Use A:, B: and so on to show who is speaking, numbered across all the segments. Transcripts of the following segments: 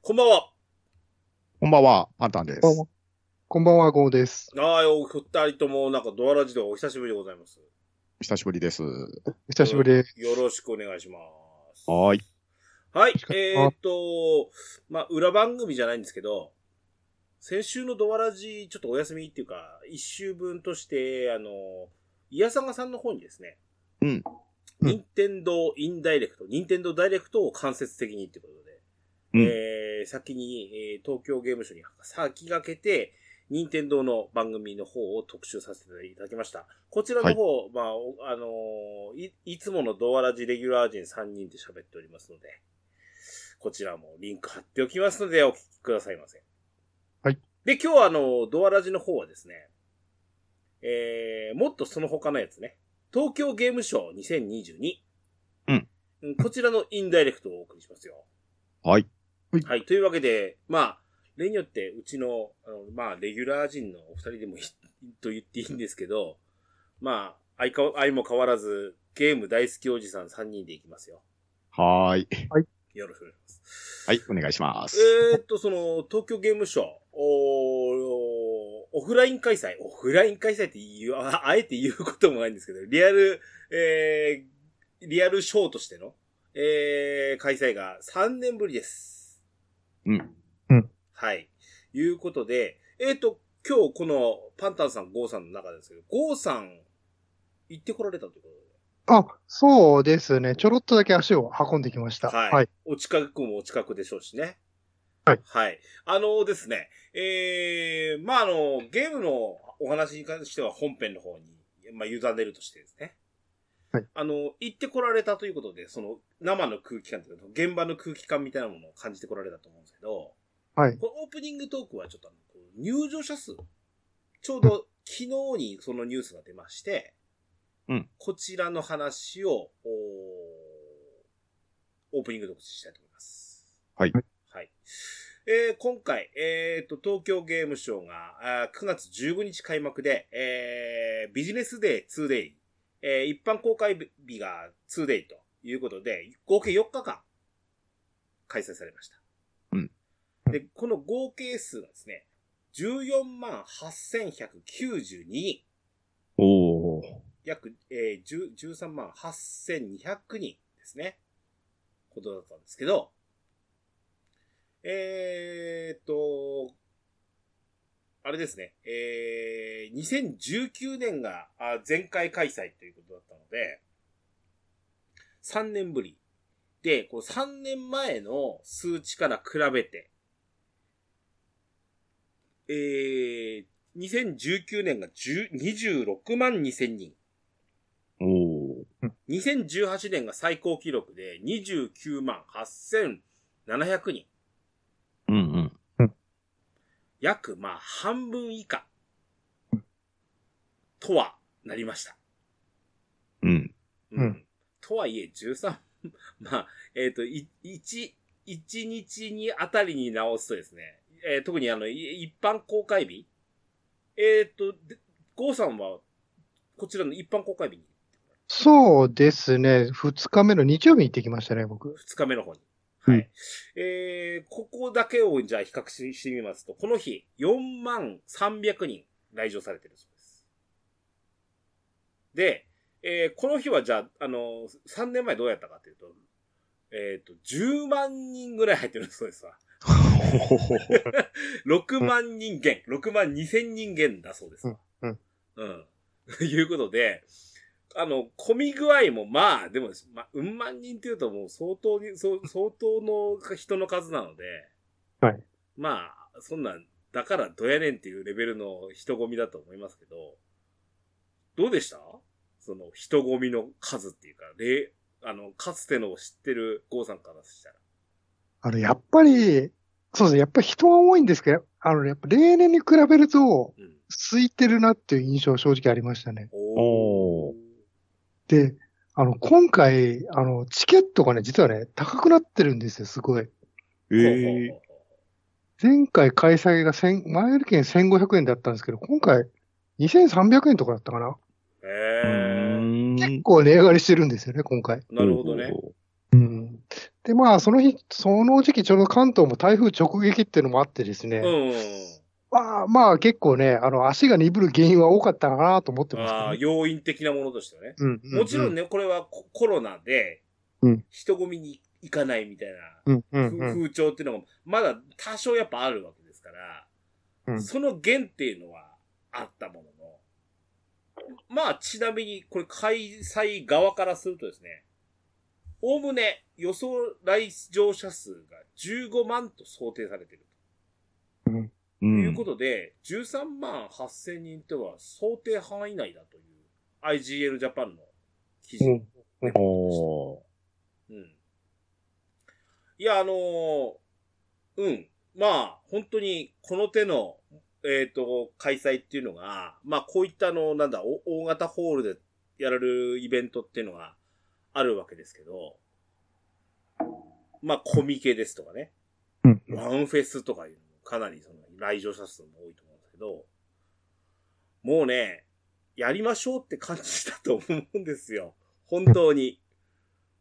A: こんばんは。
B: こんばんは、パンタンです。
C: こんばんはこんばんは、ゴーです。
A: ああ、お二人とも、なんか、ドアラジではお久しぶりでございます。
B: 久しぶりです。
C: お久しぶりです。
A: よろしくお願いします。
B: はーい。
A: はい
C: し。く
A: えーっと、まあ、裏番組じゃないんですけど、先週のドアラジ、ちょっとお休みっていうか、一週分として、あの、イヤサガさんの方にですね、
B: うん。
C: うん
A: 任天堂インダイレクト、任天堂ダイレクトを間接的にっていうことで、
B: うん
A: えー先に、えー東京ゲームショウに先駆けて、任天堂の番組の方を特集させていただきました。こちらの方、まあお、あのーい、いつものドアラジレギュラー陣3人で喋っておりますので、こちらもリンク貼っておきますので、お聞きくださいませ。
C: はい。
A: で、今日はあの、ドアラジの方はですね、えー、もっとその他のやつね、東京ゲームショウ2022。
B: うん
A: うん。こちらのインダイレクトをお送りしますよ。
B: はい。
A: はい。というわけで、まあ、例によって、うちの、あのまあ、レギュラー陣のお二人でもい い、と言っていいんですけど、まあ、相か相も変わらず、ゲーム大好きおじさん3人でいきますよ。
B: はーい。
A: よろしくお願いします。
B: はい、お願いします。
A: えーっと、その、東京ゲームショウ、おーオフライン開催、オフライン開催って言う、ああえて言うこともないんですけど、リアル、えー、リアルショーとしての、えー、開催が3年ぶりです。
B: うん。
A: はい。いうことで、えーっと、今日このパンタンさん、ゴーさんの中ですけど、ゴーさん、行ってこられたということで。
C: あ、そうですね。ちょろっとだけ足を運んできました。
A: はい。
C: はい。
A: お近くもお近くでしょうしね。
C: はい。
A: はい。あのですね、えー、まあ、あの、ゲームのお話に関しては本編の方に、まあ、委ねるとしてですね。
C: はい。
A: あの、行ってこられたということで、その、生の空気感というか、現場の空気感みたいなものを感じてこられたと思うんですけど、
C: はい。
A: このオープニングトークはちょっとあの、こう入場者数。ちょうど昨日にそのニュースが出まして、
B: うん
A: こちらの話を、おーオープニングトークしたいと思います。
B: はい。
A: はい。えー今回、えーと、東京ゲームショウが、あー9月15日開幕で、えービジネスデー 2day、えー一般公開日が 2day ということで、合計4日間、開催されました。で、この合計数がですね、14万8192人、
B: おー。
A: 約、えー10 13万8200人ですね。ことだったんですけど、えーっと、あれですね、えー、2019年があ前回開催ということだったので、3年ぶり。で、こう3年前の数値から比べて、えー、2019年が10 26万2000人。
B: おー。
A: 2018年が最高記録で29万8700人。
B: うんうん。
A: 約まあ半分以下。とはなりました。
B: うん。
C: うん
A: とはいえ13、ま あ、えっ、と、い一一日にあたりに直すとですね、えー特にあの、い一般公開日えっ、と、でゴーさんは、こちらの一般公開日に、
C: そうですね。二日目の日曜日に行ってきましたね、僕。
A: 二日目の方に。
B: うん
A: はい。えー、ここだけをじゃあ比較ししてみますと、この日、4万300人来場されてるそうです。で、えー、この日はじゃあ、あの、3年前どうやったかっていうと、えっ、と、10万人ぐらい入ってるそうですわ。6万人減、6万2千人減だそうですわ。
C: うん
A: うん。 ということで、あの、混み具合もまあ、でも、まあ、うん万人っていうともう相当に、そう 相当の人の数なので、
C: はい。
A: まあ、そんな、だからどやねんっていうレベルの人混みだと思いますけど、どうでしたその人混みの数っていうか、例、あの、かつての知ってる郷さんからしたら。
C: あの、やっぱり、そうですね。やっぱり人は多いんですけど、あのね、やっぱ例年に比べると、
A: うん。
C: 空いてるなっていう印象は正直ありましたね。
A: お
B: おー
C: で、あの、今回、あの、チケットがね、実はね、高くなってるんですよ、すごい。
B: えー。
A: ほうほうほうほう
C: 前回開催が1000、前売り券1500円だったんですけど、今回2300円とかだったかな。
B: う
A: ええ
B: ーん
C: 結構値上がりしてるんですよね、今回。
A: なるほどね。
C: うん。で、まあ、その日、その時期ちょうど関東も台風直撃っていうのもあってですね、
A: うん。
C: まあ、まあ結構ね、あの、足が鈍る原因は多かったかなと思ってますけ
A: あ
C: ど
A: あ、
C: ね
A: 要因的なものとしてはね。
C: うんうう
A: もちろんね、これはココロナで
C: うん、
A: 人混みに行かないみたい
C: うんう
A: な、
C: ん
A: ふ
C: うん
A: 風潮っていうのも、まだ多少やっぱあるわけですから、
C: うん
A: その源っていうのはあったものの、まあ、ちなみに、これ開催側からするとですね、おおむね予想来場者数が15万と想定されている
B: う
A: と
B: ん。
A: いうことで、13万8000人とは想定範囲内だという IGL ジャパンの記事。
C: うん
B: お
A: うん。いや、あのーうん。まあ、本当に、この手の、えっ、と、開催っていうのが、まあ、こういったあの、なんだ、お大型ホールでやられるイベントっていうのがあるわけですけど、まあ、コミケですとかね、
C: うんうん
A: ワンフェスとかいうのもかなりその来場者数も多いと思うんですけど、もうね、やりましょうって感じだと思うんですよ。本当に。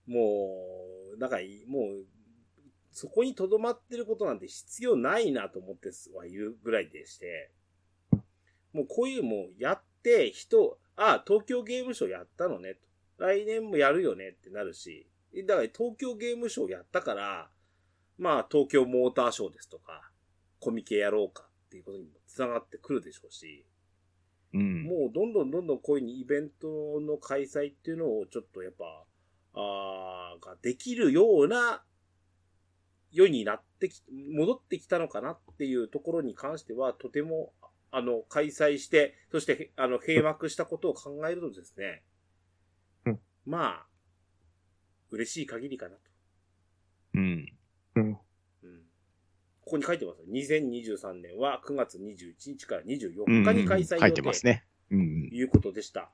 A: もう、なんかい、もう、そこに留まってることなんて必要ないなと思ってはいるぐらいでして、もうこういうもうやって人、あ、東京ゲームショウやったのねと。来年もやるよねってなるし、だから東京ゲームショウやったから、まあ東京モーターショーですとか、コミケやろうかっていうことにも繋がってくるでしょうし、
B: うん。
A: もうどんどんどんどんこういうイベントの開催っていうのをちょっとやっぱ、あーができるような世になってき、戻ってきたのかなっていうところに関しては、とても、あの、開催して、そして、あの、閉幕したことを考えるとですね、
C: うん
A: まあ、嬉しい限りかなと。
B: うん。
C: うん
A: うんここに書いてますよ。2023年は9月21日から24日に開催予定、
B: 書いてますね。うん。
A: いうことでした。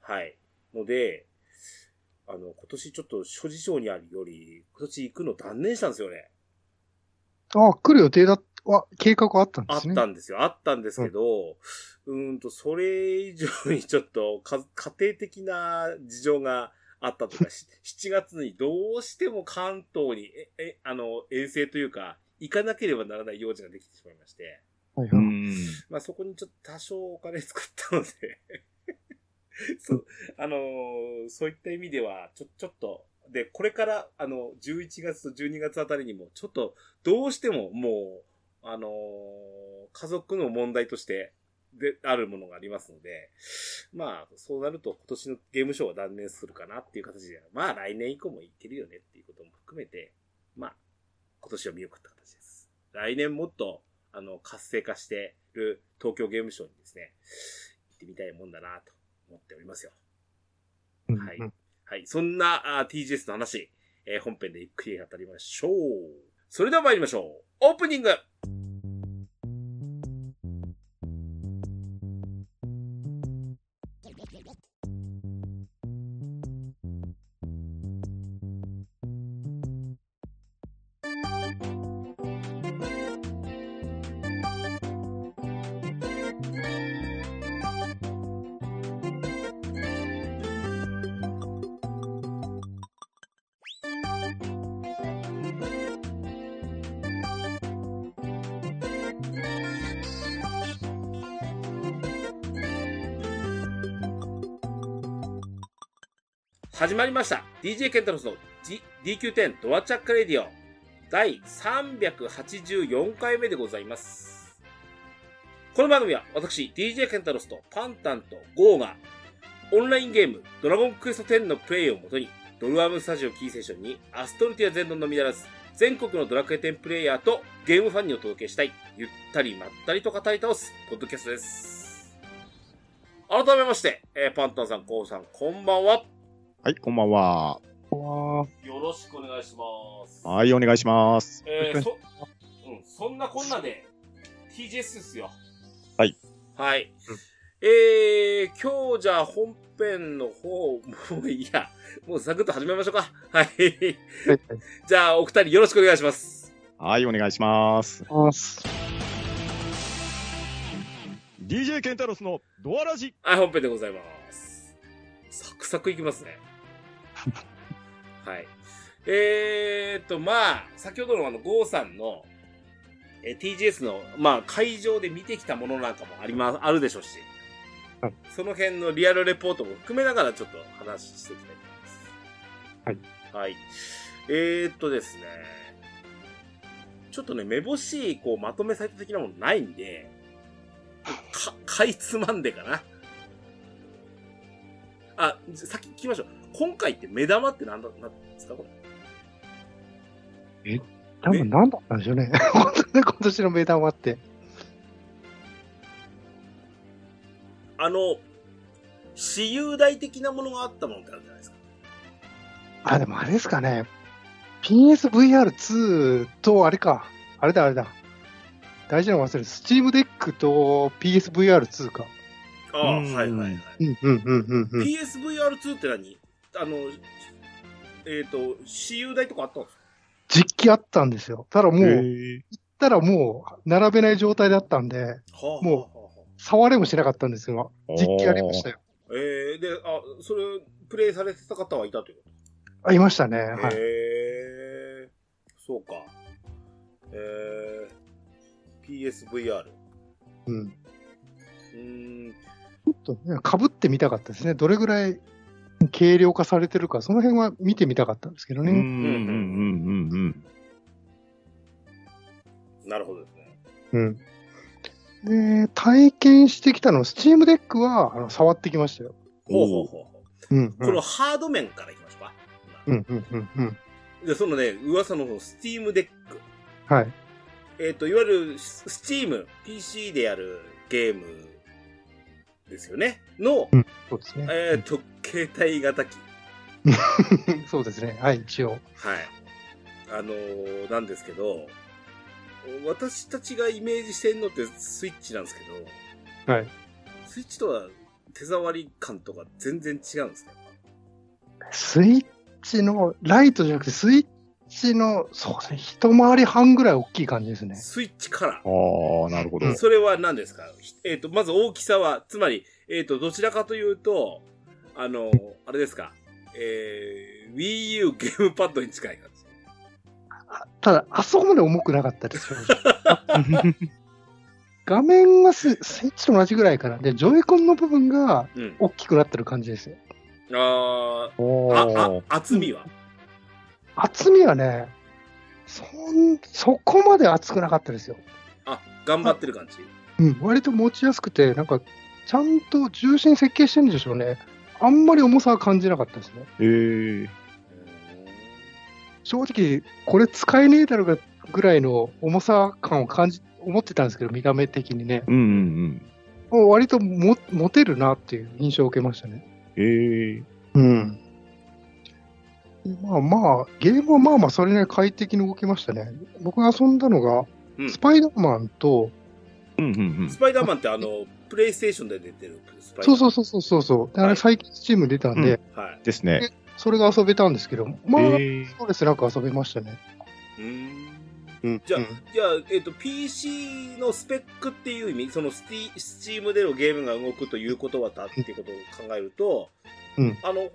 A: はい。ので、あの、今年ちょっと諸事情にあるより、今年行くの断念したんですよね。
C: あ、来る予定だっは、計画はあったんで
A: あっ
C: すね。
A: たんですよ。あったんですけど、うーんと、それ以上にちょっと、か、家庭的な事情があったという か、し7月にどうしても関東に、え、え、あの、遠征というか、行かなければならない用事ができてしまいまして。
C: はいは
B: う
C: い
B: ん。
A: まあそこにちょっと多少お金使ったので そう、あのーそういった意味では、ちょ、ちょっと、で、これから、あの、11月と12月あたりにも、ちょっと、どうしてももう、あのー家族の問題として、で、あるものがありますので、まあ、そうなると今年のゲームショーは断念するかなっていう形で、まあ来年以降もいけるよねっていうことも含めて、まあ、今年は見送った形です。来年もっと、あの、活性化してる東京ゲームショウにですね、行ってみたいもんだなと思っておりますよ。
C: うん
A: はい
C: うん
A: はい。そんなあー TGS の話、えー本編でゆっくり語りましょう。それでは参りましょう。オープニング始まりました DJ ケンタロスの、G、DQ10 ドアチャックレディオ第384回目でございますこの番組は私 DJ ケンタロスとパンタンとゴーがオンラインゲームドラゴンクエスト10のプレイをもとにドルアムスタジオキーセッションにアストルティア全土のみならず全国のドラクエ10プレイヤーとゲームファンにお届けしたいゆったりまったりと語り倒すポッドキャストです改めまして、えーパンタンさん、ゴーさん、こんばんは。
B: はい、こんばんは。
C: わー
A: よろしくお願いします。い。
B: はい、お願いします。
A: え
C: よ
A: ー、
C: ろし
A: そ、うん、そんなこんなで、TGS ですよ。
B: はい。
A: はい。
C: うん
A: えー、今日じゃあ本編の方、もういいや、もうサクッと始めましょうか。はい。
C: はいはい
A: じゃあお二人よろしくお願いします。
B: はい、お願いします。
C: あす
B: DJ ケンタロスのドアラジ。
A: はい、本編でございます。サクサクいきますね。はい。えーっと、まあ、先ほどのあの、ゴーさんの、えー TGS の、まあ、会場で見てきたものなんかもありま、あるでしょうし、
C: はい
A: その辺のリアルレポートも含めながらちょっと話していきたいと思います。はい。はい。えーっとですね、ちょっとね、めぼしい、こう、まとめサイト的なものないんで、か、かいつまんでかな。あ、じゃ先聞きましょう。今回って目玉ってなんだ、なんですかこれ。
C: 多分何だったんでしょうね。 本当ね、今年の目玉って。
A: あの、私有大的なものがあったものってあるじゃないですか。
C: あ、でもあれですかね。PSVR2 と、あれか。あれだ、あれだ。大事なの忘れる。Steam Deck と PSVR2 か。
A: ああ、は
B: うん
A: いはいはい。
C: うん、うん、うん、うんうん。
A: PSVR2 って何あの、えっ、と、私有大とかあったんですか
C: 実機あったんですよ。ただもう、
B: へ
C: 行っ
B: ー
C: たらもう、並べない状態だったんで、
A: はあ
C: も
A: は
C: う
A: あはあは
C: 触れもしなかったんですよ。実機ありましたよ。
A: あえー、で、あ、それ、プレイされてた方はいたというこ
C: あ、いましたね。
A: と
C: はい。
A: えー、そうか。えー、PSVR。
C: うん。
A: うーん、
C: ちょっとね、かぶってみたかったですね。どれぐらい軽量化されてるか、その辺は見てみたかったんですけど
B: うんう
C: ね。
B: んうんうんうん。
A: なるほどですね。
C: うん。で、体験してきたの、スチームデックは、あの、触ってきましたよ。
A: ほうほうほうほう。
C: うん、う
A: この
C: ん。
A: ハード面からいきましょうか。
C: うん、うん、うん、うん。
A: で、そのね、噂のそのスティームデック。
C: はい。
A: えっ、と、いわゆるススチーム、PC でやるゲームですよね。の、
C: そうですね。
A: えっ、と、携帯型機。
C: そうですね。はい、一応。
A: はい。あのーなんですけど、私たちがイメージしてんのってスイッチなんですけど、
C: はい。
A: スイッチとは手触り感とか全然違うんですね。
C: スイッチの、ライトじゃなくて、スイッチの、そうですね。一回り半ぐらい大きい感じですね。
A: スイッチから。
B: ああ、なるほど。
A: それは何ですかひえっ、と、まず大きさは、つまり、えっ、と、どちらかというと、あの、あれですか、えー、Wii U ゲームパッドに近い感じ。
C: ただ、あそこまで重くなかったです、正直 画面がススイッチと同じぐらいかな。で、ジョイコンの部分が
A: うん。
C: 大きくなってる感じですよ。
A: あー
B: お
A: あ、あ、厚みは、
C: 厚みはね、そん、そこまで厚くなかったですよ。
A: あ、頑張ってる感じ。
C: うん、割と持ちやすくて、なんか、ちゃんと重心設計してるんでしょうね。あんまり重さは感じなかったですね。
B: えー、
C: 正直、これ使えねえだろうがぐらいの重さ感を感じ、思ってたんですけど、見た目的にね。
B: うんうん
C: もう割とも持てるなっていう印象を受けましたね。
B: うん。えー、
C: うん。まあまあ、ゲームはまあまあ、それなりに快適に動きましたね。僕が遊んだのが、
A: うん
C: スパイダーマンと、
B: うんうんうん
A: ス。パイダーマンってあの、プレイステーションで出てるスパイダーマ
C: そう
A: ン。
C: そうそうそうそうそう。であ
A: は
C: れ
A: い
C: 最近スチーム出たんで、
A: はい。
B: ですね。
C: それが遊べたんですけど、
B: え
C: まあ、
B: ー、
C: ストレスなく遊べましたね。
A: うーん。
C: うん
A: じゃあ
C: うん
A: じゃあ、えっ、と、PC のスペックっていう意味、そのスティ、スチームでのゲームが動くということはだっていうことを考えると、
C: うん
A: あの、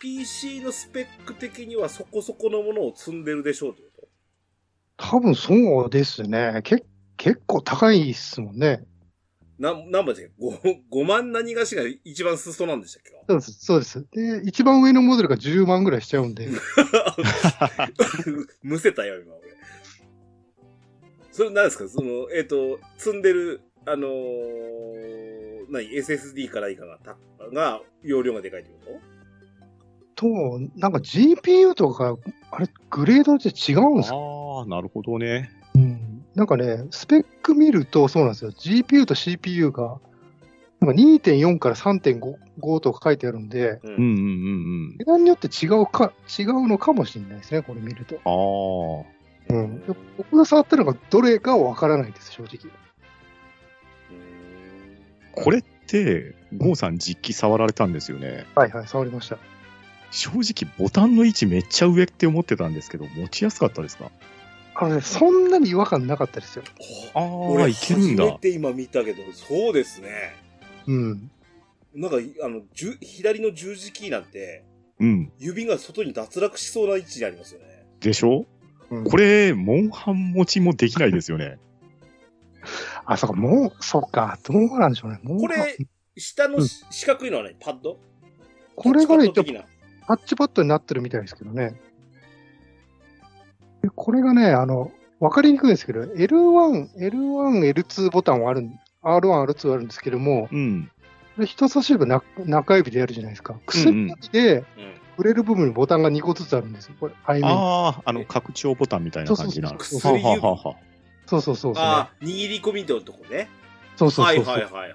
A: PC のスペック的にはそこそこのものを積んでるでしょうってこ
C: 多分そうですね。け結構高いっすもんね。
A: とな、何番でしたっけご ?5 万何がしが一番裾なんでしたっけ
C: そうです。そうです。で、一番上のモデルが10万ぐらいしちゃうんで、
A: むせたよ、今、俺。それ何ですかその、えっ、と、積んでる、あのー何 ?SSD から以下が、たが、容量がでかいってこと
C: と、なんか GPU とか、あれ、グレードって違うんですか、
B: ああ、なるほどね。
C: うん、なんかね、スペック見るとそうなんですよ。GPU と CPU が、なんか2.4から3.5とか書いてあるんで、
A: う
B: うんうん
A: ん。
B: うんうん。
C: 値段によって違うか、違うのかもしれないですね、これ見ると。
B: ああ。
C: うん。僕が触ったのがどれかはわからないです、正直。
B: これって、ゴーさん実機触られたんですよね。
C: はいはい、触りました。
B: 正直、ボタンの位置めっちゃ上って思ってたんですけど、持ちやすかったですか
C: あのね、そんなに違和感なかったですよ。
B: あ
A: 俺、
B: あ、い
A: 初
B: けるん
A: め
B: だ。
A: て今見たけど、そうですね。
C: うん。
A: なんか、いあの、十左の十字キーなんて、
B: ううん。
A: 指が外に脱落しそうな位置にありますよね。
B: でしょ
C: うん
B: これ、モンハン持ちもできないですよね。
C: あ、そうか、もう、そうか、どうなんでしょうね。もう
A: これ、下のし四角いのはね、パッド
C: これがね、
A: タッチパッド
C: 一応
A: 的な
C: タッチパッドになってるみたいですけどね。でこれがね、あの、わかりにくいんですけど、L1、L1、L2 ボタンはあるん、R1、R2 あるんですけども、
B: うん。
C: これ人差し指な中指でやるじゃないですか。薬指で
A: う
C: 触れる部分にボタンが2個ずつあるんですよ。これ、背面。
B: ああ、あの、拡張ボタンみたいな感じな。は
C: そう
A: そうそ
B: あ
A: う。
B: はあはあはあ
C: そうそうそうんそう。
A: ああ、握り込みのとこね。
C: そうそうそうそう。
A: はいはいはいはいはい。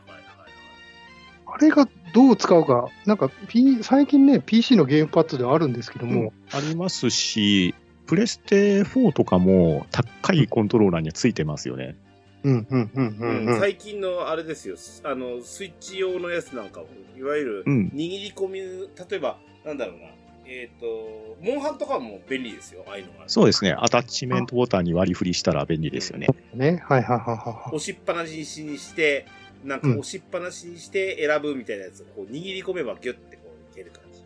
C: あれがどう使うか、なんか、P、最近ね、PC のゲームパッドではあるんですけども、
B: ありますし、プレステ4とかも高いコントローラーにはついてますよね。
C: うん、うん、うん、う
A: うん
C: ん、うん。
A: 最近のあれですよ、あの、スイッチ用のやつなんかも、いわゆる
B: う、ん。
A: 握り込み、例えば、なんだろうな、えっ、と、モンハンとかも便利ですよ、ああいうのが。
B: そうですね。アタッチメントボタンに割り振りしたら便利ですよね。
C: ね、はいはいはいはいはい。
A: 押しっぱなしにして、なんか押しっぱなしにして選ぶみたいなやつをこう握り込めばギュッてこういける感じ。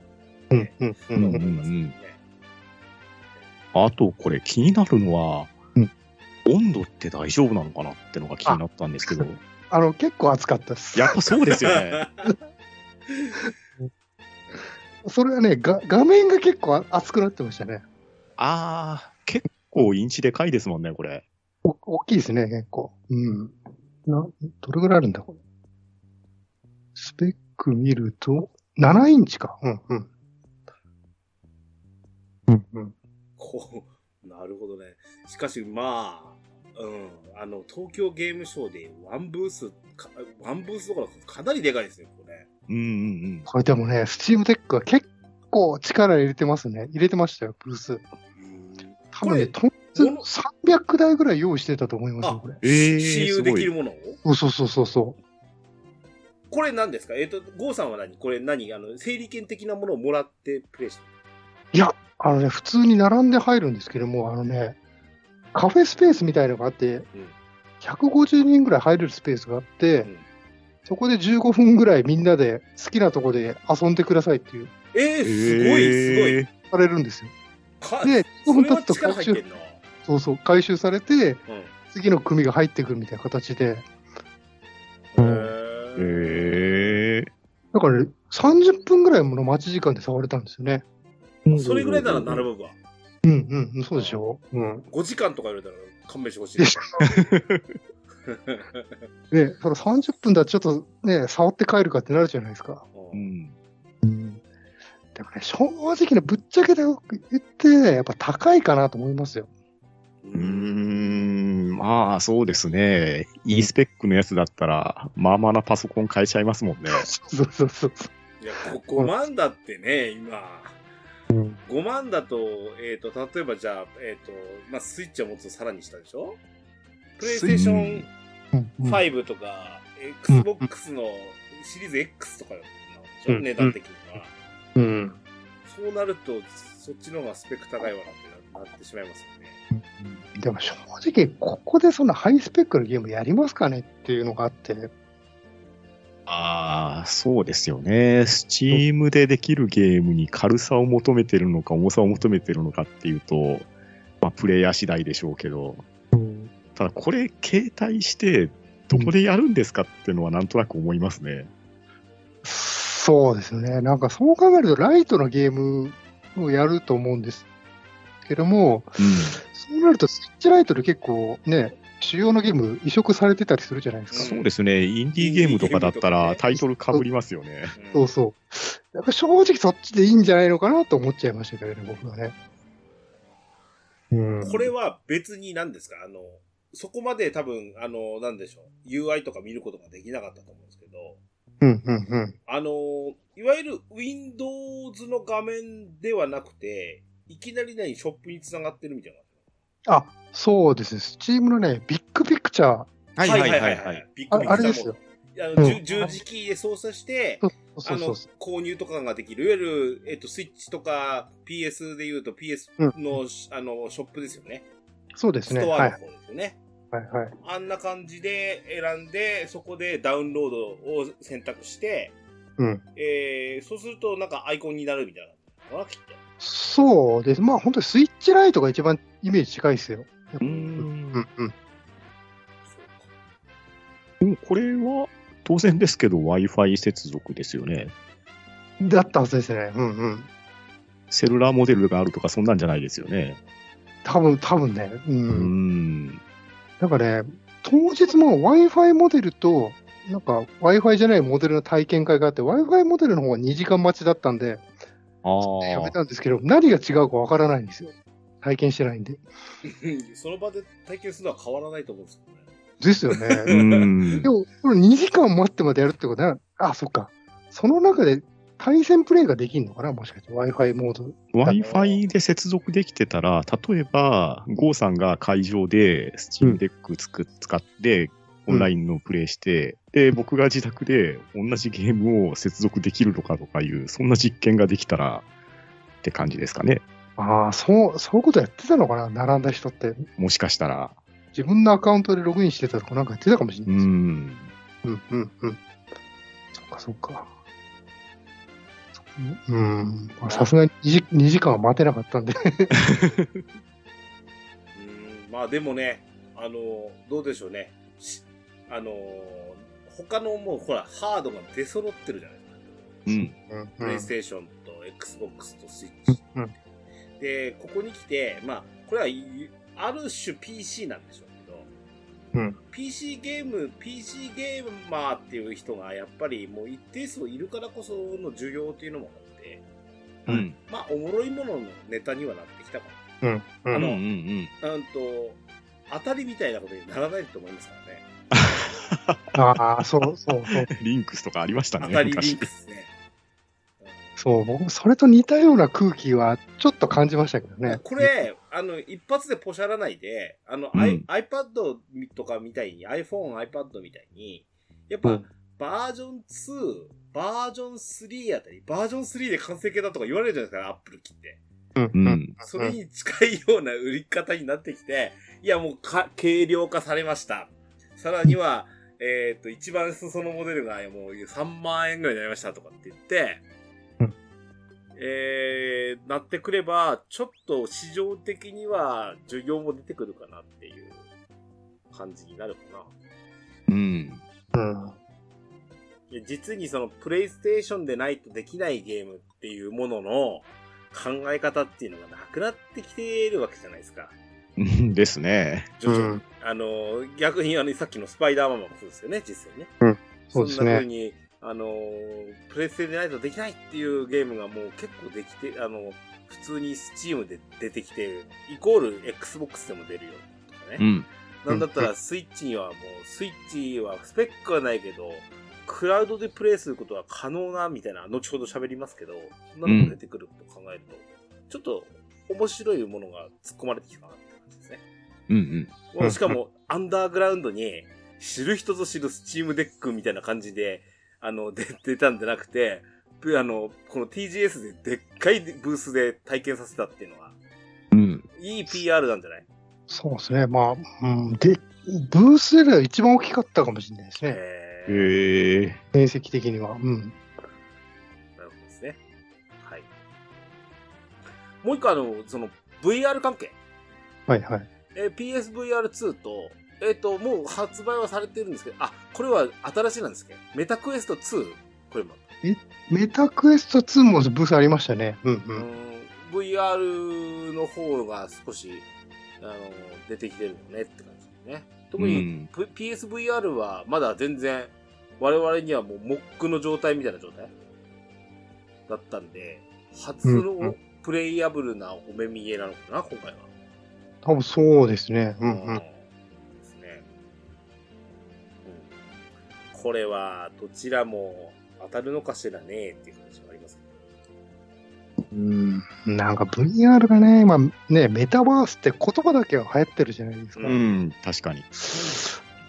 C: うん、うん、う
B: うん
C: ん
B: う
C: うんん。
B: うんあと、これ気になるのは、
C: うん
B: 温度って大丈夫なのかなってのが気になったんですけど、
C: あの、結構暑かったです。
B: やっぱそうですよ ね。
C: それはね、が画面が結構あ熱くなってましたね。
B: あー、結構インチでかいですもんね、これ。
C: お大きいですね、結構。うん。な、どれぐらいあるんだ、これ。スペック見ると、7インチか。うん、うん。うん、うん。
A: こう、なるほどね。しかし、まあ、うん、あの、東京ゲームショウでワンブース、かワンブースどころかかなりでかいですね、これ。
B: うんうんうん。
C: これでもね、スチームテックは結構力入れてますね。入れてましたよ、ブース。
A: うん
C: 多分ね、
A: こと
C: んつ
A: もの
C: 300台ぐらい用意してたと思います
A: あ
C: よ、これ。
B: えー
A: 私有できるものを
C: そうそうそうそうそう。
A: これ何ですかえっ、と、ゴーさんは何これ何あの、整理券的なものをもらってプレイした
C: いや、あのね、普通に並んで入るんですけども、あのね、カフェスペースみたいのがあって、150人ぐらい入れるスペースがあって、
A: うん
C: そこで15分ぐらいみんなで好きなとこで遊んでくださいっていう、
A: えー、すごい、すごい。
B: い。
C: されるんですよ。
A: か
C: で、
A: そ
C: 15分
A: れ
C: 経
A: は
C: つと
A: 力
C: 回
A: 入っ
C: 収
A: て、んな。
C: そうそう、回収されて、
A: うん。
C: 次の組が入ってくるみたいな形で、
A: へ
B: え
A: ー
B: ー
C: だから、ね、30分ぐらいの待ち時間で触れたんですよね。
A: それぐらいなら並ぶわ。
C: うんうんうん、そうでしょう。うん。
A: 5時間とか言われたら勘弁してほしい
C: で。しょね、その30分だとちょっとね、触って帰るかってなるじゃないですか。
A: う
B: うんん。
C: うん。でもね、正直なぶっちゃけで言ってね、やっぱ高いかなと思いますよ。
B: うーん、まあそうですね。いいスペックのやつだったら、まあまあなパソコン買えちゃいますもんね。
C: そうそうそうそ
A: いや、ここ5万だってね、今。
C: う。うん。
A: 5万だと、えっ、と、例えばじゃあ、えっ、と、まあ、スイッチを持つとさらにしたでしょプレイステーション
C: うんうん
A: 5とか、
C: うん
A: Xbox のシリーズ X とかなんでしょ、
C: うん
A: 値段的には。
C: うん。
A: そうなると、そっちの方がスペック高いわなってなってしまいますよね。
C: でも正直、ここでそんなハイスペックのゲームやりますかねっていうのがあって、
B: ああ、そうですよね。スチームでできるゲームに軽さを求めてるのか、重さを求めてるのかっていうと、まあ、プレイヤー次第でしょうけど、ただこれ、携帯して、どこでやるんですかっていうのはなんとなく思いますね。
C: そうですよね。なんかそう考えると、ライトのゲームをやると思うんですけども、そうなると、スイッチライトで結構ね、主要のゲーム移植されてたりするじゃないですか。
B: そうですね。インディーゲームとかだったら、タイトル被りますよね。
A: うん
C: そうそう。だから正直そっちでいいんじゃないのかなと思っちゃいましたけどね、僕はね。うん
A: これは別に何ですかあの、そこまで多分、あの、なんでしょう。UI とか見ることができなかったと思うんですけど、
C: うんうんうん。
A: あの、いわゆる Windows の画面ではなくて、いきなり何、ショップに繋がってるみたいな。
C: あ、そうですね。スチームのね、ビッグピクチャー、
B: は。
A: びっく
C: あ
A: りした
C: あれですよ。
A: あ
C: う
A: の
C: ん
A: 十十字キーで操作して、
C: そうそうそう。
A: あの、購入とかができる。いわゆる、えっと、スイッチとか PS で言うと PS
C: うん
A: の、あの、ショップですよね。
C: そうです
A: ス
C: ね。
A: ト
C: は
A: ア
C: い
A: の。方ですよね。
C: はいはい。
A: あんな感じで選んで、そこでダウンロードを選択して、
C: うん。
A: えー、そうするとなんかアイコンになるみたいな。のかな、きっと。
C: そうです。まあ本当にスイッチライトが一番イメージ近いですよ。
B: う
C: うんんうん。
A: そう
B: でもこれは当然ですけど Wi-Fi 接続ですよね。
C: だったはずですね。うんうん。
B: セルラーモデルがあるとかそんなんじゃないですよね。
C: 多分、多分ね。う。
B: うんん。
C: なんかね、当日も Wi-Fi モデルと、なんか Wi-Fi じゃないモデルの体験会があって、Wi-Fi モデルの方が2時間待ちだったんで、
B: あ
C: やめ
B: あ。
C: たんですけど、何が違うかわからないんですよ。体験してないんで。
A: か。 その場で体験するのは変わらないと思うんですけどね。
C: ですよ
B: う
C: ね。
B: ん
C: で。も、これ2時間待ってまでやるってことは、あ、そっか。その中で対戦プレイができるのかなもしかして Wi-Fi モード。
B: Wi-Fi で接続できてたら、例えば、ゴーさんが会場で Steam Deck つく使って、オンラインのプレイして、で、僕が自宅で同じゲームを接続できるのかとかいう、そんな実験ができたらって感じですかね。
C: ああ、そう、そういうことやってたのかな並んだ人って。
B: もしかしたら。
C: 自分のアカウントでログインしてたとかなんかやってたかもしれ
B: う
C: ないです。
B: ん。
C: うんうんうん。そっかそっか。うん。まあさすがに 2, 時2時間は待てなかったんで。
A: うん、まあでもね、あの、どうでしょうね。しあの、他のもうほら、ハードが出揃ってるじゃないですか。
B: うん。
C: うん
A: プレイス
C: う
A: テーションと Xbox とスイッチ。
C: うん
A: で、ここに来て、まあ、これはいある種 PC なんでしょうけど、
C: うん
A: PC ゲーム、PC ゲーマーっていう人がやっぱりもう一定数いるからこその需要っていうのもあって、
B: うん。
A: まあ、おもろいもののネタにはなってきたか
C: んう
A: あ
B: うん
A: の
C: ん。
B: うん。
A: ら。うんと、当たりみたいなことにならないと思いますからね。
C: ああ、そうそうそう。
B: リンクスとかありましたね。
A: 当たりリ
B: 昔
A: ンクスね。
C: そう、僕もそれと似たような空気はちょっと感じましたけどね。
A: これ、あの、一発でポシャらないで、あの、アイ
B: うん
A: iPad とかみたいに、iPhone、iPad みたいに、やっ
C: う
A: ぱ
C: ん、
A: バージョン2、バージョン3あたり、バージョン3で完成形だとか言われるじゃないですか、アップル機って。
C: うん
B: う
C: うんん。。
A: それに近いような売り方になってきて、いや、もうか、軽量化されました。さらには、えっ、と、一番裾のモデルがもう3万円ぐらいになりましたとかって言って、
C: うん
A: えー、なってくれば、ちょっと市場的には需要も出てくるかなっていう感じになるかな。
B: うん。
C: うん。
A: で実にそのプレイステーションでないとできないゲームっていうものの考え方っていうのがなくなってきているわけじゃないですか。
B: うんですね。
A: 徐々に
C: うん
A: あの、逆にあの、さっきのスパイダーマンもそうですよね、実際ね。
C: うんそうですね
A: んな風に、あの、プレステでないとできないっていうゲームがもう結構できて、あの、普通に Steam で出てきて、イコール Xbox でも出るよとか
B: う
A: ね。
B: ん。
A: なんだったらスイッチにはもう、スイッチはスペックはないけど、クラウドでプレイすることは可能な、みたいな、後ほど喋りますけど、そんなのが出てくると考えると、ちょっと面白いものが突っ込まれてきたかなって感じですね。
B: うんうん。
A: もうしかも、アンダーグラウンドに、知る人ぞ知るスチームデックみたいな感じで、あの、で出たんじゃなくて、ぷあの、この TGS ででっかいブースで体験させたっていうのは、
B: うん。
A: いい PR なんじゃない
C: そうですね。まあ、うん。で、ブースよりは一番大きかったかもしれないですね。
A: えー、
B: へえ。
C: 面積的には。うん。
A: なるほどですね。はい。もう一個あの、その、VR 関係。
C: はいはい。
A: えー PSVR2 と、えっ、と、もう発売はされてるんですけど、あ、これは新しいなんですけど、メタクエスト2、これも。
C: メタクエスト2もブースありましたね。うんう。
A: うんん VR の方が少し、あの、出てきてるのねって感じですね。特
B: う
A: に、
B: ん
A: P- PSVR はまだ全然、我々にはもうモックの状態みたいな状態だったんで、初
C: うんう
A: の
C: ん
A: プレイアブルなお目見えなのかな、今回は。
C: 多分そうですね。う
A: うん
C: んうん。
A: ですね。うんこれは、どちらも当たるのかしらねっていう感じはありますけど。
C: うん、なんか VR がね、今ね、メタバースって言葉だけは流行ってるじゃないですか。
B: うん。確かに。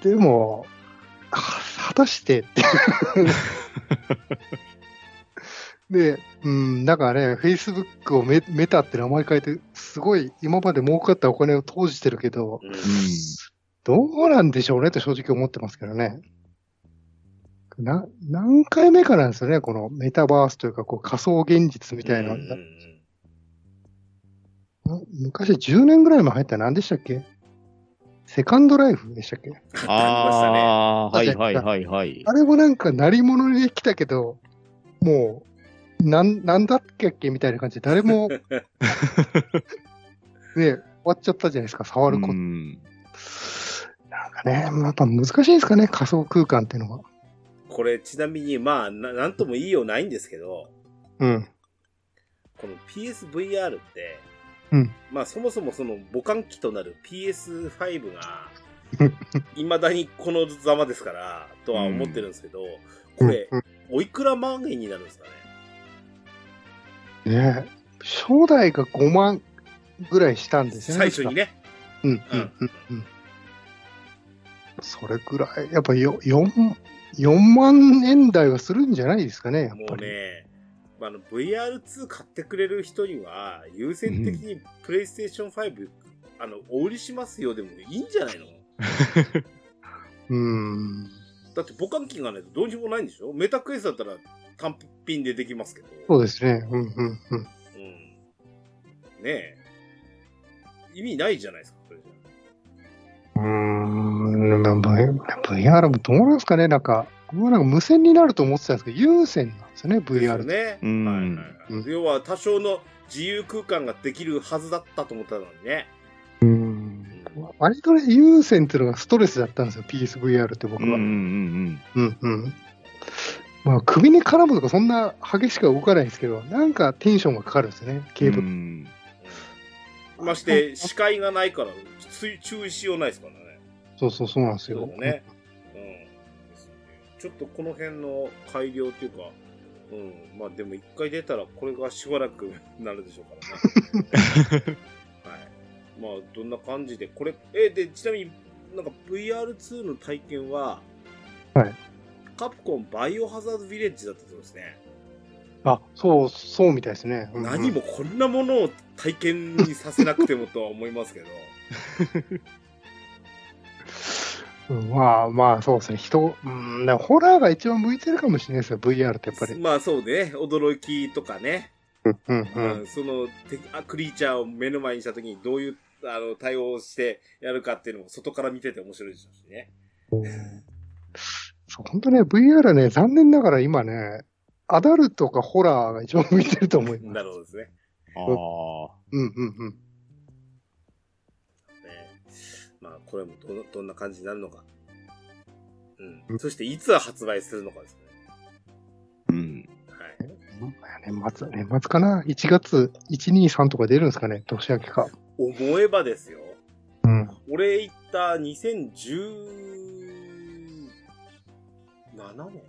C: でも、は果たしてって。で、うん、なんかね、Facebook をメメタって名前変えて、すごい今まで儲かったお金を投じてるけど、
A: うん
C: どうなんでしょうねって正直思ってますけどね。な、何回目かなんですよね、このメタバースというか、こう仮想現実みたいな
A: うんうんうん
C: な昔10年ぐらい前入った何でしたっけセカンドライフでしたっけ
A: あ
B: ああ、はいはいはいはい。
C: あれもなんか鳴り物に来たけど、もう、なん、なんだっけっけみたいな感じで、誰も、ね、終わっちゃったじゃないですか、触ること。
B: うん
C: なんかね、やっぱ難しいんですかね、仮想空間っていうのは。
A: これちなみに、まあ、ななんともいいようないんですけど、
C: うん。
A: この PSVR って、
C: うん
A: まあそもそもその母艦機となる PS5 が、 いまだにこのざまですから、とは思ってるんですけど、これ、
C: うん
A: おいくら万円になるんですかね
C: うんね初代が5万ぐらいしたんですよね。
A: 最初に
C: ね。
A: ね。
C: うん、うん、うん、うん。それぐらい、やっぱよ4、4万円台はするんじゃないですかね、やっ
A: も
C: ぱ
A: う
C: り。
A: ね、あの VR2 買ってくれる人には、優先的に PlayStation5、あの、お売りしますよでもいいんじゃないの
C: うん。
A: だって母艦機がないとどうにもないんでしょメタクエストだったら単品でできますけど。
C: そうですね。うん、うん、うん。
A: うん。ねえ。意味ないじゃないですか、これじゃ。
C: うーん、まあ V- VR もどうなんですかね、なんか、僕はなんか無線になると思ってたんですけど、有線なんですよね、VR って。
A: ね。
B: うん
A: はいはいはい。
C: う
A: 要は多少の自由空間ができるはずだったと思ったのにね。
C: う。
A: うんん
C: 割とね、有線っていうのがストレスだったんですよ、PSVR って僕
B: うんうん
C: は。
B: う
C: うん、
B: ん
C: うん、まあ、首に絡むとかそんな激しくは動かないですけど、なんかテンションがかかるんですよね、ケーブ
B: う
C: ル。
B: ん
A: まして、視界がないから、つ注意しようないですからね。
C: そうそうそうなんです
A: そう
C: よ。
A: だね。うんですよね。ちょっとこの辺の改良というか、うん。まあでも一回出たらこれがしばらくなるでしょう からね。はい。まあどんな感じで、これ、え、で、ちなみになんか VR2 の体験は、
C: はい。
A: カプコンバイオハザードヴィレッジだったそうですね。
C: あ、そう、そうみたいですね。うんうん
A: 何もこんなものを体験にさせなくてもとは思いますけ ど。
C: うんまあまあ、そうですね。人、うん、なんかホラーが一番向いてるかもしれないですよ、VR ってやっぱり。
A: まあそうね、驚きとかね。
C: うん、うん、う
A: うん
C: ん。
A: そのてあクリーチャーを目の前にしたときにどういうあの対応をしてやるかっていうのも外から見てて面白いでしょうしね。
C: そう、本当ね、VR はね、残念ながら今ね、アダルトかホラーが一番向いてると思います。
A: なるほどですね。
B: ああ。
C: うんうんうん。
A: ねまあ、これもどのどんな感じになるのか。う。
C: うんん
A: そして、いつ発売するのかですね。
B: うん。
A: はい。
C: 年末、年末かな ?1 月123とか出るんですかね年明けか。
A: 思えばですよ。
C: うん。
A: 俺行った2017年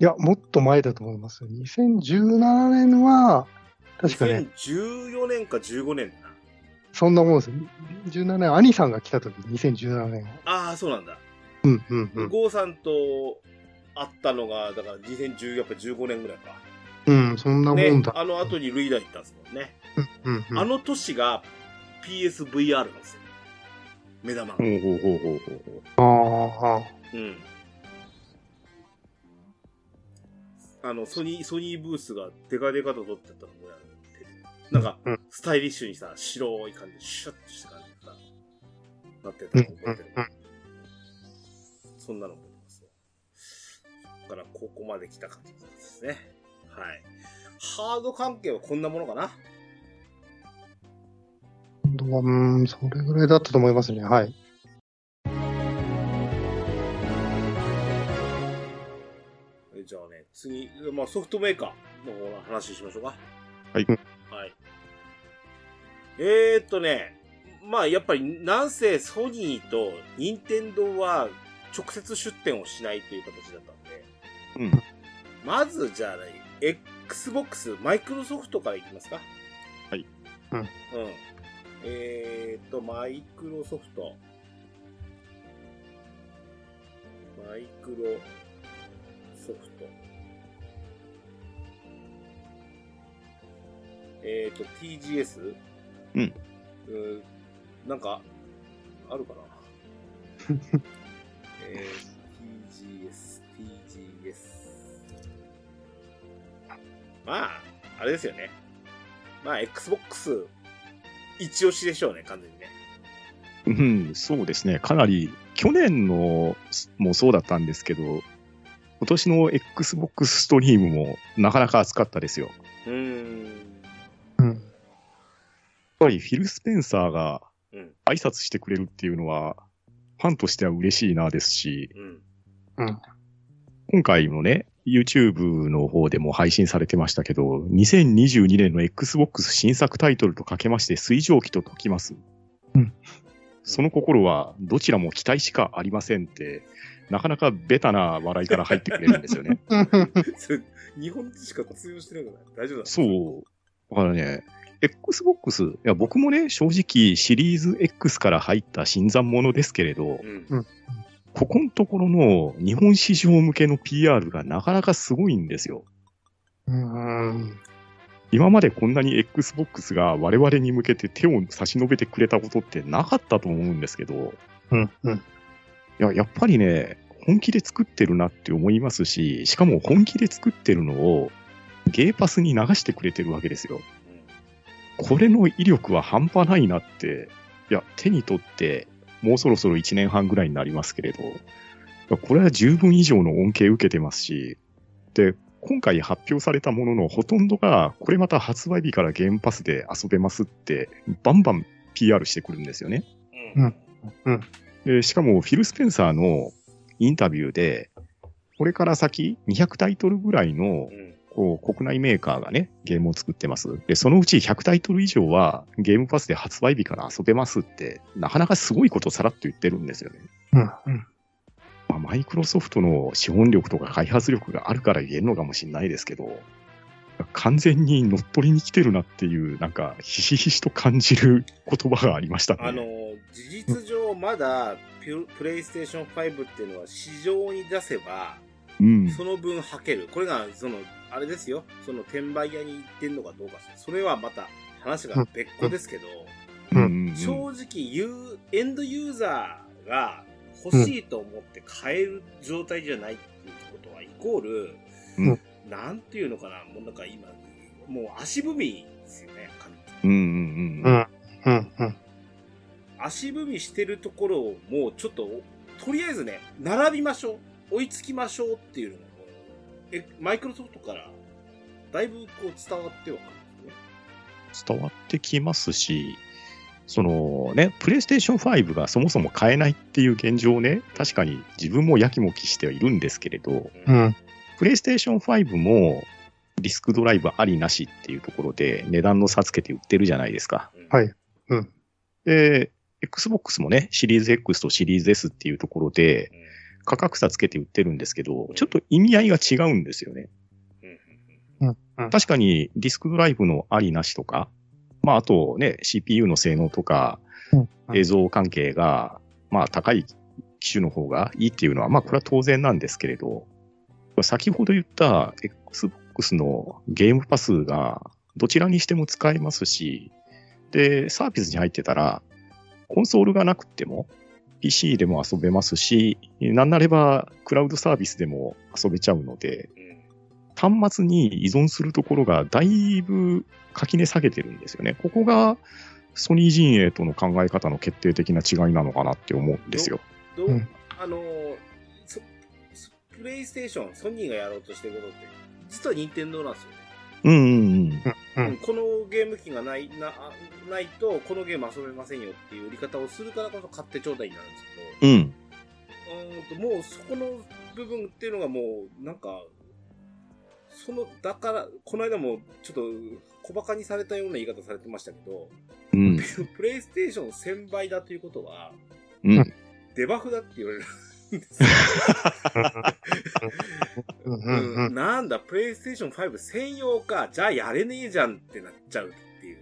C: いや、もっと前だと思いますよ。2017年は、確かね、
A: 2014年か15年だな。
C: そんなもんですよ。17年、兄さんが来た時、2017年は。
A: ああ、そうなんだ。
C: うんうんうん。
A: ゴーさんと会ったのが、だから2010、やっぱ15年ぐらいか。
C: うん、そんなも
A: ね
C: ん、だ。
A: あの後にルイダ行ったんですもんね。
C: うんうん。
A: あの年が PSVR なんですよ。目玉が。
B: ほうほうほうほうほうほう。
C: あ
A: うん。あの、ソニー、ソニーブースがデカデカと撮ってたのもやってなんか
C: うん、
A: スタイリッシュにさ、白い感じ、シュッとした感じでさ、なってた
C: うん
A: の
C: う
A: 覚えてる
C: ん。うん。
A: そんなの思いますよ。そっからここまで来た感じですね。はい。ハード関係はこんなものかな
C: どううん、それぐらいだったと思いますね。はい。
A: えじゃあね、次、まあ、ソフトメーカーの方の話しましょうか。
B: はい
A: はい。えー、っとね、まあやっぱりなんせソニーと任天堂は直接出店をしないという形だったんで、
B: うん。
A: まずじゃあね、Xbox、マイクロソフトからいきますか。
B: はい。
C: うん
A: うん。えー、っと、マイクロソフト。マイクロソフト。えー、っと、TGS?
B: うん。
A: うん、なんか、あるか なえー、TGS、TGS。まあ、あれですよね。まあ、Xbox 一押しでしょうね、完全にね。
B: うん、そうですね。かなり、去年のもそうだったんですけど、今年の Xbox ストリームもなかなか熱かったですよ。
A: うーん。
C: うん。
B: やっぱりフィル・スペンサーが
A: うん。
B: 挨拶してくれるっていうのは、ファンとしては嬉しいなですし、
A: うん。
B: 今回もね、YouTube の方でも配信されてましたけど、2022年の Xbox 新作タイトルとかけまして、水蒸気と解きます。
C: うん
B: その心は、どちらも期待しかありませんって、なかなかベタな笑いから入ってくれるんですよ ね。
A: それ 日本しか通用してないから大丈夫だ。
B: そう。だからね、Xbox、いや僕もね、正直シリーズ X から入った新参者ですけれど
A: う、ん。
B: ここのところの日本市場向けの PR がなかなかすごいんですよ。
C: うん。
B: 今までこんなに Xbox が我々に向けて手を差し伸べてくれたことってなかったと思うんですけど、
C: うん。うん。
B: いや、やっぱりね、本気で作ってるなって思いますし、しかも本気で作ってるのをゲーパスに流してくれてるわけですよ。これの威力は半端ないなって、いや、手に取って、もうそろそろ1年半ぐらいになりますけれど、いやこれは十分以上の恩恵受けてますし、で、今回発表されたもののほとんどが、これまた発売日からゲームパスで遊べますって、バンバン PR してくるんですよね。
A: うん。
C: うん
B: でしかも、フィル・スペンサーのインタビューで、これから先200タイトルぐらいの
A: うん。
B: こう、国内メーカーがね、ゲームを作ってます。で、そのうち100タイトル以上はゲームパスで発売日から遊べますって、なかなかすごいことさらっと言ってるんですよね。
C: うん。
B: まあ、マイクロソフトの資本力とか開発力があるから言えるのかもしれないですけど、完全に乗っ取りに来てるなっていう、なんか、ひしひしと感じる言葉がありましたね。
A: あの、事実上まだピュプレイステーション5っていうのは市場に出せば、
B: うん。
A: その分はける。これが、その、あれですよ。その転売屋に行ってんのかどうか。それはまた話が別個ですけど、
B: うんうんうん
A: 正直言う、エンドユーザーが欲しいと思って買える状態じゃないっていうことは、イコール、
B: うん
A: なんていうのかな、もうなんか今、もう足踏みですよね、完全に
B: うんうん
C: う
B: うん。
C: ん。うん。うん。
A: 足踏みしてるところをもうちょっと、とりあえずね、並びましょう。追いつきましょうっていうのが、え、マイクロソフトから、だいぶこう伝わってはくるんですね。
B: 伝わってきますし、そのね、プレイステーション5がそもそも買えないっていう現状をね、確かに自分もやきもきしてはいるんですけれど、
C: うん。
B: プレイステーション5もディスクドライブありなしっていうところで値段の差つけて売ってるじゃないですか。
A: うん
C: はいうん。
B: で、Xbox もね、シリーズ X とシリーズ S っていうところで
A: うん
B: 価格差つけて売ってるんですけど、ちょっと意味合いが違うんですよね。
A: うんうん
B: 確かにディスクドライブのありなしとか、まああとね、CPU の性能とか
C: うん、
B: 映像関係が、まあ高い機種の方がいいっていうのは、まあこれは当然なんですけれど、先ほど言った Xbox のゲームパスがどちらにしても使えますし、で、サービスに入ってたら、コンソールがなくても、PC でも遊べますし、なんなればクラウドサービスでも遊べちゃうので、
A: うん
B: 端末に依存するところがだいぶ垣根下げてるんですよね。ここがソニー陣営との考え方の決定的な違いなのかなって思うんですよ。
A: どう、
C: うん
A: あのーそそプレイステーション、ソニーがやろうとしてることって、実は任天堂なんですよね。
B: うんうんうん。
C: うん
A: うんこのゲーム機がないなあないと、このゲーム遊べませんよっていう売り方をするからこそ買ってちょうだいになるんですけど、う
B: うん。
A: ーんと、もうそこの部分っていうのがもう、なんか、その、だから、この間もちょっと小馬鹿にされたような言い方されてましたけど、
B: うん。
A: プレイステーション1000倍だということは、
B: うん。
A: デバフだって言われるんですよ。
C: うん。う。
A: うん
C: うん
A: ん、。なんだ、プレイステーション5専用か、じゃあやれねえじゃんってなっちゃうっていう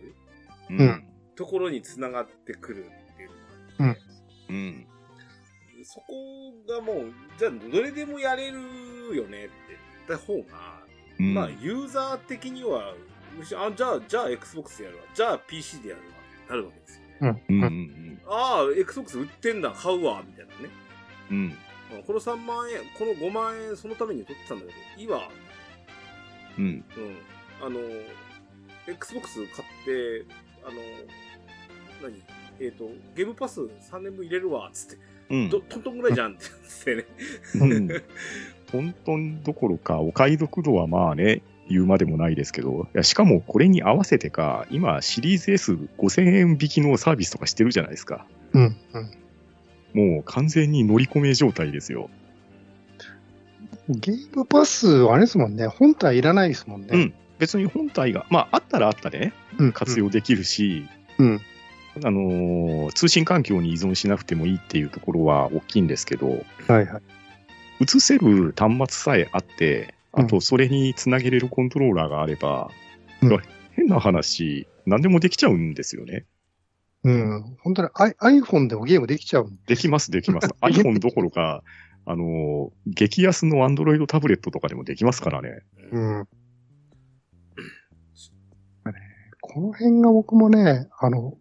B: うん。
A: ところに繋がってくるっていうのが
B: うん。
A: そこがもう、じゃあどれでもやれるよねって言った方が、
B: うん
A: まあ、ユーザー的には、むしろあ、じゃあ、じゃあ Xbox でやるわ。じゃあ PC でやるわ。なるわけですよ。
C: うん。
B: うん。う
C: うん。
B: ん。
A: ああ、Xbox 売ってんだ、買うわ、みたいなね。
B: うん。
A: うんこの3万円、この5万円、そのために取ってたんだけど、いいわ。
B: うん。
A: うん。あの、 Xbox 買って、あの、何えっ、と、ゲームパス3年分入れるわ、つって。
B: うん
A: ど、トントンぐらいじゃんって言ってね。
B: うんトントンどころか、お買い得度はまあね、言うまでもないですけど、いやしかもこれに合わせてか、今、シリーズ S5000 円引きのサービスとかしてるじゃないですか。
C: うん、うん。
B: もう完全に乗り込め状態ですよ。
C: ゲームパスはあれですもんね、本体いらないですもんね。
B: 別に本体が、まあ、あったらあったでね、
C: うん、
B: 活用できるし、
C: うん。
B: あのー通信環境に依存しなくてもいいっていうところは大きいんですけど、
C: はいはい。
B: 映せる端末さえあって、
C: う
B: あ
C: ん
B: とそれにつなげれるコントローラーがあれば、
C: うん
B: いや変な話、何でもできちゃうんですよね。
C: うん。本当にアイ iPhone でもゲームできちゃうもん。
B: できます、でき ます。iPhone どころか、あのー激安の Android タブレットとかでもできますからね。
C: うん。この辺が僕もね、あの、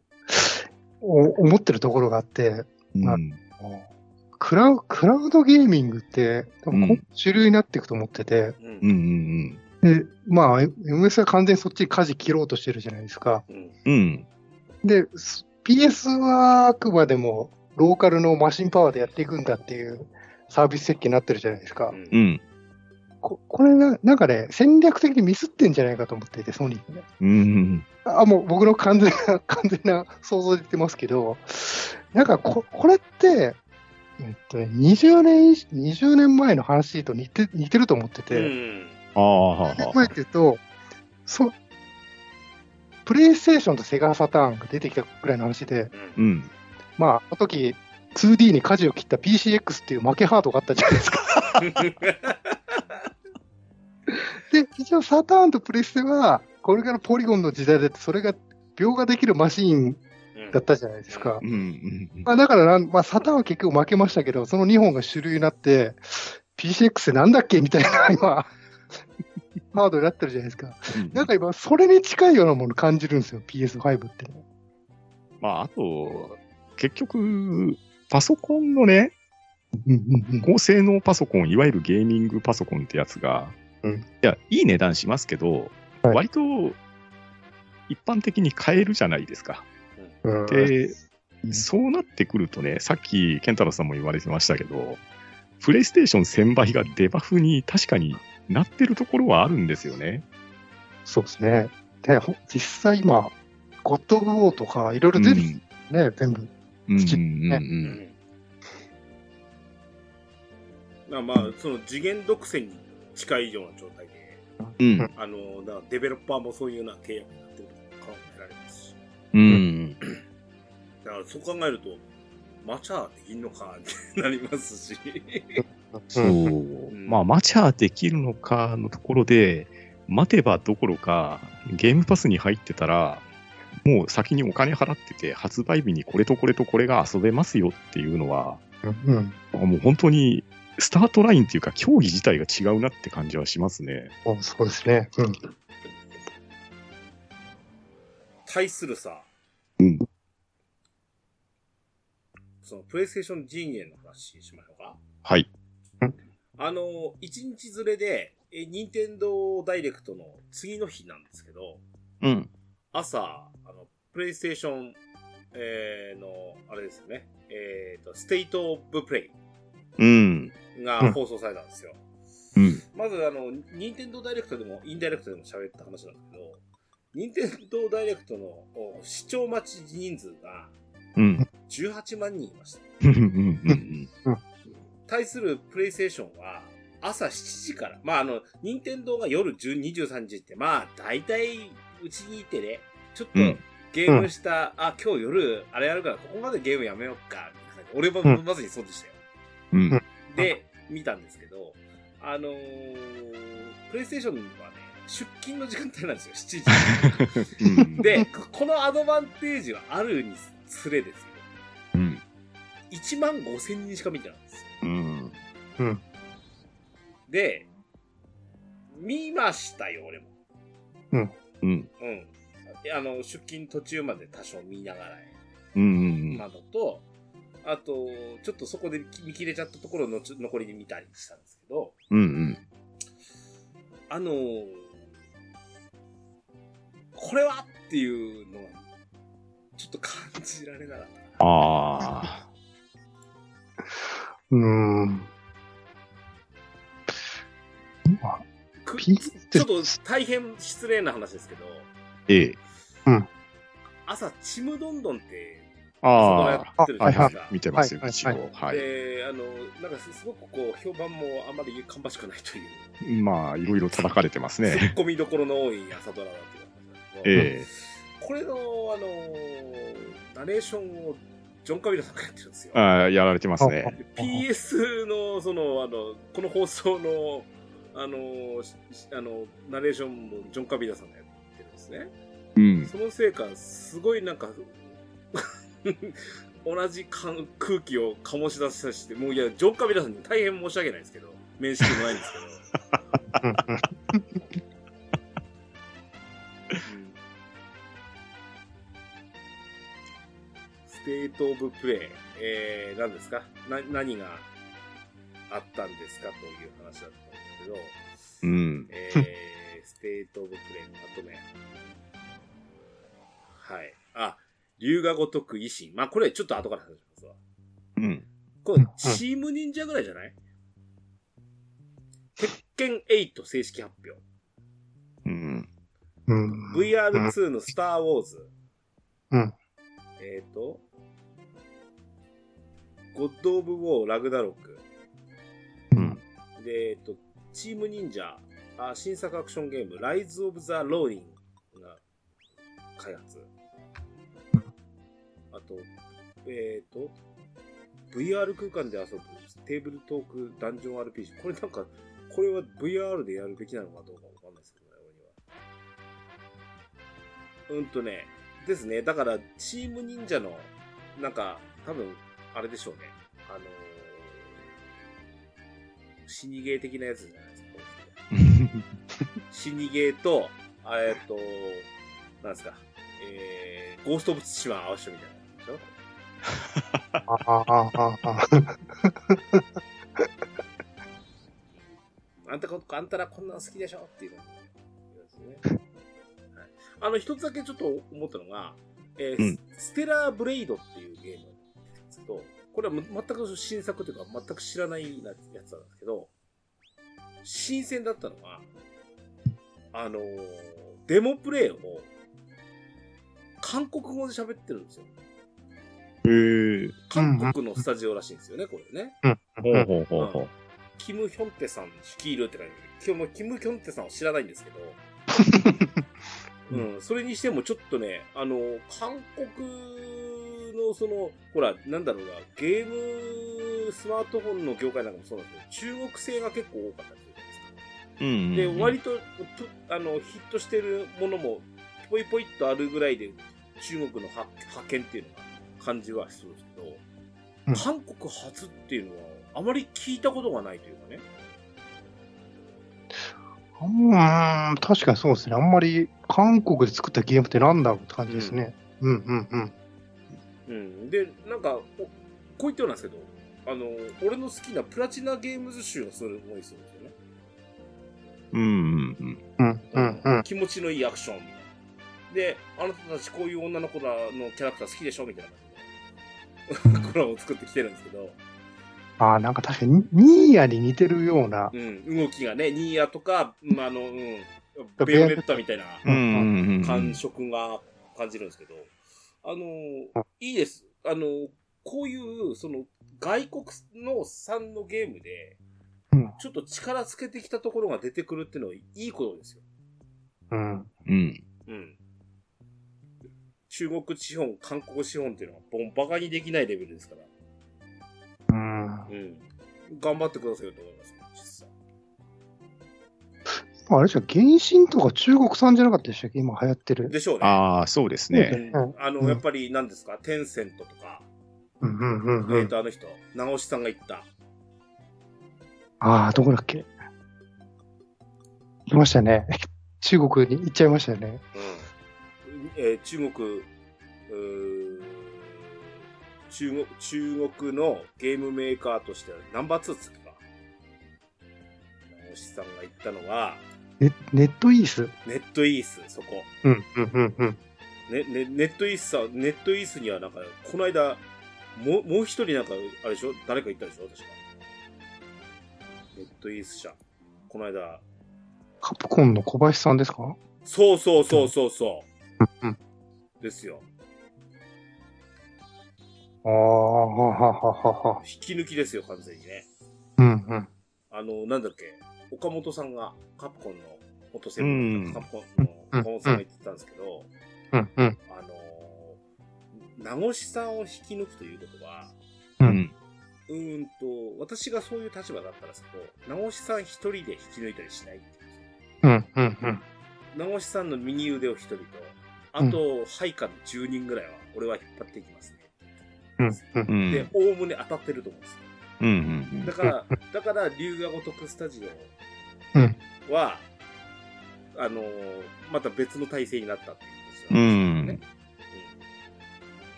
C: お思ってるところがあって、
B: うん
C: あクラウクラウドゲーミングって、多
B: う
C: 分
B: ん
C: こ主流になっていくと思ってて、
A: う。
B: うんうんん
C: で、まあ、M- MS は完全にそっちに舵切ろうとしてるじゃないですか。
A: うん。
B: うん。うん。
C: で、す PS はあくまでもローカルのマシンパワーでやっていくんだっていうサービス設計になってるじゃないですか。
B: う
A: うん
B: ん。
C: ここれな、なんかね、戦略的にミスってんじゃないかと思っていて、ソニーね。
B: うん。
C: あ、もう僕の完全な、完全な想像で言ってますけど、なんかこ、これって、えっとね、20年以上、20年前の話と似て、似てると思ってて、
A: うん。
B: ああ、は
C: 20年
B: あ
C: 前っていうと、そ、プレイステーションとセガサターンが出てきたくらいの話で、
A: うん
B: うん。
C: まあ、あの時、2D に舵を切った PCX っていう負けハードがあったじゃな いですか。で、一応サターンとプレステは、これからポリゴンの時代で、それが、描画できるマシーンだったじゃないですか。
B: うん。うん。うん
C: まあ、だからなん、まあ、サターンは結局負けましたけど、その2本が主流になって、PCX ってなんだっけみたいな、 今、ハードになってるじゃないですか。なんか今、それに近いようなもの感じるんですよ、PS5 って、ね。
B: まあ、あと、結局、パソコンのね、
C: うんうんうん。
B: 高性能パソコン、いわゆるゲーミングパソコンってやつが、
C: うん
B: いや、いい値段しますけど、
C: はい
B: 割と一般的に買えるじゃないですか。
C: うん
B: で、
C: うん
B: そうなってくるとね、さっき健太郎さんも言われてましたけど、プレイステーション1000倍がデバフに確かになってるところはあるんですよね。
C: そうですね。で、ほ実際今、ゴッド・オブ・ウォーとか、いろいろ出てきてね、全部。
B: うん
C: 土
B: うんうんう
C: ね
A: うんんまあまあ、その次元独占に近いような状態で、
B: うん
A: あの、だからデベロッパーもそういうような契約になってると考えられますし、
B: うん
A: だからそう考えると、マチャーできんのかってなりますし、
B: そう。
A: ん
B: まあ、マチャーできるのかのところで、待てばどころか、ゲームパスに入ってたら、もう先にお金払ってて、発売日にこれとこれとこれが遊べますよっていうのは、
C: うん。うん。
B: もう本当にスタートラインっていうか、競技自体が違うなって感じはしますね。
C: そうそうですね。うん。
A: 対するさ、
B: うん
A: そのプレイステーション陣営の話しましょうか。
B: はい。
A: あの、1日ずれで、え、任天堂ダイレクトの次の日なんですけど、
B: うん。
A: 朝、あの、プレイステーション、えーの、あれですよね、えっ、と、ステイトオブプレ
B: うん。
A: イが放送されたんですよ。
B: うん。
A: まず、あの、任天堂ダイレクトでも、インダイレクトでも喋った話なんですけど、任天堂ダイレクトのお視聴待ち人数が
B: うん。
A: 18万人いました。
B: うん。うん。
A: 対するプレイステーションは、朝7時から、まあ、あの、任天堂が夜10 23時って、まあ、大体、うちにいてね、ちょっと
B: うん
A: ゲームした、あ、今日夜、あれやるから、ここまでゲームやめよっか、みたいな俺も
C: うん
A: まずにそうでしたよ。
B: うん。
A: で、見たんですけど、あのープレイステーションはね、出勤の時間帯なんですよ、7時。で、このアドバンテージはあるにつれですよ。
B: うん。
A: 1万5千人しか見てないんですよ。
B: うん。
A: で、見ましたよ、俺も。
B: うん。
A: うん。あの、出勤途中まで多少見ながらや
B: うん。
A: などと、あと、ちょっとそこで見切れちゃったところのち残りで見たりしたんですけど、
B: うん。
A: あのーこれはっていうのは、ちょっと感じられなかった。
B: ああ。
C: うーん。
A: く
C: ピン
A: ちょっと大変失礼な話ですけど、
B: ええ。
A: 朝、ちむどんどんって、そこ
B: あ
A: で
B: あ
A: や。ってるじゃ
B: は
A: ないいで
B: は
A: すか
B: い。見てますよ、
C: はい
B: 一応。はい。
A: で、あの、なんかすごくこう、評判もあんまり芳しくないという、
B: まあ、いろいろ叩かれてます
A: ツ
B: ね。
A: ッコミどころの多い朝ドラだっていう感じなんですけど、
B: え
A: これの、あの、ナレーションをジョン・カビラさんがやってるんですよ
B: え。。ああ、やられてますね。
A: で PS の、その、あの、この放送の、あの、しあの、ナレーションもジョン・カビラさんがやってるんですね。
B: うん。
A: そのせいか、すごいなんか、 同じ感空気を醸し出させて、もういや、ジョンカビラさんに大変申し訳ないですけど、面識もないんですけど、うんステート・オブ・プレイ、えー、何ですかな何があったんですかという話だったんですけど、
B: うん。
A: えー、ステート・オブ・プレイのまとめ。はい。あ、龍が如く維新。まあ、これちょっと後から話しますわ。
B: うん。
A: これ、チーム忍者ぐらいじゃない鉄拳8正式発表。
B: うん。
C: うん。
A: VR2 のスター・ウォーズ。
C: うん。
A: えっ、ー、と、ゴッド・オブ・ウォー・ラグダロック。
B: うん。
A: で、えっと、チーム忍者、あ新作アクションゲーム、ライズ・オブ・ザ・ローリングが開発。あと、えっ、と、VR 空間で遊ぶテーブルトークダンジョン RPG。これなんか、これは VR でやるべきなのかどうかわかんないですけどね、俺には。うんとね、ですね。だから、チーム忍者の、なんか、多分、あれでしょうね。あのー死にゲー的なやつじゃないですか。これ死にゲーと、あえっと、なんですか、えー、ゴースト・オブ・ツシマを合わせたみたいな感じでしょ
C: ああ、ああ、あ
A: あんたこ、あんたらこんなん好きでしょっていうのですね。はい、あの、一つだけちょっと思ったのが、えー
B: うん
A: スステラー・ブレイドっていうゲームなんですけど、これはむ全く新作というか、全く知らないなやつなんですけど、新鮮だったのは、あのーデモプレイを、韓国語で喋ってるんですよ。
B: ええ。
A: 韓国のスタジオらしいんですよね、これね。
B: ほうほうほうほう。
A: キム・ヒョンテさん率いるって書いてある。今日もキム・ヒョンテさんを知らないんですけど、うん、それにしてもちょっとね、あの、韓国のその、ほら、なんだろうな、ゲーム、スマートフォンの業界なんかもそうなんですけど、中国製が結構多かったりするじゃないですか。
B: うん。
A: で、割とぷあのヒットしてるものも、ぽいぽいっとあるぐらいで、中国の派派遣っていうのが感じはするんですけど、
C: うん
A: 韓国初っていうのは、あまり聞いたことがないというかね。
C: あ。うん、確かにそうですね。あんまり韓国で作ったゲームってなんだろうって感じですね。うん、うん、うん。
A: うん、で、なんか、おこう言ってはなんですけど、あの、俺の好きなプラチナゲームズ集がそれ多いするんですよね。
B: うんうんうん。
C: うん、うん、うん。
A: 気持ちのいいアクションみたいな。で、あなたたちこういう女の子らのキャラクター好きでしょみたいな感じで、コラボを作ってきてるんですけど、
C: ああ、なんか確かに、ニーヤに似てるような。
A: うん、動きがね、ニーヤとか、うんあの、うん、ベ
C: ベ
A: ヨ
C: ヨ
A: ネ
C: ネ
A: ッ
C: ッ
A: タみたいな
B: うんうんうん。
A: 感触が感じるんですけど、あの、いいです。あの、こういう、その、外国の産のゲームで、
C: うん
A: ちょっと力つけてきたところが出てくるっていうのはいいことですよ。
C: うん。
B: うん。
A: うん。中国資本、韓国資本っていうのは、ボンバカにできないレベルですから。
C: うん。
A: うん。頑張ってくださいよと思います、実際。
C: あれじゃ、原神とか中国産じゃなかったでしたっけ今流行ってる。
A: でしょうね。
B: ああ、そうですね。
A: うんあの、
C: うん
A: やっぱり何ですか、テンセントとか、
C: うん、うん、うん
A: え
C: う
A: っ
C: ん。
A: と、あの人、名越さんが言った。
C: ああ、どこだっけいましたね。 中国に行っちゃいましたよね。
A: うんえー中国、うー中国、中国のゲームメーカーとしてはナンバー2つか。名越さんが言ったのは、
C: ネネットイース。
A: ネットイース、そこ。
C: うん、うん、うん、うん。
A: ね、ね、ネットイースさ、ネットイースにはなんか、この間、もう、もう一人なんか、あれでしょ誰か言ったでしょ確か。ネットイース社。この間、
C: カプコンの小林さんですか
A: そうそうそうそうそ
C: うんうん
A: う。ですよ。
C: ああ、ははははは。
A: 引き抜きですよ、完全にね。
C: うん、うん。
A: あの、なんだっけ、岡本さんが、カプコンの元専門家、
B: うん
A: カプコンの
C: うん
A: 岡本さんが言ってたんですけど、
C: うん、うん。
A: あのー、名越さんを引き抜くということは、
C: う
B: うんん。
A: うーんと、私がそういう立場だったらですけど、名越さん一人で引き抜いたりしないっていう
C: うん、うん、うん。
A: 名越さんの右腕を一人と、あと、配下の10人ぐらいは、俺は引っ張っていきますね。
C: うん、うん
B: う。ん。
A: で、おおむね当たってると思うんですよ。
B: うんうん
A: だから、だから、龍が如くスタジオは、あのーまた別の体制になったっていうこと
B: う
A: ですよ
B: ん。
A: ね。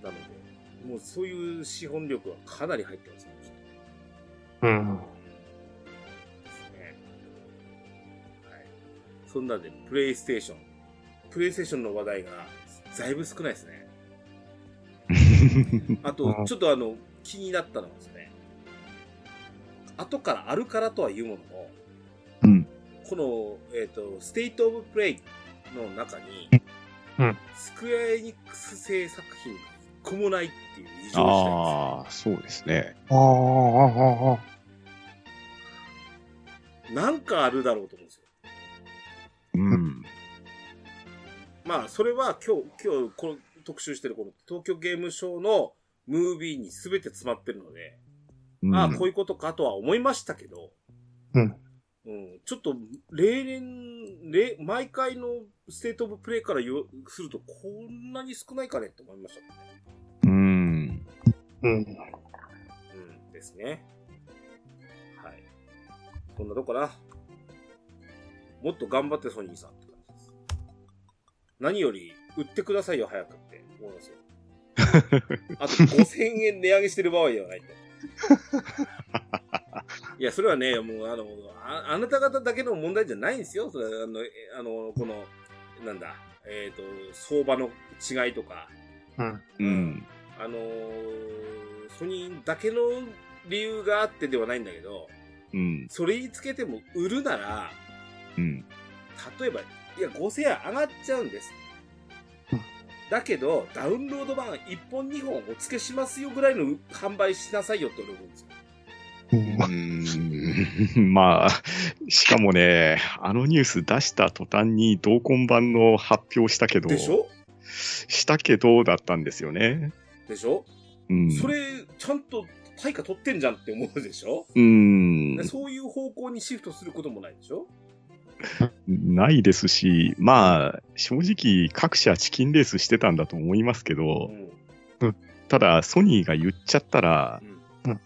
A: うん。なので、もうそういう資本力はかなり入ってますね。
C: うん。
A: ですね。はい。そんなんで、プレイステーション。プレイステーションの話題が、だいぶ少ないですね。あ
C: う
A: と
C: ん、
A: ちょっとあの、気になったのはですね、後からあるからとは言うものの、
B: うん
A: この、えっ、と、ステイトオブプレイの中に、
C: うん
A: スクエアエニックス製作品が一個もないっていう異常事態
B: ああ、そうですね。
C: ああ、ああ、ああ。
A: です。なんかあるだろうと思うんですよ。
B: うん。
A: まあ、それは今日、今日、この特集してるこの東京ゲームショウのムービーに全て詰まってるので、ああ、こういうことかとは思いましたけど、
C: うん。
A: うん、ちょっと、例年、例、毎回のステートオブプレイからよすると、こんなに少ないかねって思いましたね。
B: うん。
C: うん。
A: うん、ですね。はい。こんなとこかな。もっと頑張ってソニーさんって感じです。何より、売ってくださいよ、早くって思いますよ。あと5000円値上げしてる場合ではないと。いや、それはね、もう、あの、ああなた方だけの問題じゃないんですよ。それはあの、えあの、この、なんだ、えっ、と、相場の違いとか、
C: うん。
B: うん。
A: あのーソニーだけの理由があってではないんだけど、
B: うん。
A: それにつけても売るなら、
B: うん。
A: 例えば、いや、5000円上がっちゃうんです
C: うん。
A: だけど、ダウンロード版1本2本お付けしますよぐらいの販売しなさいよって俺思うんですよ。
B: うん まあ、しかもね、あのニュース出した途端に同梱版の発表したけど、
A: でしょ
B: したけどだったんですよね。
A: でしょ、
B: うん、
A: それ、ちゃんと対価取ってんじゃんって思うでしょ、
B: うん
A: で、そういう方向にシフトすることもないでしょ
B: ないですし、まあ、正直各社チキンレースしてたんだと思いますけ
A: う
B: ど、
A: ん。
B: ただソニーが言っちゃったら
A: う、ん。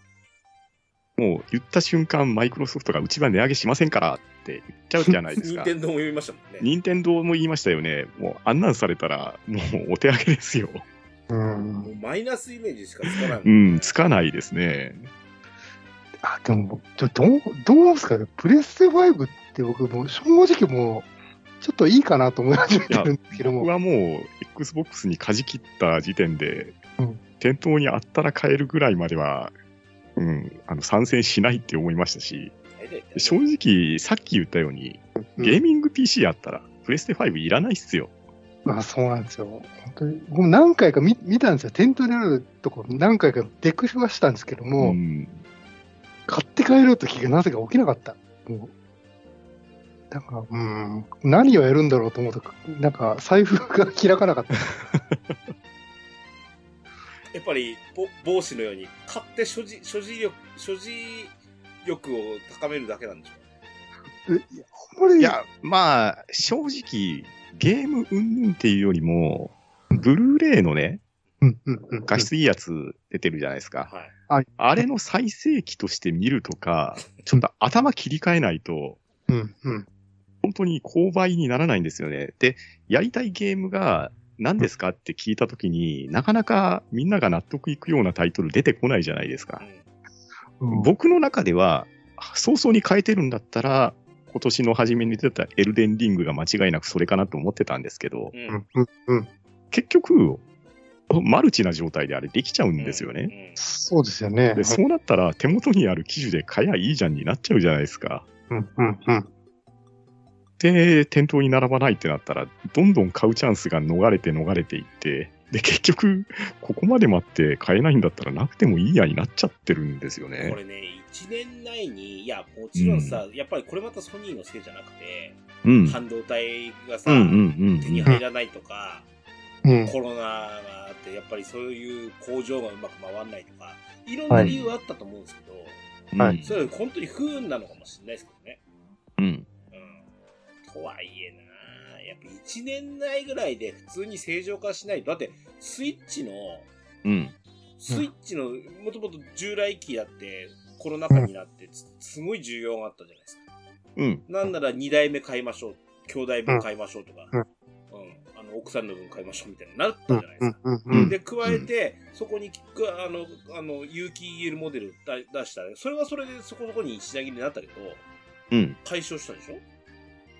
B: もう言った瞬間マイクロソフトがうちは値上げしませんからって言っちゃうじゃないです
A: 任
B: か。
A: 天堂も読みましたもんね。
B: 任天堂も言いましたよね。もうあんなんされたら、もうお手上げですよ。
C: うん
A: もうマイナスイメージしかつかない、
B: うん、つかないですね。
C: あ、でも、ちょどう、どうなんですかね。プレステ5って僕もう正直もう、ちょっといいかなと思い始めてるんですけど
B: 僕
C: も。
B: はもう Xbox にかじ切った時点で、
C: うん
B: 店頭にあったら買えるぐらいまでは、うん、あの参戦しないって思いましたし、
A: 大体
B: 正直さっき言ったように、
C: うん
B: ゲーミング PC あったら、プレステ5いらないっすよ。
C: まあそうなんですよ。本当に。僕も何回か見見たんですよ。店頭にあるとこ何回か出くわしたんですけども、
B: ん、
C: 買って帰ろうと気がなぜか起きなかった。もう。なんか、うん、何をやるんだろうと思うと、なんか財布が開かなかった。
A: やっぱりぼ帽子のように買って所持所持力所持力を高めるだけなんでしょ
C: えいやあんまり、
B: いや、まあ、正直、ゲームうんぬんっていうよりも、ブルーレイのね、
C: うんうんうん。
B: 画質いいやつ出てるじゃないです
A: う
B: か。
A: か。はい。
B: あれの再生機として見るとか、ちょっと頭切り替えないと、
C: うんうん。
B: 本当に購買にならないんですよね。で、やりたいゲームが何ですかって聞いたときに、なかなかみんなが納得いくようなタイトル出てこないじゃないですか
A: う。ん
C: うん
B: 僕の中では、早々に変えてるんだったら、今年の初めに出たエルデンリングが間違いなくそれかなと思ってたんですけど、
A: う
C: うんん、うん、うん。
B: 結局、マルチな状態であれできちゃうんですよね。
A: ね。
C: そうですよね。
B: で、そうなったら手元にある機種で買えばいいじゃんになっちゃうじゃないですか。
C: うん、うん、うん。
B: で、店頭に並ばないってなったら、どんどん買うチャンスが逃れて逃れていって、で、結局、ここまで待って買えないんだったらなくてもいいやになっちゃってるんですよ
A: こ
B: ね。
A: れね、1年内に、いや、もちろんさ、やっぱりこれまたソニーのせいじゃなくて、
B: うん。
A: 半導体がさ、
B: うんうん
A: 手
B: うん
A: に入らないとか、
C: うん、
A: コロナがあって、やっぱりそういう工場がうまく回らないとか、いろんな理由あったと思うんですけど、
B: うん。
C: はい
A: それ本当に不運なのかもしれないですけどね。
B: うん。
A: うん。とはいえなやっぱ1年内ぐらいで普通に正常化しないと、だってスイッチの、
B: うん。
A: スイッチの、もともと従来機だって、コロナ禍になってつ、すごい需要があったじゃないですか。
B: うん。
A: なんなら2代目買いましょう、兄弟分買いましょうとか、
C: うん
A: うん、あの奥さんの分買いましょうみたいになったじ
C: う
A: ゃ
C: ん
A: ないです、
C: う
A: か
C: ん。、うん、
B: う
C: うん。
A: で、加えて、そこにきくあの、あの、有機 EL モデルだ出したら、それはそれでそこそこに品切れになったけど、
B: うん。
A: 解消したでしょ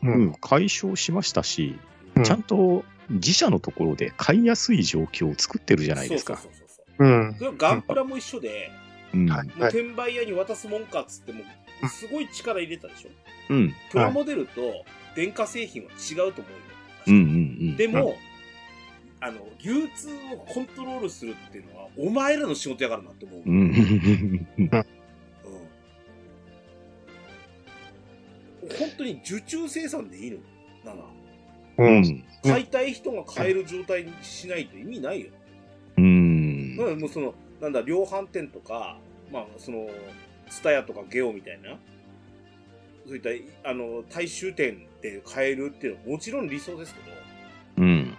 C: う
B: うんん。解消しましたし、
C: うん
B: ちゃんと自社のところで買いやすい状況を作ってるじゃないですか
A: そう。そうそうそう。
C: うん
A: そ。れはガンプラも一緒で、
B: うん。
C: はい
A: もう
C: はい
A: 転売屋に渡すもんかっつっても
C: う、ん
A: すごい力入れたでしょ
B: うん。
A: プラモデルと電化製品は違うと思
B: う
A: うよ。
B: んうん
A: でも、あの、流通をコントロールするっていうのは、お前らの仕事やからなって思う。
B: うん。うん。
A: うん本当に受注生産でいいのだな。
C: う。
B: うんん。
A: 買いたい人が買える状態にしないと意味ないよ。
B: うん
A: だからもうその、なんだ、量販店とか、まあ、その、ツタヤとかゲオみたいな、そういった、あの、大衆店で買えるっていうのはもちろん理想ですけど、
B: う
A: う
B: ん。
A: ん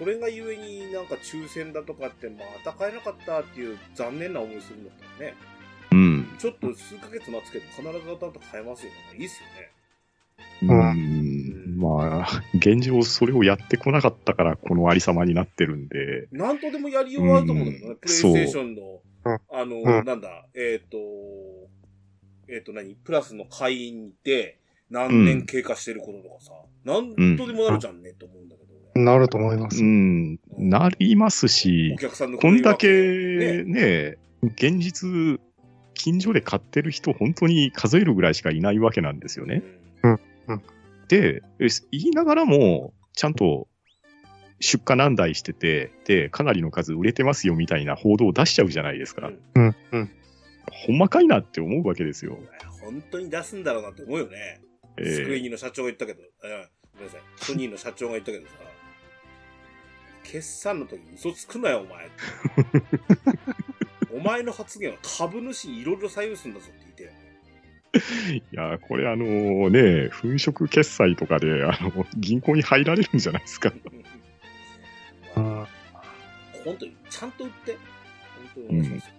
A: それがゆえになんか抽選だとかって、また買えなかったっていう残念な思いするんだったらね、
B: うん。
A: ちょっと数ヶ月待つけど必ず当たって買えますよ。いいっすよね。
B: うんまあ、現状それをやってこなかったから、このありさまになってるんで、
A: なんとでもやりようはあると思うんだけどね。
B: うん
A: プレイステーションの
C: そう、
A: あの、
C: うん
A: なんだ、えっ、と、えっ、と何プラスの会員で何年経過してることとかさ、なんとでもなるじゃんねと思うんだけど、ね
C: なると思いま
B: う
C: す。
B: ん、なります
A: お
B: し、
A: 客さんの
B: こんだけ
A: ね
B: ね、現実、近所で買ってる人、本当に数えるぐらいしかいないわけなんですよね。で、え言いながらも、ちゃんと出荷何台してて、で、かなりの数売れてますよみたいな報道を出しちゃうじゃないです
A: うん
B: か。
A: うん
C: うん、うん。
B: ほんまかいなって思うわけですよ。
A: 本当に出すんだろうなって思うよね。
B: え
A: スクエ
B: ー
A: ニの社長が言ったけど、うんごめんなさい、ソニーの社長が言ったけどさ、決算の時に嘘つくなよ、お前 って。お前の発言は株主にいろいろ左右するんだぞって言ってよ。
B: いや、これあのね、粉飾決済とかで、あの、銀行に入られるんじゃないですか。
C: う
A: まあ
C: ん
A: 本当に、ちゃんと売って。本当にお願いしますよ。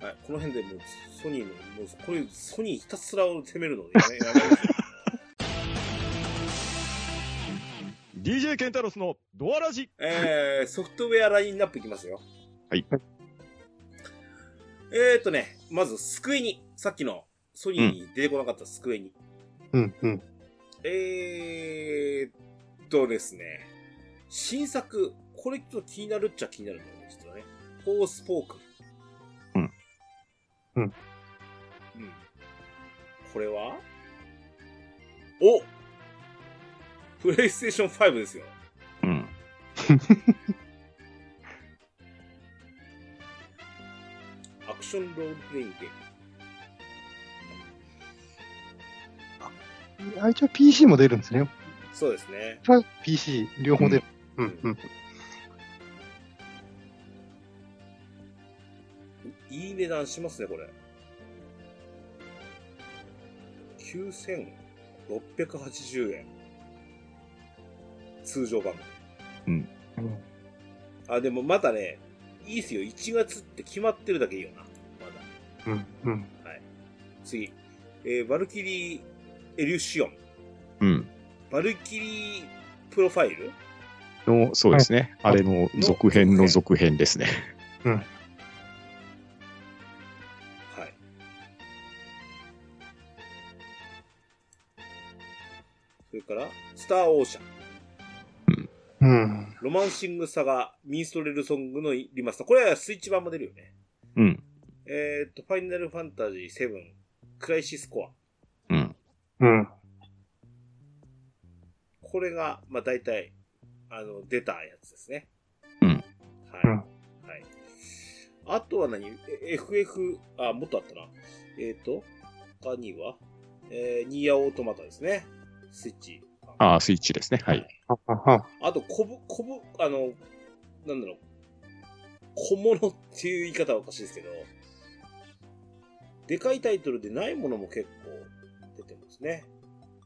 A: はい。はい、この辺でもう、ソニーの、もう、これ、ソニーひたすらを責めるのでやめ、やめましょう
B: DJ ケンタロスのドアラジ。
A: えー、ソフトウェアラインナップいきますよ。
B: はい。
A: えーとね、まず、スクエニ。さっきのソニーに出てこなかったスクエニ。
C: うん、うん。
A: えーとですね、新作、これちょっと気になるっちゃ気になるんだよね、実はね。フォースポーク。
B: うん。
C: うん
A: うん。これはおプレイステーション5ですよ。
B: うん。
A: アクションロールプレイングゲーム。
C: あ、一応 PC も出るんですね。
A: そうですね。
C: PC、両方出る。うん、うん。
A: いい値段しますね、これ。9680円。通常版。
C: うん
A: あ、でもまだね、いいっすよ。1月って決まってるだけいいよな。まだ。
C: うん、うん。
A: 次。えー、バルキリー・エリュシオン。
B: うん。
A: バルキリー・プロファイル
B: の、そうですね。あれの続編の続編ですね。
A: はい。それから、スターオーシャン、
C: うん。
A: ロマンシングサガ、ミンストレルソングのリマスター。これはスイッチ版も出るよね。
B: うん。
A: えーっと、ファイナルファンタジー7、クライシスコア。
B: うん。
C: うん。
A: これが、まあ、大体、あの、出たやつですね。
B: うん
A: はい。
C: うん
A: はい。あとは何え ?FF、あ、もっとあったな。えっ、と、他には、えーニーヤオートマタですね。スイッチ。
B: ああ、スイッチですね。はい。
C: ああ
A: あと、こぶ、こぶ、あの、なんだろう。小物っていう言い方はおかしいですけど、でかいタイトルでないものも結構出てますね。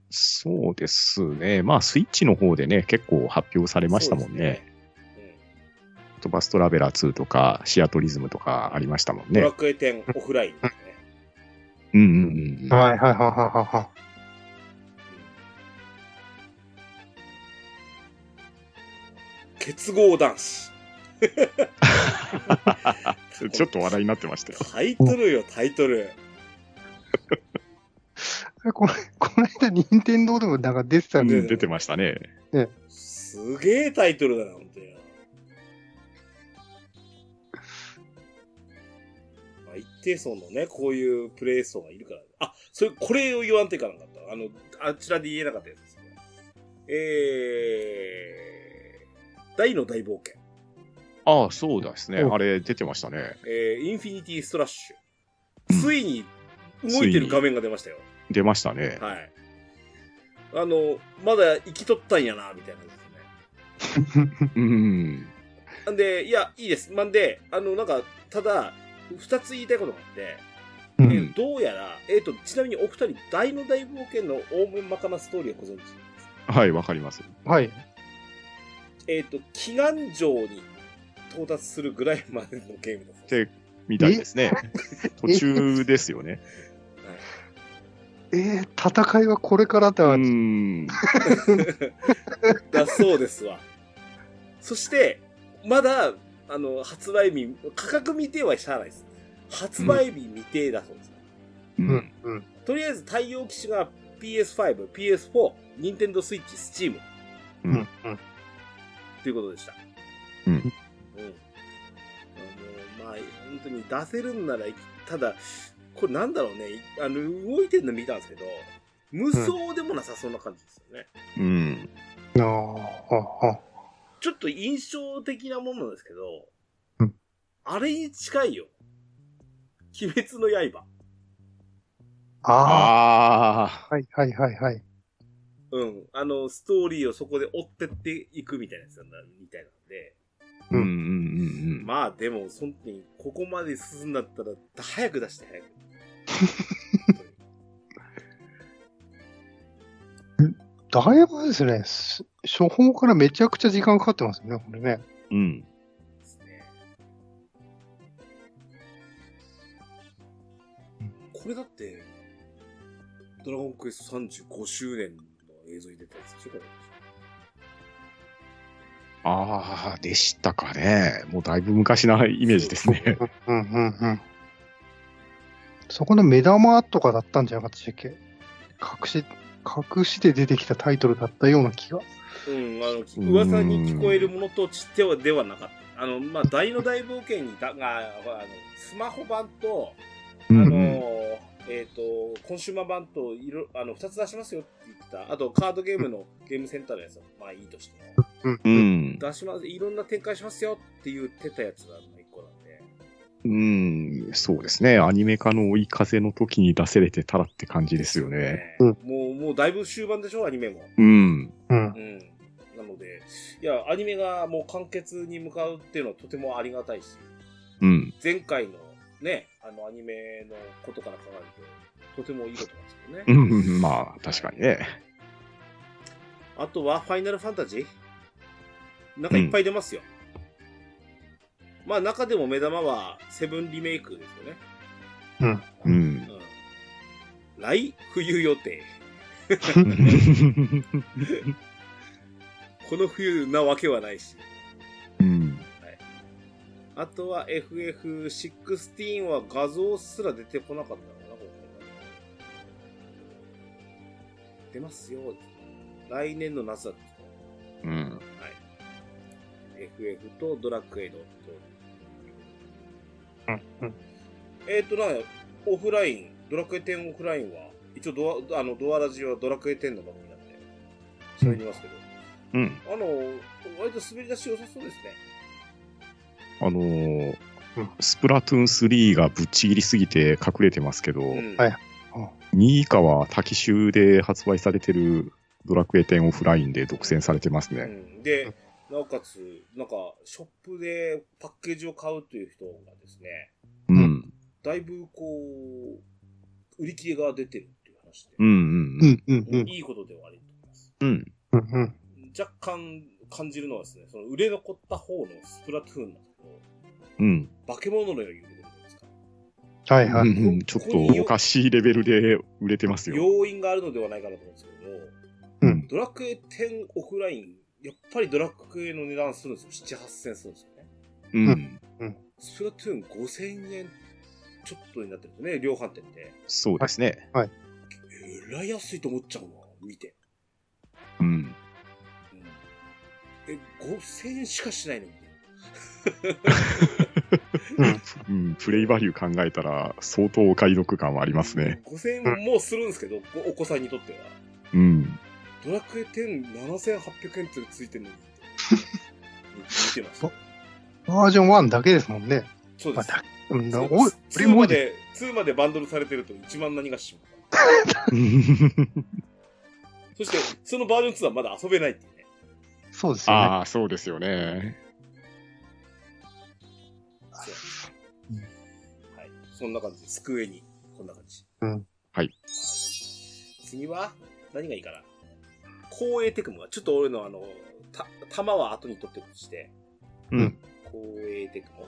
B: そうですね。まあ、スイッチの方でね、結構発表されましたもん
A: そうです
B: ね。
A: ね。うん
B: トバストラベラー2とか、シアトリズムとかありましたもん
A: ド
B: ね
A: ラ。クエ10オフラインですね。
B: うんうんうん。
C: はいはいはいはいは
A: 結合男子。
B: ちょっと話題になってましたよ。
A: タイトルよ、タイトル。
C: い。この、 この間、任天堂でもなんか出てた
B: うん
C: で、
B: ん出てましたね。
A: すげえタイトルだな、本当にな。まあ、一定層のね、こういうプレイ層がいるから。あ、それ、これを言わんといかなかった。あの、あちらで言えなかったやつですね。えー、大の大冒険。
B: ああ、そうですね。
C: うん
B: あれ、出てましたね。
A: えー、インフィニティストラッシ
B: うん
A: ュ。ついに動いてる画面が出ましたよ。
B: 出ましたね。
A: はい。あの、まだ生きとったんやな、みたいなですね。
B: うん。
A: んで、いや、いいです。まんで、あの、なんか、ただ、二つ言いたいことがあって、
C: う
A: え
C: ん
A: ーどうやら、えっ、と、ちなみにお二人、大の大冒険の大面まかなストーリーをご存知ですか
B: はい、わかります。
C: はい。
A: えっ、と、祈願城に到達するぐらいまでのゲームです。
B: でみたいですね。途中ですよね。
C: えー、戦いはこれからだ。
B: うん。
A: だそうですわ。 そして、まだ、あの、発売日、価格未定はしゃあないです。発売日未定だそうです。
B: う
C: うんん。。うん。
A: とりあえず対応機種が PS5、PS4、Nintendo Switch、Steam
B: う
C: うんん。うん。
A: ということでした。
B: うん
A: うん。あの、まあ、本当に出せるんなら、ただ、これなんだろうね、あの、動いてるの見たんですけど、無双でもなさそうな感じですよね。
B: うん。
C: ああ、ああ。
A: ちょっと印象的なものなんですけど、
C: うん
A: あれに近いよ。鬼滅の刃。
C: あ
B: あ
C: あ。はいはいはいはい。
A: うん。あの、ストーリーをそこで追ってっていくみたいなやつなんだ、みたいなんで。
B: あ。うんうんうんうん。
A: まあでも、本当に、ここまで進んだったら、早く出して早く。
C: だいぶですね、す初本からめちゃくちゃ時間かかってますよね、これね。
B: うん。
A: ですね。これだって、ドラゴンクエスト35周年の映像に出たやつでしょこれ。
B: ああ、でしたかね。もうだいぶ昔なイメージですね。
C: うんうんうん。そこの目玉とかだったんじゃなかったでしたっけ隠し、隠して出てきたタイトルだったような気が。
A: うん、あの、き噂に聞こえるものとちってはではなかった。あの、まあ、大の大冒険にだが、ほらあの、スマホ版と、
B: う
A: あの
B: んう
A: ー
B: ん。
A: えっ、と、コンシューマー版といろ、あの、二つ出しますよって言ってた。あと、カードゲームのゲームセンターのやつは、まあいいとしても。
C: うん
B: う。ん。
A: 出します、いろんな展開しますよって言ってたやつが一個なんで。
B: うん。そうですね。アニメ化の追い風の時に出せれてたらって感じですよね。
A: ね
C: うん
A: もう、もうだいぶ終盤でしょ、アニメも。
B: うん。
C: うん
A: う。ん。なので、いや、アニメがもう完結に向かうっていうのはとてもありがたいし。
B: うん。
A: 前回のね、あのアニメのことから考えると、とてもいいことなんですけどね。
B: うんうん。まあ、確かにね。
A: あとは、ファイナルファンタジーなんかいっぱい出ますよ。まあ、中でも目玉は、セブンリメイクですよね。
B: うん。
A: うん。来冬予定。この冬なわけはないし。
B: うん。
A: あとは FF16 は画像すら出てこなかったのかな、これ。出ますよ。来年の夏だったんですよ
B: うん。
A: FF とドラクエドと。
C: うんうん
A: えっ、と、なんかオフライン、ドラクエ10オフラインは、一応ドア、あの、ドアラジはドラクエ10の番組なんで、喋りますけど、
B: うん。
A: あの、割と滑り出し良さそうですね。
B: あのー
C: うん
B: スプラトゥーン3がぶっちぎりすぎて隠れてますけど、
A: うん。
C: はい
B: 2位以下は多機種で発売されてるドラクエ10オフラインで独占されてます
A: う
B: ね。
A: ん、で、なおかつ、なんか、ショップでパッケージを買うという人がですね、
B: うんん。
A: だいぶこう、売り切れが出てるっていう話で、
B: うんうん
C: う
B: うん。
C: んうんうん。
A: いいことではあると思います。
B: うん。
C: うんうん。
A: 若干感じるのはですね、その売れ残った方のスプラトゥーンなんですけど、
B: うん。
A: 化け物のように売れてるじゃないですか。
C: はいは
B: う
C: い。
B: んうんちょっとおかしいレベルで売れてますよ。
A: 要因があるのではないかなと思うんですけども、
C: うん
A: ドラクエ10オフライン、やっぱりドラクエの値段するんですよ。7、8000するんですよね。
B: うん。
A: スプラトゥーン5000円ちょっとになってるんですね、量販店って。
B: そうですね。
A: えらい安いと思っちゃうな、見て。
B: うん。
A: うんえ、5000円しかしないのに。
C: うん
B: うん。プレイバリュー考えたら相当お買い得感はありますね。。
A: 5000円もするんですけど、おお子さんにとっては。
B: うん。
A: ドラクエ107800円ってついてるのに。見て ます。
C: バージョン1だけですもんね。
A: そう
C: ま
A: で
C: あ、
A: す。
C: だうん、だおい、プリ
A: 2
C: モ
A: ま
C: イで。
A: で、2までバンドルされてると1万何がします。そして、そのバージョン2はまだ遊べないっていうね。
C: そうですよね。
B: ああ、そうですよね。
A: そうはい。そんな感じです。机に。こんな感じ。
C: うん。
B: はい
A: はい。次は何がいいかな光栄テクモが、ちょっと俺のあの、た、弾は後に取っておくとして。
B: うん。
A: 光栄テクモ。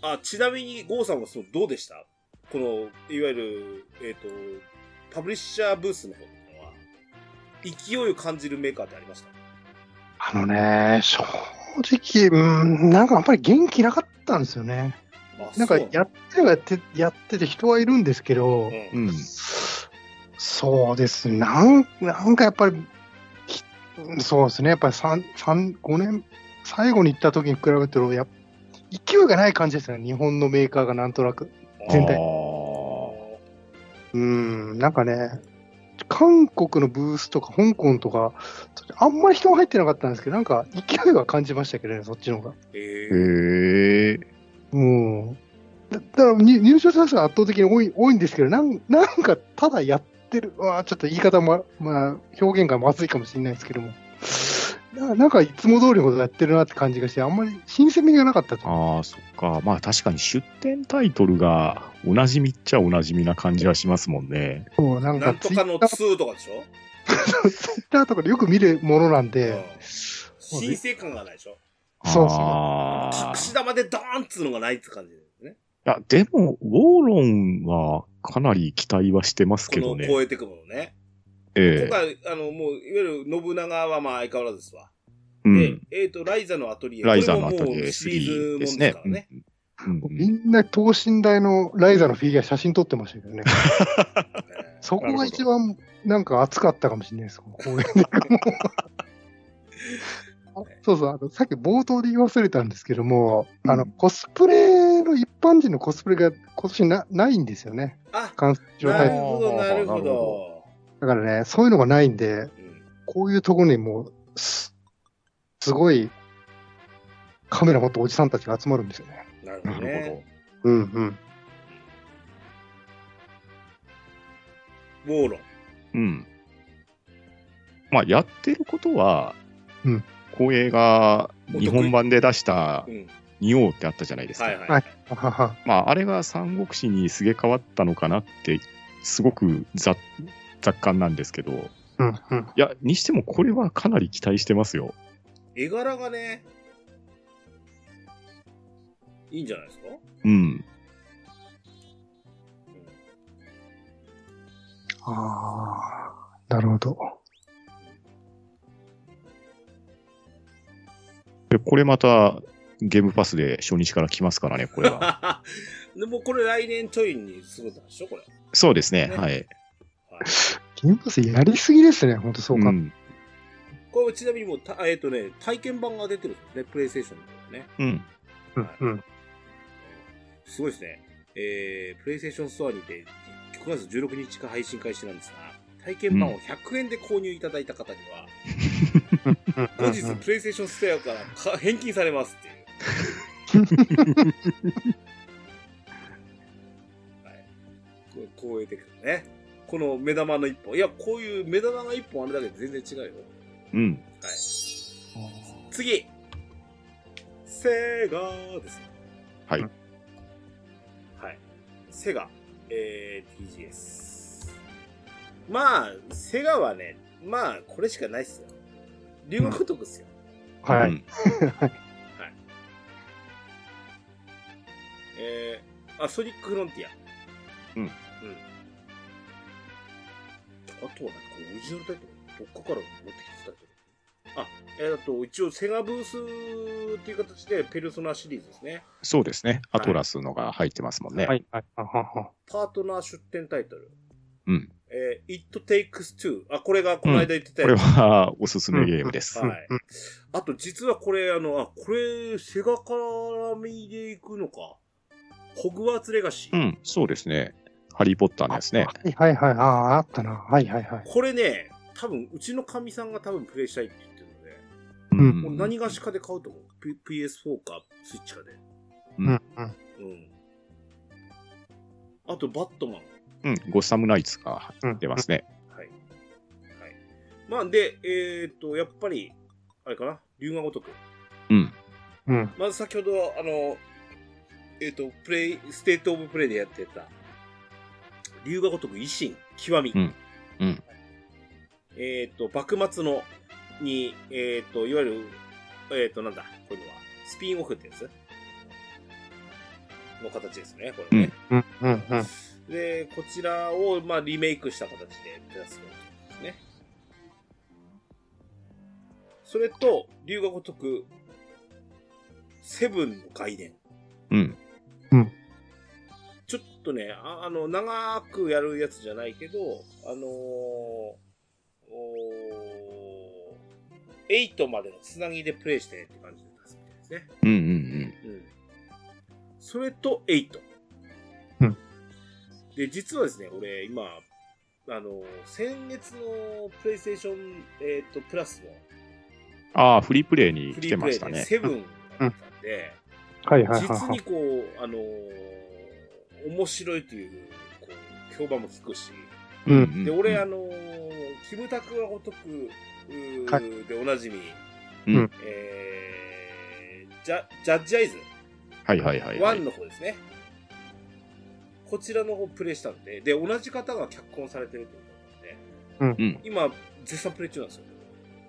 A: あ、ちなみに、ゴーさんはその、どうでしたこの、いわゆる、えっ、と、パブリッシャーブースの方っていうのは、勢いを感じるメーカーってありました
C: あのね、正直、うん、なんかあんまり元気なかったんですよね。
A: あ
C: なんか
A: そう
C: やってはやって、やってて人はいるんですけど
A: う、ん
B: うん。
C: そうですね。なんなんかやっぱり、きそうですね。やっぱり三三5年、最後に行った時に比べてると、やっ勢いがない感じですよね。日本のメーカーがなんとなく。全体
B: あ
C: うん、なんかね、韓国のブースとか香港とか、あんまり人が入ってなかったんですけど、なんか勢いは感じましたけどね、そっちの方が。
A: え
B: ーへえ。
C: うん。だだからに入賞者数が圧倒的に多い多いんですけど、なんなんかただやってる、まあ、ちょっと言い方も、まあ、表現がまずいかもしれないですけども、ななんかいつも通りのことやってるなって感じがして、あんまり新鮮味がなかったと。
B: ああ、そっか。まあ確かに出展タイトルがおなじみっちゃおなじみな感じはしますもんね。
C: そうな
A: ー
C: ん
A: な
C: か
A: んと
C: ツイ
A: か
C: ッ
A: の
C: ター
A: 2とかでしょ
C: ツイッターとかでよく見るものなん
A: うん
C: で、
A: 新生感がないでしょ
C: そうそう
B: あ
A: 隠
B: あ。
A: し玉でドーンっつうのがないって感じですね。
B: いや、でも、ウォーロンはかなり期待はしてますけ
A: こ
B: ど
A: の
B: ね。
A: 超えてくものね。
B: え
A: 今
B: え
A: 回、あの、もう、いわゆる信長はまあ相変わらずですわ。
B: う
A: で
B: ん。
A: えっ、と、ライザのアトリエ。
B: ライザーのあ
A: こ
B: たり
A: れもも
B: で
A: うシリー
B: 3
A: ズ
B: で
A: も
B: す
A: んです
B: ね
A: からね。。
B: うんうん
C: みんな等身大のライザのフィギュア写真撮ってましたけどね、
A: えー
C: そこが一番なんか熱かったかもしれないです、この公演で もうあそうそうあの、さっき冒頭で言い忘れたんですけども、あの
B: うん
C: コスプレの一般人のコスプレが今年なないんですよね、
A: あ、
C: 感染状
A: なる
C: 態。
A: ほど、なるほ
B: なる
A: ど
B: ほ。
C: だからね、そういうのがないんで、
A: うん
C: こういうところにもう、すすごいカメラ持ったおじさんたちが集まるんですよね。
A: なるほ
B: な
A: ど
B: る
A: ね
B: ほ。
C: うんうん。
A: ウォーロン。
B: ど。うん。まあ、やってることは、
C: うん
B: 光栄が日本版で出した
A: うん。
B: 仁王ってあったじゃないですか。
A: はいはい。
C: はいあはは
B: まあ、あれが三国志にすげ変わったのかなって、すごくざ雑感なんですけど、い
C: うんうん。
B: や、にしてもこれはかなり期待してますよ。
A: 絵柄がね、いいんじゃないですか、
B: うん。
A: うん
C: ああ、なるほど。
B: で、これまた、ゲームパスで初日から来ますからね、こ れは。
A: でもこれ来年ちょいにすぐなんでしょこれ。
B: そうですね、
A: ね
B: は
A: は
B: い。
A: い
C: ゲームパスやりすぎですね、本当そうか。
B: うん
A: これはちなみにもうた、えっ、とね、体験版が出てるんですね、プレイステーションの方ね。
B: うん。
C: うんうん。
A: すごいですね。えー、プレイステーションストアにて、9月16日から配信開始なんですが、体験版を100円で購入いただいた方には、後日プレイステーションストアからか返金されますっていう。はい、これ光栄でね。この目玉の一本。いや、こういう目玉が一本あれだけで全然違うよ。
B: うん。
A: 次セガですね。
B: はい
A: はい。セガ、えー、TGS。まあ、セガはね、まあ、これしかないっすよ。竜が如くっすよ。
C: は
B: う
C: い。
B: ん
A: えー、あ、ソニックフロンティア。
B: うん
A: うん。あとはね、これオリジナルタイトル、どっかから持ってきてたけど。あ、えー、あと、一応、セガブースっていう形で、ペルソナシリーズですね。
B: そうですね。
A: はい
B: アトラスのが入ってますもんね。
C: はい。はい。あはは。
A: パートナー出展タイトル。
B: うん。
A: えー、It Takes Two。あ、これがこの間言ってた
B: これ
A: やつ。
B: はおすすめゲームです。
A: はい。あと、実はこれ、あの、あ、これ、セガ絡みで行くのか。ホグワーツレガシー。
B: うん、そうですね。ハリー・ポッターのやつね。
C: はいはいはい。ああ、あったな。はいはいはい。
A: これね、多分、うちのかみさんが多分プレイしたいって言ってるので、
B: うん
C: うん
A: もう何がしかで買うと思う。P、PS4 か、スイッチかで。
C: うんうん。
A: うん。あと、バットマン。
B: うん、ゴッサム・ナイツが出ますね。
A: はい。はい。まあ、で、えー、っと、やっぱり、あれかな、龍が如く。
B: うん。
C: うん。
A: まず先ほど、あの、えっ、と、プレイ、ステートオブプレイでやってた、龍が如く維新、極み。
B: うんうん
A: えっ、と、幕末の、に、えっ、と、いわゆる、えっ、と、なんだ、こういうのは、スピンオフってやつの形ですね、これね。
C: うん。うん。うん。
A: で、こちらを、まあ、リメイクした形で出すことですね。それと、龍が如く、セブンの概念。
B: うん。
A: ちょっとね、ああの、長くやるやつじゃないけど、あのー、おー8までのつなぎでプレイしてって感じで出すみたいですね。
B: うん。うん。
A: うん。それと8。
C: うん。
A: で、実はですね、俺、今、あの、先月のプレイステーション、えっ、と、プラスの
B: ああ、フリープレイに
A: フ
B: 来
A: リ
B: て
A: ープ
B: ま
A: レイ
B: した
A: で
B: ね。
A: セブンだったんで、
C: はいはいはい
A: 実
C: は
A: に
C: い。
A: こう、あの面白いという、こう、評判も聞くし、
C: うん
A: で、俺、あ
B: は、
A: のキムタクはごとく、うー
C: は
A: でおなじみ、
B: うん
A: えー、ジャジャッジアイズ。
B: はいはいはいは
A: 1
B: い。
A: の方ですね。こちらの方プレイしたんで、で、同じ方が脚本されてるってことなんで、
B: うん。
A: 今、絶賛プレイ中なんですよ。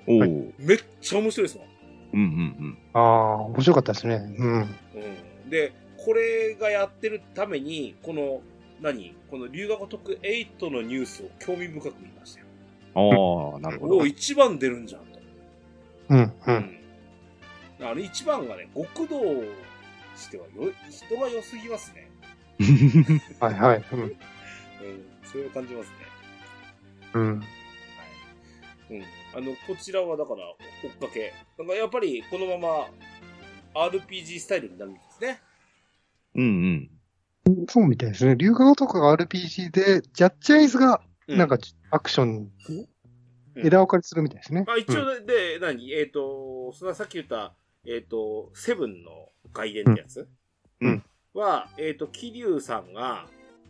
B: おお。う
C: はい
B: ん
A: めっちゃ面白いですもん。
B: うん
C: ああ、面白かったですね。うん。
A: うん。で、これがやってるために、この、何この留学特8のニュースを興味深く見ましたよ。
B: う ん。ああ、なるほ
A: お
B: ど
A: お、。一番出るんじゃんと。
C: うん。う。。
A: うんあの、一番がね、極道してはよ、人が良すぎますね。
C: はいはい。うん。
A: うん。それを感じますね。
C: うん。
A: うん、あのこちらはだから追っかけだからやっぱりこのまま RPG スタイルになるんですね
B: うんうん。
C: そうみたいですね。龍河とかが RPG で、ジャッジアイズが、
A: う
C: なんか、アクション、
A: うん
C: 枝分かれするみたいですね。
A: まあ、一
C: う
A: 応
C: ん。
A: で,、で何えっ、とそのさっき言ったえっ、とセブンの外伝ってやつ、
B: うん
A: はえっ、と桐生さんが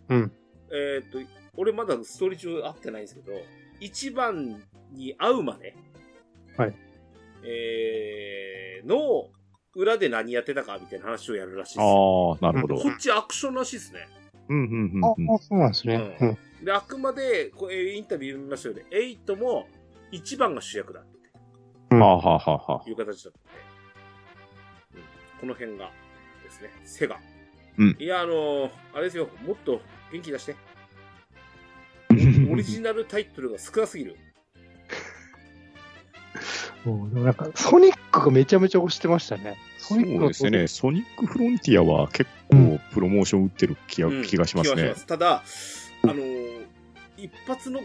C: うん。
A: えっ、と俺まだストーリー中会ってないんですけど一番に会うまで
C: はい
A: えー、の裏で何やってたかみたいな話をやるらしいですこ
B: ああ、なるほど。
A: っちアクションらしいですね
B: うんうんうん
C: あ、
B: うん。
C: あそうなんですね。
A: う
C: うんん。
A: で、あくまで、こうえーインタビュー見ましたよね。エイトも、一番が主役だっ
B: はあはあはあはあ
A: ていう形だったので、うん、この辺がですね、セガ。
B: うん
A: いや、あのーあれですよ、もっと元気出 して。オリジナルタイトルが少なすぎる。
C: うんでもなんか、ソニックがめちゃめちゃ推してましたね。ソ
B: そう
C: ニックの
B: ですね。ソニックフロンティアは結構プロモーション打ってる気が,、
A: うん
B: 気がします
A: 気が
B: ね
A: しま。すただ、あのー一発の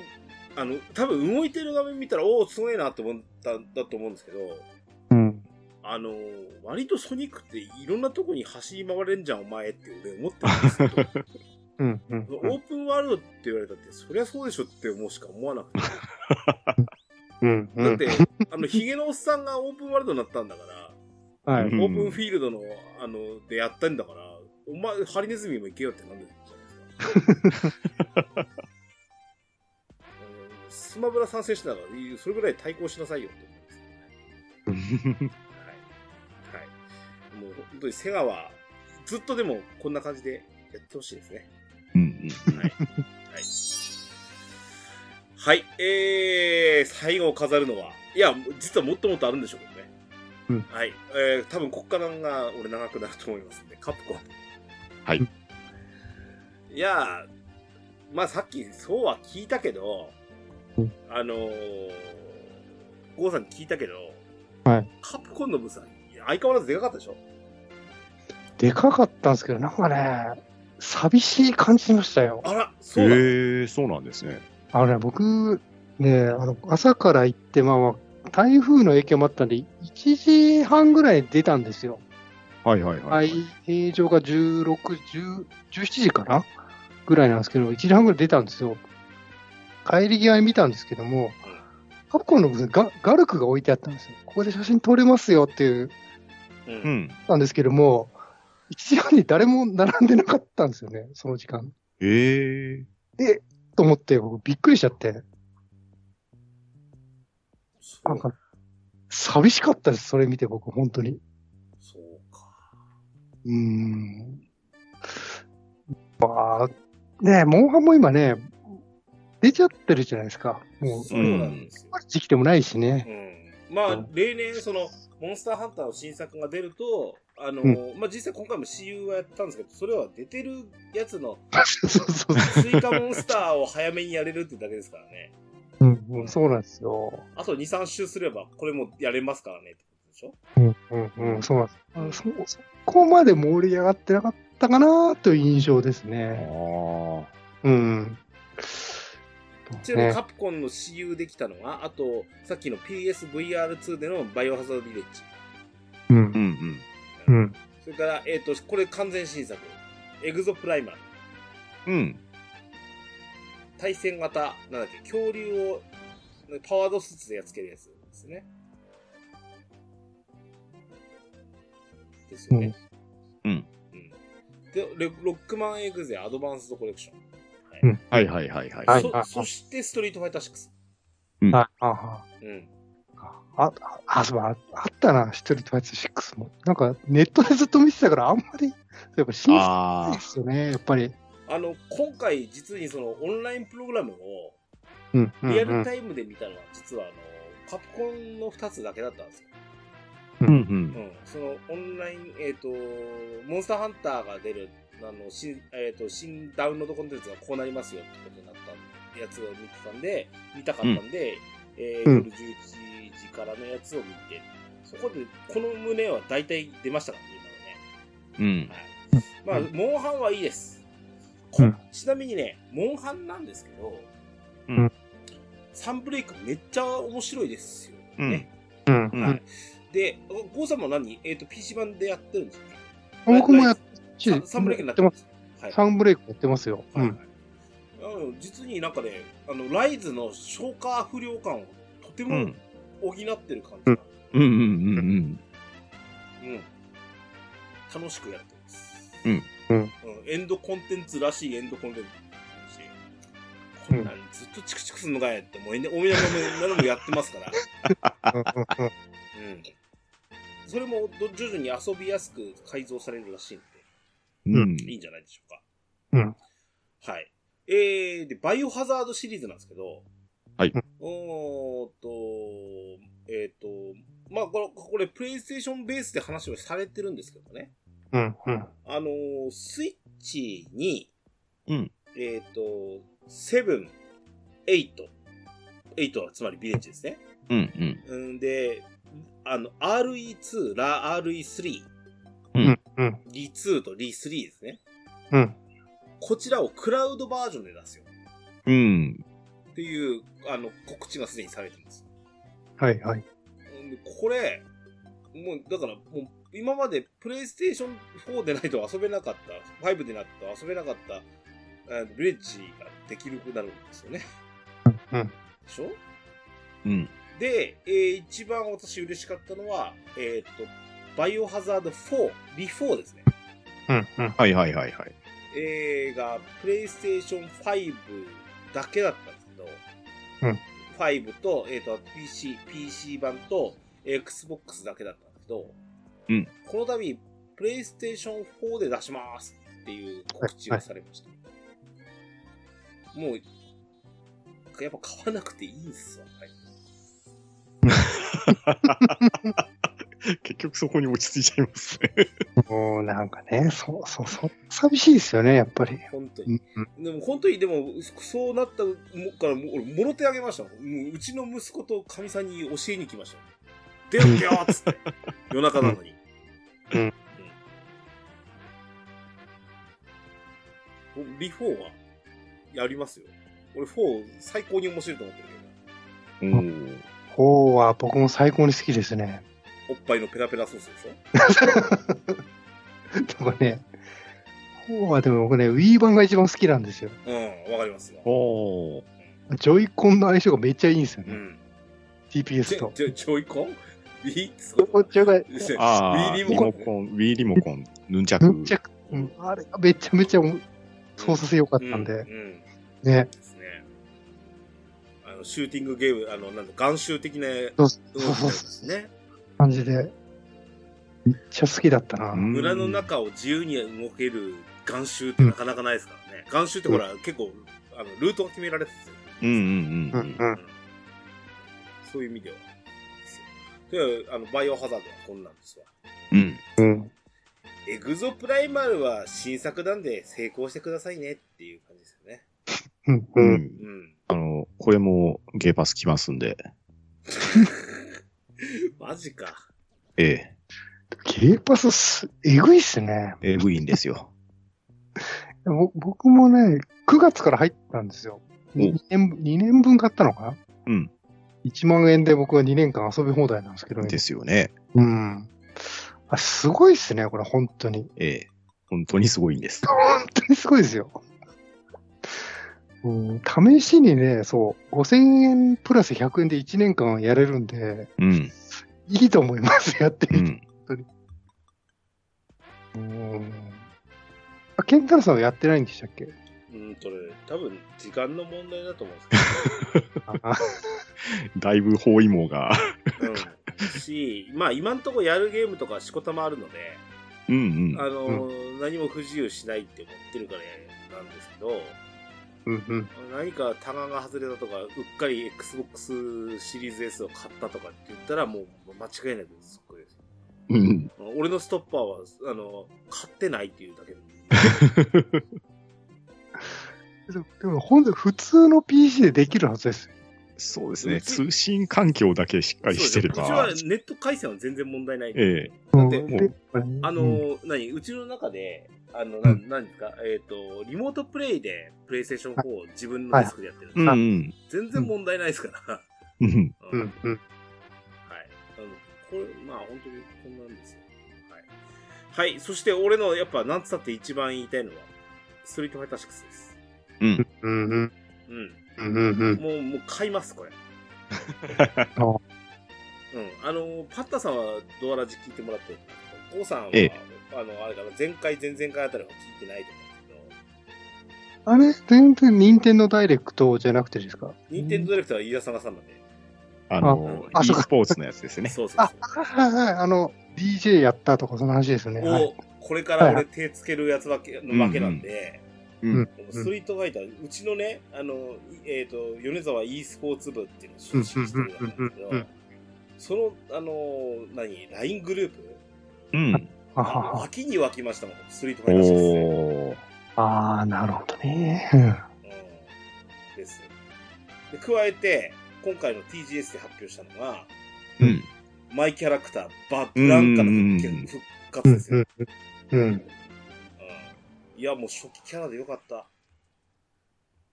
A: あの、多分動いてる画面見たら、おお、すごいなと思ったんだと思うんですけど、
C: うん。
A: あの、割とソニックっていろんなとこに走り回れんじゃん、お前って俺思ってるんですけど、
C: うん。うん。
A: オープンワールドって言われたって、そりゃそうでしょって思うしか思わなくて。
C: うん。う
A: だっ
C: ん
A: て、あの、ヒゲのおっさんがオープンワールドになったんだから、
C: は
B: う
C: い
B: ん。
A: オープンフィールドの、あの、でやったんだから、お前、ハリネズミも行けよってなんでじゃないですか。うんスマブラ参戦してたから、いいそれぐらい対抗しなさいよって思います。はい。はい。もう本当にセガは、ずっとでもこんな感じでやってほしいですね。
B: うん
A: はい。はい。はい。えー、最後を飾るのは、いや、実はもっともっとあるんでしょうけどね。
C: うん
A: はい。えー、多分こっからが俺長くなると思いますんで、カプコン。
B: はい。
A: いやー、まあさっきそうは聞いたけど
C: うん、
A: あのー、ゴーさんに聞いたけど、
C: はい
A: カプコンのブースは相変わらずでかかったでしょ
C: でかかったんですけど、なんかね、寂しい感じしましたよ。
A: あら、
B: へ
A: そうだ。
B: え、そうなんですね。
C: あのね、僕、ね、あの、朝から行って、まあまあ、台風の影響もあったんで、1時半ぐらいに出たんですよ。
B: はいはいは。
C: はいい、平常が16、10 17時かなぐらいなんですけど、1時半ぐらい出たんですよ。帰り際に見たんですけども、カプコンのブースにガガルクが置いてあったんですよ。ここで写真撮れますよっていう、
A: うん
B: うん。
C: なんですけども、1時半に誰も並んでなかったんですよね、その時間。
B: へえ。
C: と思って、僕びっくりしちゃって、
A: そう
C: なんか、寂しかったです、それ見て僕、本当に。
A: そうか。
C: うーん。まあ、ねえモンハンも今ね、出ちゃってるじゃないですか。もう、
A: そうなんですよ。
C: 時期でもないしね。
A: うん。ま
C: う
A: あ
C: ん、
A: 例年、その、モンスターハンターの新作が出ると、あの、まあ実際今回も CU はやったんですけど、それは出てるやつの、
C: そうそうそう。
A: スイカモンスターを早めにやれるってだけですからね。
C: うん、うんそうなんですよ。
A: あと2、3周すれば、これもやれますからねってことでしょ
C: うん、うん、うん、そうなんです。あそ、そこまで盛り上がってなかったかなという印象です
B: あ
C: ね。
B: あ。
C: うん。
A: ちなみにカプコンの CU できたのは、あと、さっきの PSVR2 でのバイオハザードビレッジ。
C: う、
B: うんん
C: うん。
A: それから、えっ、と、これ完全新作。エグゾプライマー。
B: うん。うん。
A: 対戦型、なんだっけ、恐竜をパワードスーツでやっつけるやつですね。ですよね。
B: うん。
A: うん。で、レロックマンエグゼアドバンスドコレクション。
B: はいはいはいはい。
C: はい
A: そそして、ストリートファイター6。
C: あ、あ、あ、
A: うん。
C: あ、あ、そう、ああったな、ストリートファイター6も。なんか、ネットでずっと見てたから、あんまり、やっぱ、新鮮
B: ああ
C: で。すよね、やっぱり。
A: あの、今回、実にその、オンラインプログラムを、
C: うん、うん、
A: リアル
C: う。
A: タイムで見たのは、実はあの、カプコンの2つだけだったんですよ。
B: うんん
A: うん、そのオンライン、えっ、と、モンスターハンターが出る、あの、新、えっ、と、新ダウンロードコンテンツがこうなりますよってことになったやつを見てたんで、見たかったんで、えー
C: うん
A: 夜11時からのやつを見て、そこで、この胸は大体出ましたからね、
B: うん。うん。
A: 今はね。
C: う
A: まあ、モンハンはいいです。こ
C: うん
A: ちなみにね、モンハンなんですけど、
B: うん
A: サンブレイクめっちゃ面白いですよ、ね。
B: うん
C: うん、
B: う
C: うんん。
A: で、ゴーさんも何えっ、と、PC 版でやってるんですか
C: 僕もやっ
A: サンサンブレイクになってます。はい。
C: サンブレイクやってますよ。う
A: はいは
C: ん。
A: いうん実になんかね、あの、ライズの消化不良感をとて
B: う
A: も
B: ん。
A: 補ってる感じが、
B: うんうんうん
A: うん楽しくやってます。
B: うん
C: うん
A: うんエンドコンテンツらしいエンドコンテンツだし、こんなんずっとチクチクすんのかいって、もうえね、おみながらもやってますから。
C: うんうんうん
A: うん。それもど徐々に遊びやすく改造されるらしいんで。
B: うん。うん。
A: いいんじゃないでしょうか。
C: うん。
A: はい。えー、で、バイオハザードシリーズなんですけど、
B: はい。
A: おーっと、えーっ、と、まあ、これ、これ、プレイステーションベースで話をされてるんですけどね。
C: うん、うん。
A: あのースイッチに、
B: うん。
A: えーっ、と、セブン、エイト、エイトはつまりビレッジですね。
B: うんう
A: う
B: ん。
A: んで、あの、RE2、ラ、RE3、
C: うん、うん、
A: D2 と D3 ですね。
C: うん。
A: こちらをクラウドバージョンで出すよ。
B: うん。
A: っていう、あの、告知がすでにされてます。
C: はいはい。
A: うんこれ、もう、だから、もう、今までプレイステーション4でないと遊べなかった、5でなった遊べなかった、えービレッジができるくなるんですよね。
C: うん。
A: でしょ
B: うん。
A: で、えー一番私嬉しかったのは、えっ、と、バイオハザード4、リフォーですね。
C: うんうん。
B: はいはいはいはい。
A: えーが、プレイステーション5だけだったんですけど、
C: うん
A: 5と、えっ、と、PC、PC 版と、Xbox だけだったんですけど、
B: うん
A: この度、プレイステーション4で出しますっていう告知がされました。もう、やっぱ買わなくていいんすわ。はい
B: 結局そこに落ち着いちゃいますね。
C: もうなんかね、そうそうそう。寂しいですよね、やっぱり。
A: 本当に。
C: うんうん
A: でも本当にでもそうなったもからもう俺もろ手あげましたもんもううちの息子とかみさんに教えに来ましたもん出ろ出ろっつ って夜中なのに
C: うん
A: うんリフォーはやりますよ俺フォー最高に面白いと思ってる
B: おー
C: 4は僕も最高に好きですね。
A: けどおっぱいのペラペラソースでしょ
C: とかね。4はでも僕ね、Wii 版が一番好きなんですよ。
A: うんわかりますよ
B: おー
C: ジョイコンの相性がめっちゃいいんですよ
A: う
C: ね。
A: ん
C: TPS
A: ジ
C: と
A: ョ。ジョジョイコンビーツ
C: こっちが、
B: あ
A: Wii
B: あ、リ
A: リモ
B: モ
A: コン
B: コン、Wii リモコン、ヌンチャ
C: むっち
B: ク。
C: ゃく、うん、あれがめちゃめちゃ操作性良かったんで、
A: ううん
C: ね。
A: ですね。あの、シューティングゲーム、あの、なんだ、眼臭的な動
C: そうそ
A: き
C: う
A: なん
C: そ
A: で
C: う
A: すね。
C: 感じで。めっちゃ好きだったな。
B: うん
A: 村の中を自由に動ける眼臭ってなかなかないですからね。眼臭ってほら、結構、あの、ルートが決められて
B: うんうんうんう
C: うんん。
A: た
C: う
A: よ
C: ん。
A: そういう意味では。ですよで、あの、バイオハザードはこんなんですわ。
B: うん。
C: うん。
A: エグゾプライマルは新作なんで成功してくださいねっていう感じですよね。
C: うん。
B: う
C: うん。
A: う
B: ん。
A: ん。
B: あの、これもゲーパス来ますんで。
A: マジか。
B: ええ。
C: ゲーパスす、えぐいっすね。
B: えぐいんですよ。
C: ぼ僕もね、9月から入ったんですよ。
B: お
C: 2年分、二年分買ったのかな
B: うん。
C: 1万円で僕は2年間遊び放題なんですけど、
B: ですよね。
C: うん。あ、すごいっすね、これ、本当に。
B: ええ。本当にすごいんです。
C: 本当にすごいですよ。うん、試しにね、そう、5000円プラス100円で1年間やれるんで、
B: うん。
C: いいと思います、やって
B: う
C: みて。
B: ん。
C: うん。あ、ケンタロウさんはやってないんでしたっけ
A: うんとね、多分時間の問題だと思うんですけど。
C: あ
B: だいぶ包囲網が。
A: うん、し、まあ今んとこやるゲームとかしこたまあるので、
B: うんうん。
A: あのー何も不自由しないって思ってるからなんですけど、
C: うんうん。
A: 何かタガが外れたとか、うっかり Xbox シリーズ S を買ったとかって言ったら、もう間違いなくそこです。
B: うん。
A: 俺のストッパーは、あの、買ってないっていうだけで。
C: でも、でも本当普通の PC でできるはずです。
B: そうですね。通信環境だけしっかりしてれ
A: そう
B: ば
A: です。うちはネット回線は全然問題ないんで。
B: ええ。
A: だって
B: もう
C: でこれね
A: あの
C: うん
A: ー、何うちの中で、あの、な、
C: うん
A: 何ですかえっ、と、リモートプレイで、プレイステーション4を自分のデスクでやってるんです、
B: うんうん。
A: 全然問題ないですから。
B: うん。
A: う
C: うんんうん。
A: はい。あの、これ、まあ、本当にこんなんですよ。はい。はい。そして、俺の、やっぱ、なんつったって一番言いたいのは、ストリートファイター6です。
B: うん。
C: うんうん。
A: う
C: うんうんうん
A: ん。。もう、もう買います、これ。うん。あの、パッタさんはドアラジ聞いてもらってると思うんですけど、ゴーさんは、
B: ええ
A: あの、あれかな、前回、前々回あたりは聞いてないと思うんです
C: あれ全然任天堂ダイレクトじゃなくてですか
A: けど、任天堂ディレクターは飯田さんがさんなんで。
B: あの、
C: あ
B: e
C: あそうか
B: スポーツのやつですね。
A: そうそう
C: あ
A: そう、。
C: はいはい、あの、DJ やったとか、その話ですよね。
A: を、
C: はい、
A: これから俺手つけるやつだけ、のわけなんで、
B: うん
A: ストリートファイター、うちのね、あの、いえっ、と、米沢 e スポーツ部っていうのを出身してるわけなんですけど
C: うんうんうんうんうん、
A: その、あの、何、LINE グループ、
B: うん。
C: あは
A: あ
C: は
A: の秋に湧きましたもん、ストリートファイターですね。
B: おー。
C: あー、なるほどね。うん
A: うんです。で、加えて、今回の TGS で発表したのが、
B: うん。
A: マイキャラクター、バ・ブランカの
B: うんうんうん
A: 復活ですよ。
C: うん。
A: うんいや、もう初期キャラでよかった。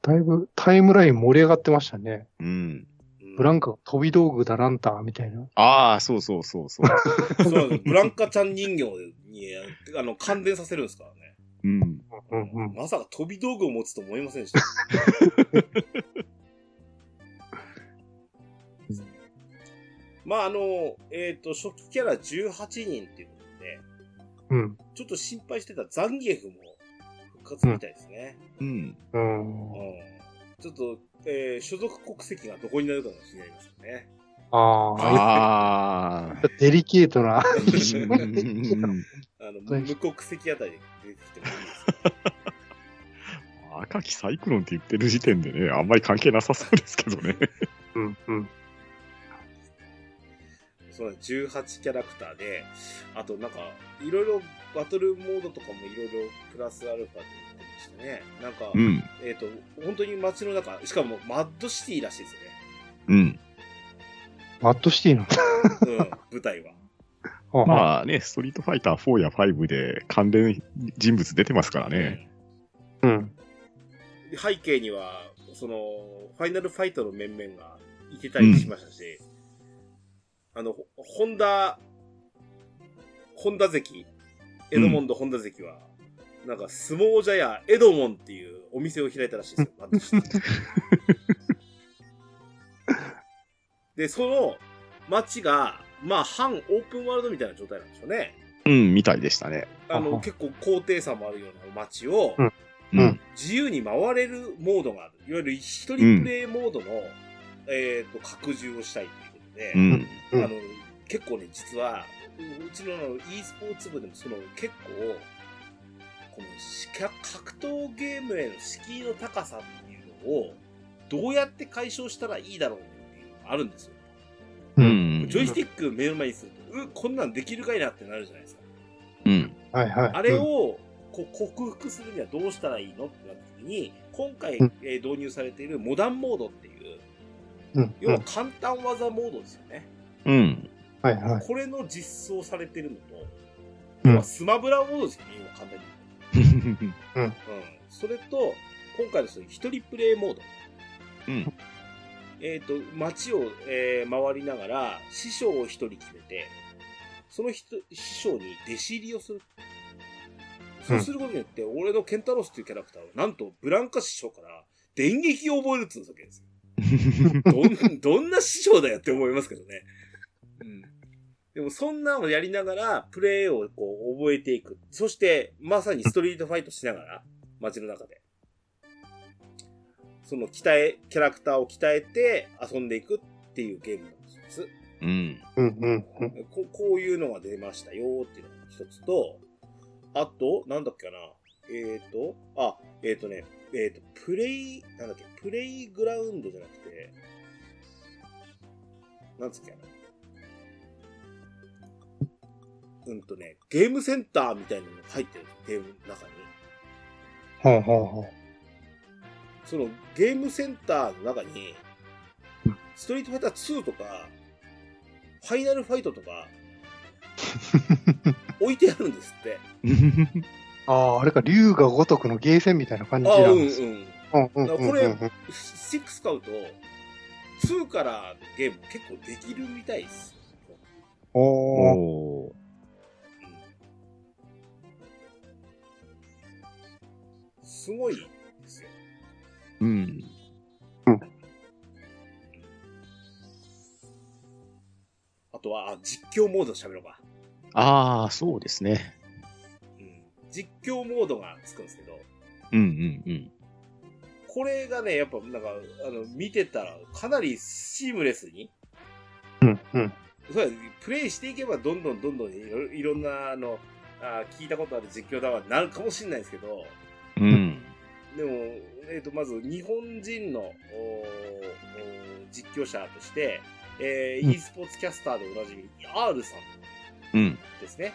C: だいぶタイムライン盛り上がってましたね。
B: うん。
C: ブランカが飛び道具だランタンみたいな。
B: ああ、そうそうそう そう。
A: そうなんですブランカちゃん人形に、あの、感電させるんですからね。
B: うん。
C: うんうん。
A: まさか飛び道具を持つと思いませんでした。 まあ、あの、えっ、と、初期キャラ18人っていうことで、
C: うん。
A: ちょっと心配してたザンギエフも復活みたいですね。
B: うん。
C: うん
A: う。ん。ちょっと、えー所属国籍がどこになるかが気になりますよね。
C: ああ。
B: ああ。
C: デリケート
B: う
C: な。
B: ん
A: あの、
C: そうです
A: 無国籍あたりで出てきてもいいですよ
B: 赤きサイクロンって言ってる時点でね、あんまり関係なさそうですけどね。
C: うんうん。
A: その18キャラクターで、あとなんか、いろいろバトルモードとかもいろいろプラスアルファで言ってましたね。なんか、
B: ん。
A: えっ、と、本当に街の中、しかもマッドシティらしいです
B: うん。
C: マッドシティなんだ。
A: ね。うん、舞台は。
C: ああ。
B: まあね、ストリートファイター4や5で関連人物出てますからね。
C: うん。
A: うん背景には、その、ファイナルファイトの面々がいてたりしましたし、あの、ほホンダ、ホンダ関、エドモンド・ホンダ関は、なんか、相撲茶屋エドモンっていうお店を開いたらしいですよ、マッド シティで、その街が、まあ、反オープンワールドみたいな状態なんでしょうね。
B: うん、みたいでしたね。
A: あ
C: は
A: の、
C: は
A: 結構高低差もあるような街を、
C: うんうん
A: 自由に回れるモードがある。いわゆる一人プレイモードの、えっ、と、拡充をしたいっていうことで、
B: うん。
C: うん
A: あの、結構ね、実は、ううちのあの e スポーツ部でもその結構、このしか格闘ゲームへの敷居の高さっていうのを、どうやって解消したらいいだろうっていうのがあるんですよ。
C: う。
B: うんん。
A: ジョイスティック目の前にすると、うこんなんできるかいなってなるじゃないですか。
B: うん。
C: はいはい。
A: あれをこう克服するにはどうしたらいいのってなった時に、今回
C: うん、
A: えー導入されているモダンモードっていう、
C: うん。う
A: 要は
C: ん。
A: 簡単技モードですよね。
B: うん。
C: はいはい。
A: これの実装されてるのと、
C: うん
A: 要はスマブラモードですよね、今簡単に言うと。うん。それと、今回のその一人プレイモード。
B: うん。
A: えっ、と、街を、えー回りながら、師匠を一人決めて、その人師匠に弟子入りをする。そうすることによって、俺のケンタロスというキャラクターは、なんとブランカ師匠から電撃を覚えるっつうわけですよ。どん、 どんな師匠だよって思いますけどね。うん。でもそんなのをやりながら、プレイをこう覚えていく。そして、まさにストリートファイトしながら、街の中で。その鍛え、キャラクターを鍛えて遊んでいくっていうゲームなんです。
B: うん。
C: うんうんうん。
A: ここういうのが出ましたよっていうのが一つと、あと、なんだっけかな。えっ、と、あ、えっ、とね、えっ、と、プレイ、なんだっけ、プレイグラウンドじゃなくて、なんつうっけな。うんとね、ゲームセンターみたいなのが入ってる、ゲームの中に。
C: ほうほうほう。
A: そのゲームセンターの中に
C: うん、
A: ストリートファイター2とか、ファイナルファイトとか、置いてあるんですって。
C: ああ、あれか、竜が如くのゲーセンみたいな感じ
A: ああ、
C: な
A: うんんう
C: ですね。
A: ん。
C: うんうん
A: だ
C: う
A: から
C: んう
A: こ
C: ん
A: れ
C: うん。
A: 6買うと、2からのゲーム結構できるみたいです。
C: おー
B: おー
A: うんすごいですよ。
B: うん。
A: あとは、あ実況モード喋ろうか。
B: ああ、そうですね。
A: うん。実況モードがつくんですけど、
B: うんうんうん。
A: これがね、やっぱなんか、あの、見てたら、かなりシームレスに、
C: うんうん。
A: そうやプレイしていけば、どんどんどんどんいろいろんな、あの、あ聞いたことある実況だわ、なるかもしれないですけど、
B: うん。
A: でも、えっ、と、まず、日本人の、おーおー実況者として、えー
C: うん
A: e スポーツキャスターでおなじみ、R さん
B: うん。
A: ですね。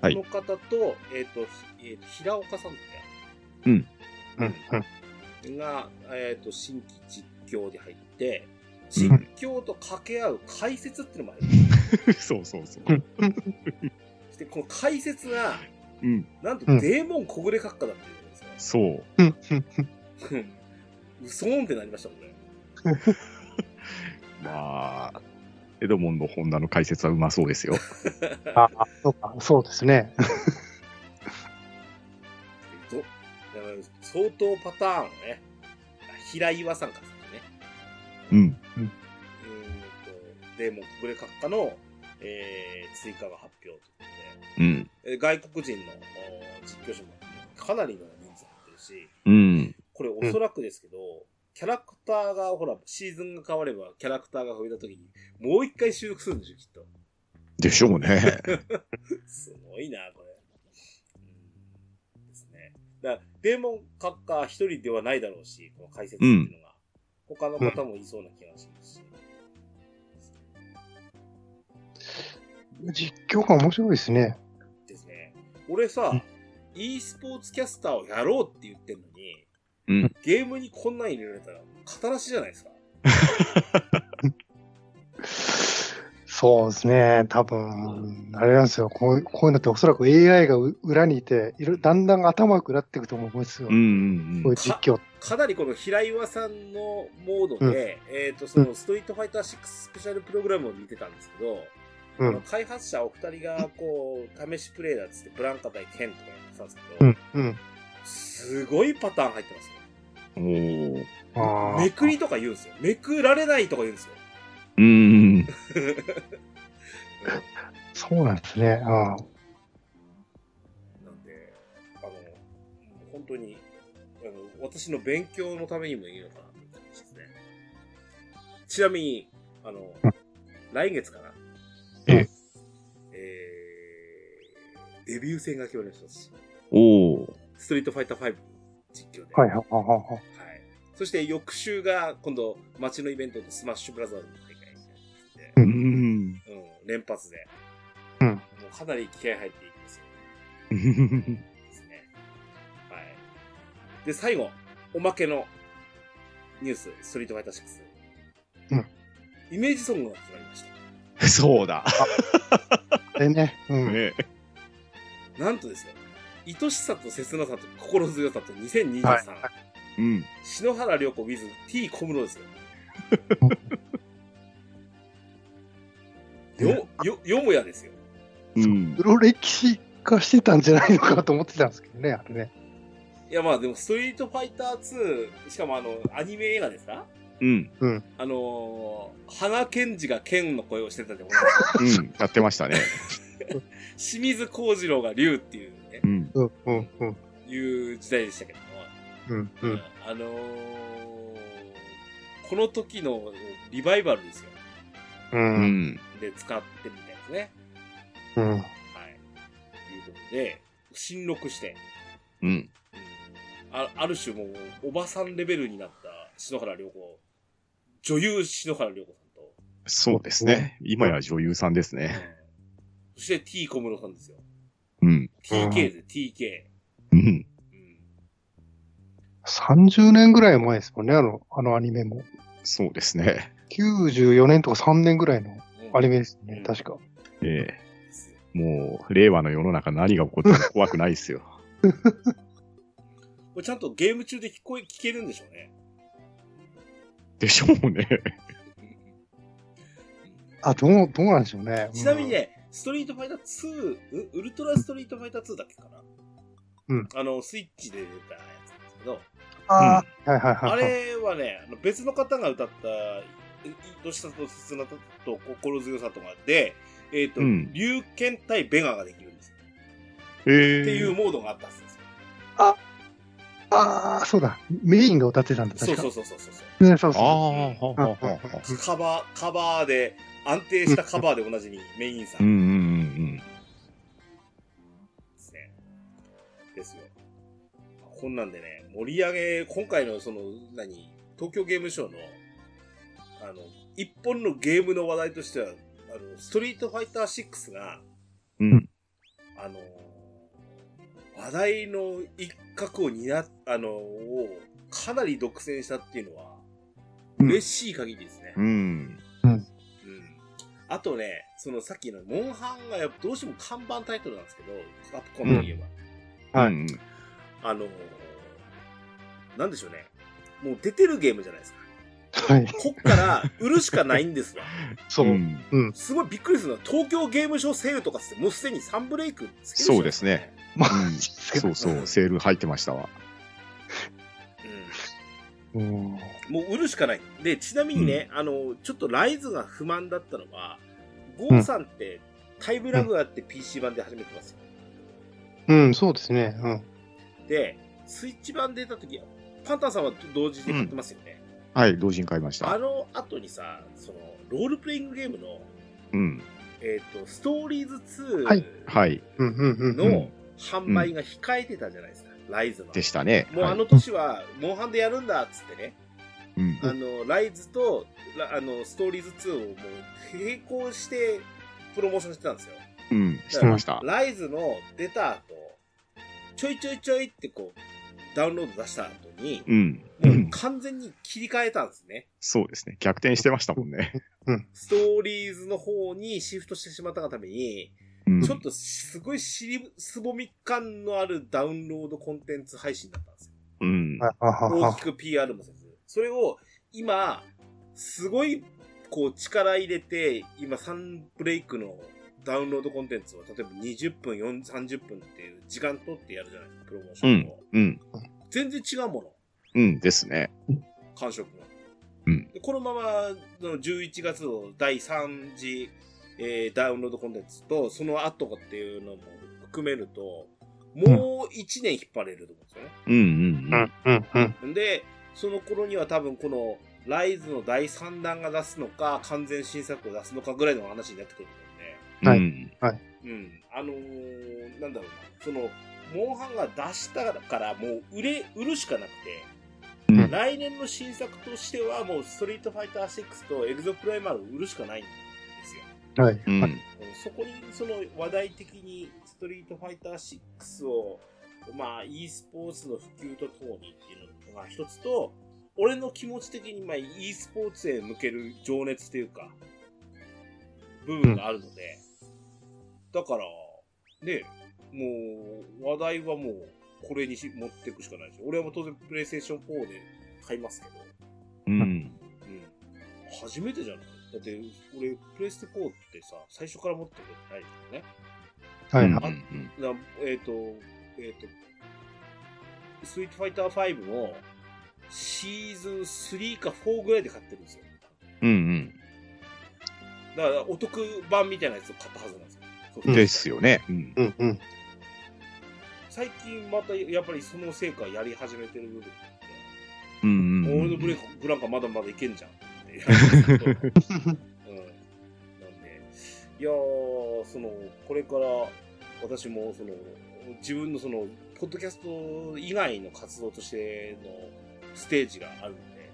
B: はい
A: この方と、えっ、と、ひえーと平岡さんですね。
C: うんうん。
A: が、えっ、と、新規実況で入って、
B: う
A: 実
B: ん
A: 況と掛け合う解説っていうのもある。
B: そうそうそう。
A: そして、この解説が、
B: うん。
A: なんと
C: うん
A: デーモン小暮閣下だっていうんですよ。
B: そう。
C: うんうん
A: 嘘ーんってなりましたもんね。
B: まあ、エドモンの本田の解説はうまそうですよ。
C: ああ、そうか、そうですね。
A: どだから相当パターンをね、平岩さんからですね。
B: うん。
A: うーんと、で、もう国連閣下の、えー追加が発表ということ
B: うん。
A: で、えー外国人のおー実況者もかなりの人数入ってるし、
B: うん。
A: これおそらくですけど、キャラクターが、ほら、シーズンが変われば、キャラクターが増えた時に、もう一回収録するんでしょ、きっと。
B: でしょうね。
A: すごいな、これ。うんですね。だから、デーモン閣下一人ではないだろうし、この解説っていうのが。他の方もいそうな気がしますし。
C: 実況が面白いですね。
A: ですね。俺さ
C: うん
A: e スポーツキャスターをやろうって言ってんのに、
B: うん
A: ゲームにこんなん入れられたら、語らしじゃないですか。
C: そうですね。多分、あれなんですよ。こうこういうのっておそらく AI がう裏にいて、いろだんだん頭良くなっていくと思うんですよ。
B: うんうん
C: こう
B: う
C: い
B: ん
C: う。実況。
A: かなりこの平岩さんのモードで、
C: うん
A: えっ、と、そのストリートファイター6スペシャルプログラムを見てたんですけど、
C: う
A: あの
C: ん。
A: 開発者お二人がこう、試しプレイだっつって、ブランカ対ケンとかやってたんですけど、
C: うん。うん。
A: すごいパターン入ってますよ。
B: おー
C: あー
A: めくりとか言うんですよ。めくられないとか言うんですよ。
B: うん。
C: そうなんですね。あー
A: なんで、あの、本当に、あの、私の勉強のためにもいいのかなと思いますね。ちなみに、あの
C: うん、
A: 来月かな。
B: ええ
A: えーデビュー戦が決まりましたし、
B: おお
A: ストリートファイター5実況で。
C: はいはいはいはいはい。
A: はい。そして翌週が今度街のイベントでスマッシュブラザーズの大会になって
C: う
B: うんん。
A: うん、連発で。
C: うん
A: もうかなり気合入っていきますよ。ですね。はい。で、最後、おまけのニュース、ストリートファイター6。
C: うん。
A: イメージソングが決まりまし
B: そうだ。
C: でね。うん。
B: ね
A: た。なんとですね、愛しさと切なさと心強さと2023、
C: はい
B: うん。
A: 篠原涼子 with T 小室ですよ。よ、よ、よもやですよ。
B: うん。
C: 黒歴史化してたんじゃないのかと思ってたんですけどね、あれね。
A: いやまあでも、ストリートファイター2、しかもあの、アニメ映画ですか
B: うん。
A: あのー、花賢治が剣の声をしてたでも、
B: うん。やってましたね。
A: 清水幸次郎が竜っていうね、
B: うん。
C: うんうんうん。
A: いう時代でしたけども、
C: うんうん。
A: あのー、この時のリバイバルですよ。
B: う
C: うん。
B: ん。
A: で、使ってみたいですね。
C: うん。
A: はい。ということで、新録して、
B: う
A: う
B: ん。
A: んあある種もう、おばさんレベルになった篠原涼子、女優篠原涼子さんと、
B: そうですね。今や女優さんですね。
A: そして T 小室さんですよ。
B: うん。
A: TK で TK。
B: うん。
A: うん
C: 30年ぐらい前ですもんね、あの、あのアニメも。
B: そうですね。
C: 94年とか3年ぐらいの
A: うん
C: アニメです
A: うん
C: ね、確か。
B: ええ
A: ですよ
B: もう、令和の世の中何が起こっても怖くないですよ。
A: これちゃんとゲーム中で聞こえ、聞けるんでしょうね。
B: でしょうね。
C: あ、どう、どうなんでしょうね。
A: ちなみにね、ストリートファイター2、うウルトラストリートファイター2だっけかな
C: うん。
A: あの、スイッチで出たやつなんですけど、
C: うん、ああ、はいはいはい。
A: あれはね、あの別の方が歌った、い愛しさと切なさと心強さとかで、えっ、と、
B: うん
A: 龍剣対ベガができるんですよ。
B: ええ
A: っていうモードがあったんですよ。
C: ああ、そうだ。メインが歌ってたんだ、
A: そ
C: 確
A: う
C: か。
A: そうそうそうそうそう。
C: ねそう
B: あ
C: そう
B: あ、はあはあはあ。
A: カバー、カバーで、安定したカバーでおなじみ、メインさ
B: うん
A: ん
B: うんうん
A: ですね。ですよ。こんなんでね、盛り上げ、今回のその、何、東京ゲームショウの、あの、一本のゲームの話題としては、あの、ストリートファイター6が、
B: うん。うん。
A: あの話題の一角を担っ、あのを、かなり独占したっていうのは、
C: うん
A: 嬉しい限りですね。
B: うん。
A: うんあとね、そのさっきのモンハンがやっぱどうしても看板タイトルなんですけど、カプコンといえば、
C: はい
B: うん
A: あのなんでしょうね。もう出てるゲームじゃないですか。
C: はい。
A: こっから売るしかないん ですわ。
C: そう。
B: うん
A: すごいびっくりするのは、東京ゲームショーセールとかっつって、もうすでに3ブレイクつける人
B: そうですね。
C: まあ、
B: うん
C: そ
B: そうそう、セール入ってましたわ。
C: うん。
A: うん。もう売るしかない。で、ちなみにね、あの、ちょっとライズが不満だったのは、ゴーさんってタイムラグがあって PC 版で始めてますよ。
C: うん、そうですね。
A: で、スイッチ版出た時は、パンタンさんは同時で買ってますよね。
B: はい、同時に買いまし
A: あ
B: た。
A: の後にさ、その、ロールプレイングゲームの、
B: うん。
A: えっ、と、ストーリーズ
C: はい
A: 2
B: はい。
C: うん。うん、うん、うん。
A: の販売が控えてたじゃないですか、ライズの。
B: でしたね。
A: もう
B: はい
A: あの年は、モンハンでやるんだっつってね、
B: うん
A: あの、ライズと、ラあの、ストーリーズ2をもう並行してプロモーションしてたんですよ。
B: うん、してました。
A: ライズの出た後、ちょいちょいちょいってこう、ダウンロード出した後に、
B: うん。う
A: もうん完全に切り替えたんですね。
B: そうですね。逆転してましたもんね。
A: ストーリーズの方にシフトしてしまったがために、
B: うん
A: ちょっとすごいしりすぼみ感のあるダウンロードコンテンツ配信だったんですよ。
B: うん。
C: ああは
A: 大
C: は
A: きく PR もせず。それを、今、すごい、こう、力入れて、今、サンブレイクのダウンロードコンテンツを、例えば20分、4 30分っていう時間取ってやるじゃないですか、プロモーシ
B: う
A: ョン
B: ん
A: を。。
B: うん。
A: 全然違うもの、
B: うんですね。
A: 感触が。
B: うん
A: でこのまま、その11月の第3次、えーダウンロードコンテンツと、その後っていうのも含めると、もう1年引っ張れると思うんですよね。
B: うんうん
C: う
B: うん
C: ん、うん、うん。
A: で、その頃には多分この、ライズの第3弾が出すのか、完全新作を出すのかぐらいの話になってくる
B: うん。
C: はい
B: う
A: と思う
B: ん
A: んで、うん。あのー、なんだろうな、その、モンハンが出したからもう売れ、売るしかなくて、
B: うん
A: 来年の新作としてはもうストリートファイター6とエルゾプライマルを売るしかないんですよ。
C: はい。
B: うん
C: はい。
A: うんそこにその話題的にストリートファイター6を、まあ、e スポーツの普及とともにっていうのが一つと、俺の気持ち的に、まあ、e スポーツへ向ける情熱というか、部分があるので、だから、ね、もう、話題はもう、これにし持っていくしかないでしょ。俺はもう当然、プレイステーション4で買いますけど、
B: うん。
A: うん。初めてじゃないだって、俺、プレイステ4ってさ、最初から持ってることないからね。
C: は
B: うん
C: い。
B: うん
A: なえっ、と、えっ、と、ストリートファイター5も、シーズン3か4ぐらいで買ってるんですよ。
B: うん
A: だから、お得版みたいなやつを買ったはずなんですよ。そう
B: うん。ですよね。うん。
C: うん、うん。
A: 最近またやっぱりその成果やり始めてる部分があって、
B: うんうん。
A: 俺のブレイ
B: ク。
A: クブランカまだまだいけんじゃんってやるんですけどうんなんでいやーそのこれから私もその自分のそのポッドキャスト以外の活動としてのステージがあるので、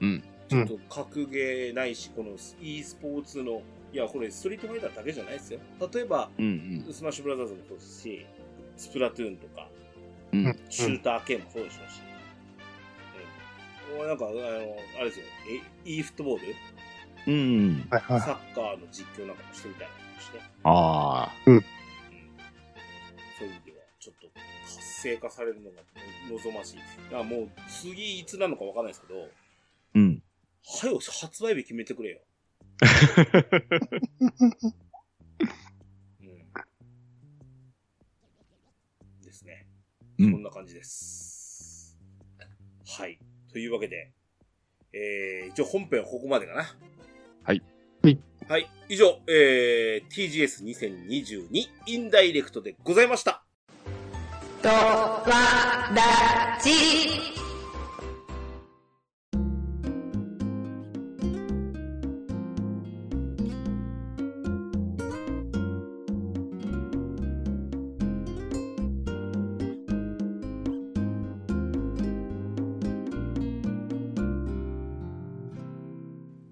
B: うん
A: ちょっと格ゲーないしこの e スポーツのいやこれストリートファイターだけじゃないですよ例えば
B: うん
A: スマッシュブラザーズもそうですし、スプラトゥーンとか、
B: うん
A: シューター系もそうでしょうし、うん俺なんか、あの、あれですよ、え e フットボール、
B: うん。うん。
C: はい、はい。
A: サッカーの実況なんかもしてみたいなことして、
B: ああ。
A: そういう意味では、ちょっと活性化されるのが望ましい。だからもう、次いつなのかわかんないですけど、
B: うん。
A: はよ、発売日決めてくれよ。うん。ですね。
B: うん
A: こんな感じです。はい。というわけで、えー、一応本編はここまでかな。
B: はい。
C: はい。
A: はい。以上、えー、TGS2022 インダイレクトでございました。
D: とわだち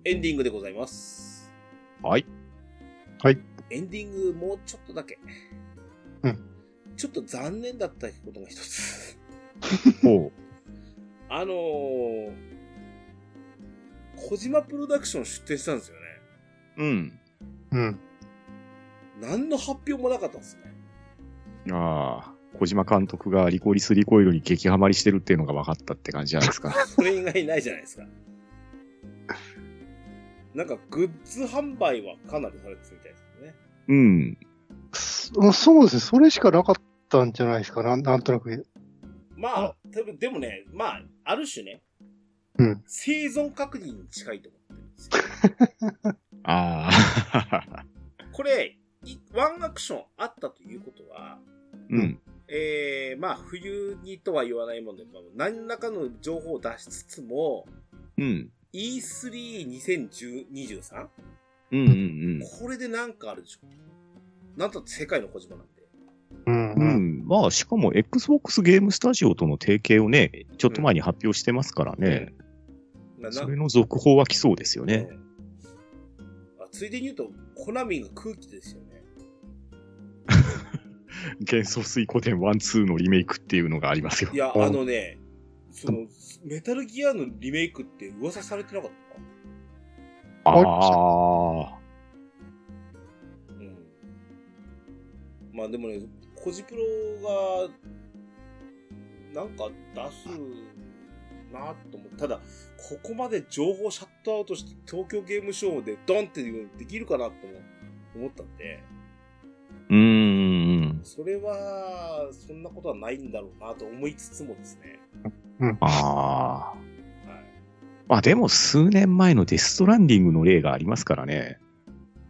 A: エンディングでございます。
B: はい。
A: エンディングもうちょっとだけ。
C: うん。
A: ちょっと残念だったことが一つ。
B: おう。
A: あのー、小島プロダクション出展したんですよね。
B: うん。
C: うん。
A: 何の発表もなかったんですね。
B: ああ。小島監督がリコリス・リコイルに激ハマりしてるっていうのが分かったって感じじゃないで すか。
A: それ以外ないじゃない ですか。なんか、グッズ販売はかなりされてるみたいですね。
B: うん。
C: そそうですね、それしかなかったんじゃないですか、なんなんとなく。
A: まあ、多分でもね、まあ、ある種ね、
C: うん
A: 生存確認に近いと思ってるんですよ。
B: ああ。
A: これ、いワンアクションあったということは、
B: うん。
A: えー、まあ、冬にとは言わないもんで、まあ何らかの情報を出しつつも、
B: うん。
A: E32023?
B: うんうん
A: これでなんかあるでしょなんと世界の小島なんで。
C: うん、
B: うん。うん。まあ、しかも Xbox ゲームスタジオとの提携をね、ちょっと前に発表してますからね。
A: なな
B: それの続報は来そうですよね。
A: うんあついでに言うと、コナミが空気ですよね。
B: 幻想水古典1-2のリメイクっていうのがありますよ
A: い。や、
C: うん
A: あのね、その、メタルギアのリメイクって噂されてなかった
B: ああ。
A: うん。まあでもね、コジプロが、なんか出すなと思う。ただ、ここまで情報シャットアウトして東京ゲームショーでドンっていうのできるかなとも思ったんで、
B: うーん。
A: それは、そんなことはないんだろうなと思いつつもですね。
B: ああ。
A: はい。
B: まあでも数年前のデストランディングの例がありますからね。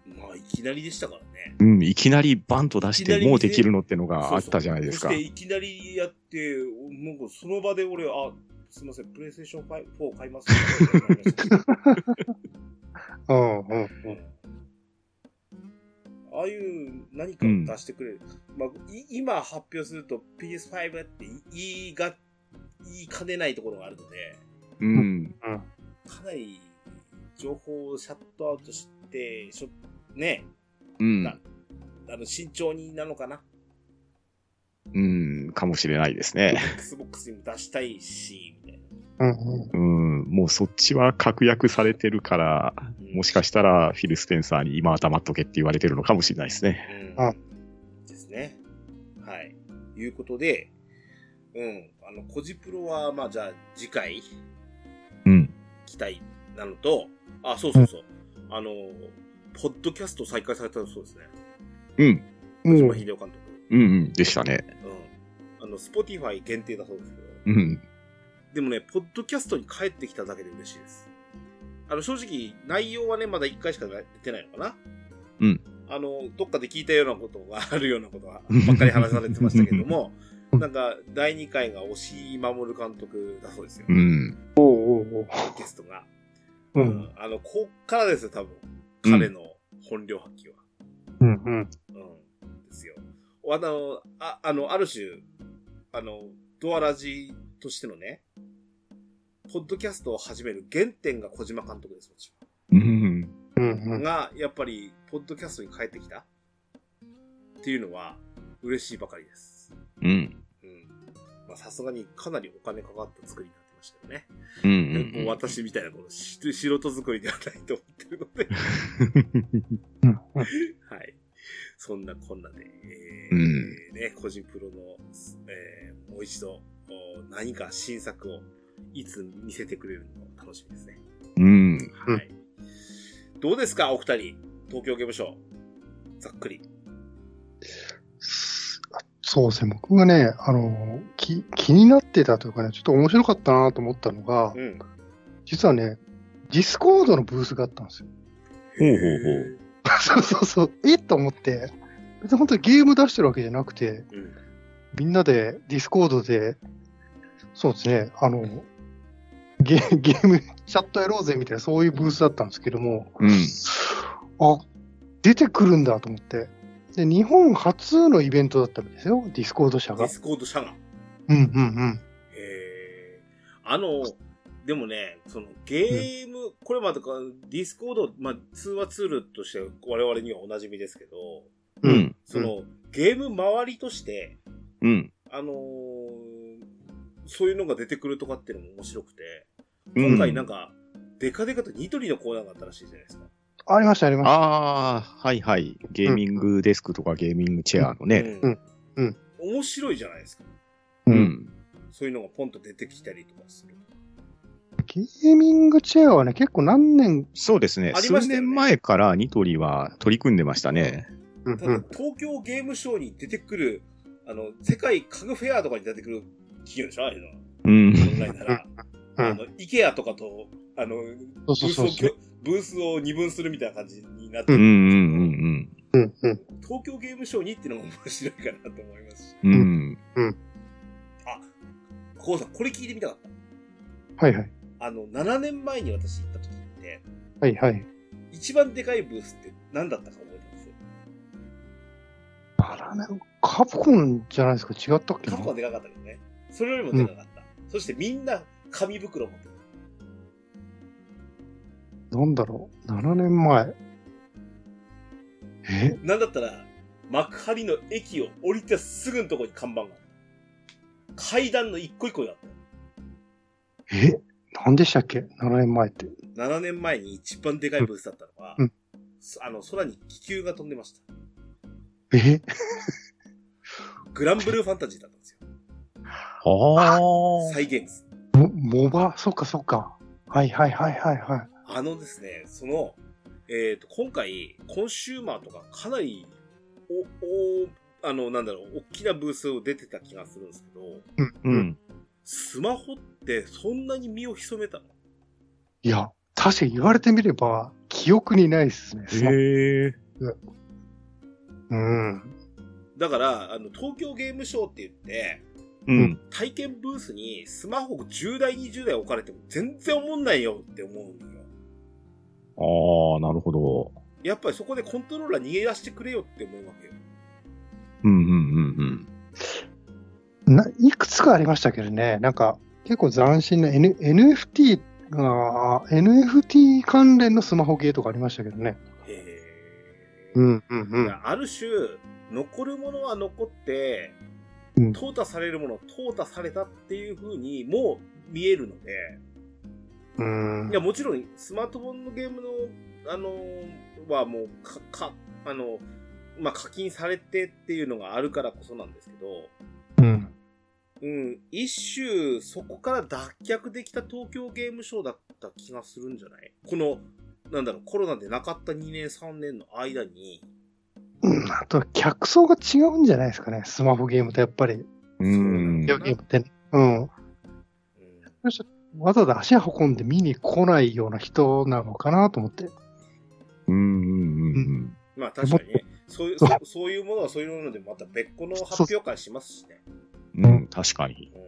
A: まあ、いきなりでしたからね。
B: うん、いきなりバンと出し
A: いきな
B: て
A: り
B: もうできるのってのがあったじゃないですか。
A: そうそうそして、いきなりやって、なんかその場で俺、あ、すいません、プレイステーション5 4買います。
C: うん、うん。
A: ああいう何かを出してくれる。まあ、い今発表すると PS5 って言いが、言いかねないところがあるので、
B: うん。
A: かなり情報をシャットアウトして、しょね、
B: うん。
A: あの慎重になのかな。
B: うん、かもしれないですね。
A: Xbox にも出したいし、みたいな。
C: うん、うん。
B: うん、もうそっちは確約されてるから、もしかしたらフィル・スペンサーに今は黙っとけって言われてるのかもしれないですね。
A: う
C: あ
A: ん。ですね。はい。いうことで、うん。あの、コジプロは、まあ、じゃあ、次回、
B: うん。
A: 期待なのと、あ、そうそうそう。あの、ポッドキャスト再開されたそうですね。
B: うん。
A: 小島
C: もう、
A: 秀夫監督。
B: うん、うん。でしたね。
A: うん。あの、スポティファイ限定だそうですけど。
B: うん。
A: でもね、ポッドキャストに帰ってきただけで嬉しいです。あの、正直、内容はね、まだ1回しか出てないのかな
B: うん。
A: あの、どっかで聞いたようなことがあるようなことがばっかり話されてましたけども、なんか、第2回が押井守監督だそうですよ。
B: うん。
C: おうおうおう
A: ゲストが。
C: う、
A: うんんあの、こっからですよ、多分。彼の本領発揮は。
C: うん、うん。
A: うん。ですよ。あの、ああの、ある種、あの、ドアラジとしてのね、ポッドキャストを始める原点が小島監督です、私は
B: うん。
C: うん、うん。
A: が、やっぱり、ポッドキャストに帰ってきたっていうのは、嬉しいばかりです。
B: うん。
A: うん。まあ、さすがにかなりお金かかった作りになってましたよね。も
B: う
A: う私みたいな、この、し素人作りではないと思ってるので。
C: うん
A: はい。そんなこんなで、えー
B: うん
A: ね、個人プロの、えーもう一度、お何か新作をいつ見せてくれるのか楽しみですね。
B: うん。
A: はい。どうですか、お二人。東京ゲームショウ。ざっくり。
C: そうですね、僕がね、あの、き気になってたというかね、ちょっと面白かったなと思ったのが、
A: うん。
C: 実はね、ディスコードのブースがあったんですよ。
B: ほうほうほう
A: へ
C: そうそうそう、えっと思って、別に本当にゲーム出してるわけじゃなくて、
A: ー。うん。
C: みんなでディスコードで、そうですね、あの、ゲゲーム、チャットやろうぜみたいな、そういうブースだったんですけども、
B: うん。
C: あ、出てくるんだと思って。で、日本初のイベントだったんですよ、ディスコード社
A: デ
C: が
A: ィ。スコード社が。
C: うんうんうん。
A: へーあの、でもね、そのゲーム、これまたか、ディスコード、まあ、通話ツールとして我々にはおなじみですけど、
B: う。ん。
A: その、ゲーム周りとして、
B: うん。
A: あのーそういうのが出てくるとかっていうのも面白くて、
B: うん
A: 今回なんか、デカデカとニトリのコーナーがあったらしいじゃないですか。
C: ありました、ありまし
B: ああ、はいはい。ゲーミングデスクとかゲーミングチェアのね。
A: う
C: うんんうん
A: 面白いじゃないですか。
B: う。
C: うん
A: そういうのがポンと出てきたりとかする。
C: ゲーミングチェアはね、結構何年、
B: そうですね。
A: ありま
B: 数
A: したよね
B: 年前からニトリは取り組んでましたね。
C: うん
A: ただ、東京ゲームショウに出てくる、あの、世界家具フェアとかに出てくる企業でしょああいうの。
B: うん。
A: 本来なら。
C: うん
A: あの、イケアとかと、あの、ブ
C: そう
A: ー
C: そう
A: ス
C: そ
A: を
C: うそう。
A: ブースを二分するみたいな感じになって
B: う
A: る
B: んうんうん
C: うんうん。
A: 東京ゲームショウにっていうのも面白いかなと思いますし。
B: うん。うん。
A: あ、こうさん、これ聞いてみたかっ
C: はいはい。
A: た。あの、7年前に私行った時って、
C: はいはい。
A: 一番でかいブースって何だったか覚えてます
C: あらね、カプコンじゃないですか違ったっけ
A: 過
C: な
A: 去はでかかったけどね。それよりもでかかった。そしてみんな紙袋持ってた。
C: なんだろう ?7 年前。え
A: なんだったら、幕張の駅を降りてすぐのとこに看板があった。階段の一個一個にあった。
C: え何でしたっけ ?7 年前って。
A: 7年前に一番でかいブースだったのは、
C: うん
A: そあの、空に気球が飛んでました。
C: え
A: グランブルーファンタジーだったんですよ。
B: ああ。
A: 再現です。
C: も、モバそっかそっか。はいはいはいはいはい。
A: あのですね、その、えっ、と、今回、コンシューマーとかかなり、お、お、あの、なんだろう、大きなブースを出てた気がするんですけど、
B: うん。
A: スマホってそんなに身を潜めたの
C: いや、確かに言われてみれば、記憶にないですね。
B: へえ。
C: うん。
A: だから、あの、東京ゲームショーって言って、
B: うん。
A: 体験ブースにスマホ10台、20台置かれても全然思んないよって思うのよ。
B: ああ、なるほど。
A: やっぱりそこでコントローラー逃げ出してくれよって思うわけよ。
B: うんうんうんうん。
C: な、いくつかありましたけどね。なんか、結構斬新な、N、NFT が、NFT 関連のスマホゲーとかありましたけどね。
A: へー
C: んうんう
A: だからある種、残るものは残って、
C: うん
A: 淘汰されるもの、淘汰されたっていう風にもう見えるので、
C: うん
A: いや、もちろんスマートフォンのゲームの、あのーはもう、か、か、あの、まあ、課金されてっていうのがあるからこそなんですけど、
C: うん。
A: うん、一種、そこから脱却できた東京ゲームショーだった気がするんじゃないこの、なんだろう、コロナでなかった2年3年の間に、
C: うんあとは客層が違うんじゃないですかね、スマホゲームとやっぱり、
B: うん。
C: ゲームってね。うん。
A: うん、
C: わざわざ足運んで見に来ないような人なのかなと思って。
B: うんうんうん。
A: まあ確かにね、そういう、そそういうものはそういうもので、また別個の発表会しますしね。
B: うん、確かに。
A: うん
C: い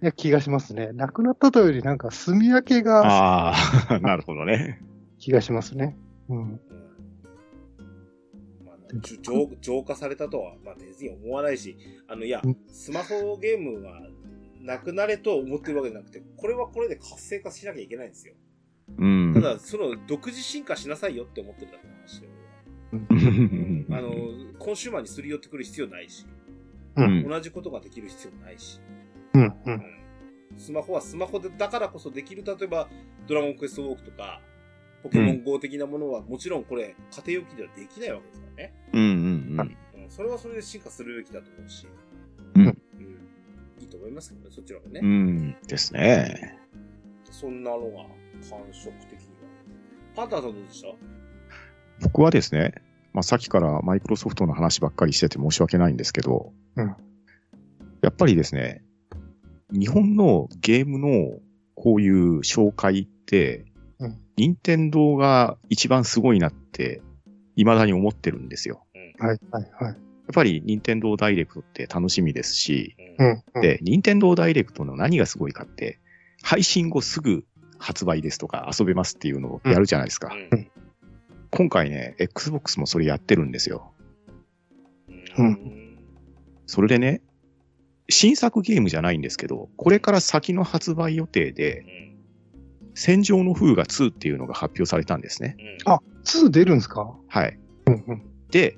C: や、気がしますね。なくなったというより、なんか、住み分けが
B: ああ、 なるほどね。
C: 気がしますね。うん。
A: うんまあ、じゅ浄浄化されたとは、まあ、別に思わないし、あの、いや
C: うん、
A: スマホゲームは、なくなれと思ってるわけじゃなくて、これはこれで活性化しなきゃいけないんですよ。
B: うん。
A: ただ、その、独自進化しなさいよって思ってるだけの話で、
B: う
A: 俺
B: ん、
A: は。あの、コンシューマーにすり寄ってくる必要ないし、
B: うん、
A: 同じことができる必要ないし、
C: うん。うん。
A: スマホはスマホでだからこそできる、例えば、ドラゴンクエストウォークとか、ポケモン GO 的なものは、もちろんこれ、家庭用機ではできないわけですからね。
B: うん、うん、
A: うん、それはそれで進化するべきだと思うし、
B: うん
A: いいと思いますけどね、そっちらもね、
B: うん、ですね。
A: そんなのが感触的には。パンタンさんどうでした
B: 僕はですね、まあ、さっきからマイクロソフトの話ばっかりしてて申し訳ないんですけど、
C: うん
B: やっぱりですね、日本のゲームのこういう紹介って
C: うん、
B: 任天堂が一番すごいなって、未だに思ってるんですよ。
C: はい、はい、は
B: や
C: い。
B: っぱり任天堂ダイレクトって楽しみですし、
A: う
C: うんん。うん、
B: で、任天堂ダイレクトの何がすごいかって、配信後すぐ発売ですとか遊べますっていうのをやるじゃないですか。
A: うん
B: 今回ね、Xbox もそれやってるんですよ。
A: う
C: うん
A: ん
B: それでね、新作ゲームじゃないんですけど、これから先の発売予定で、戦場の風が2っていうのが発表されたんですね。
A: うん
C: あ、2出るんですか
B: はい。
C: うん、うん。
B: で、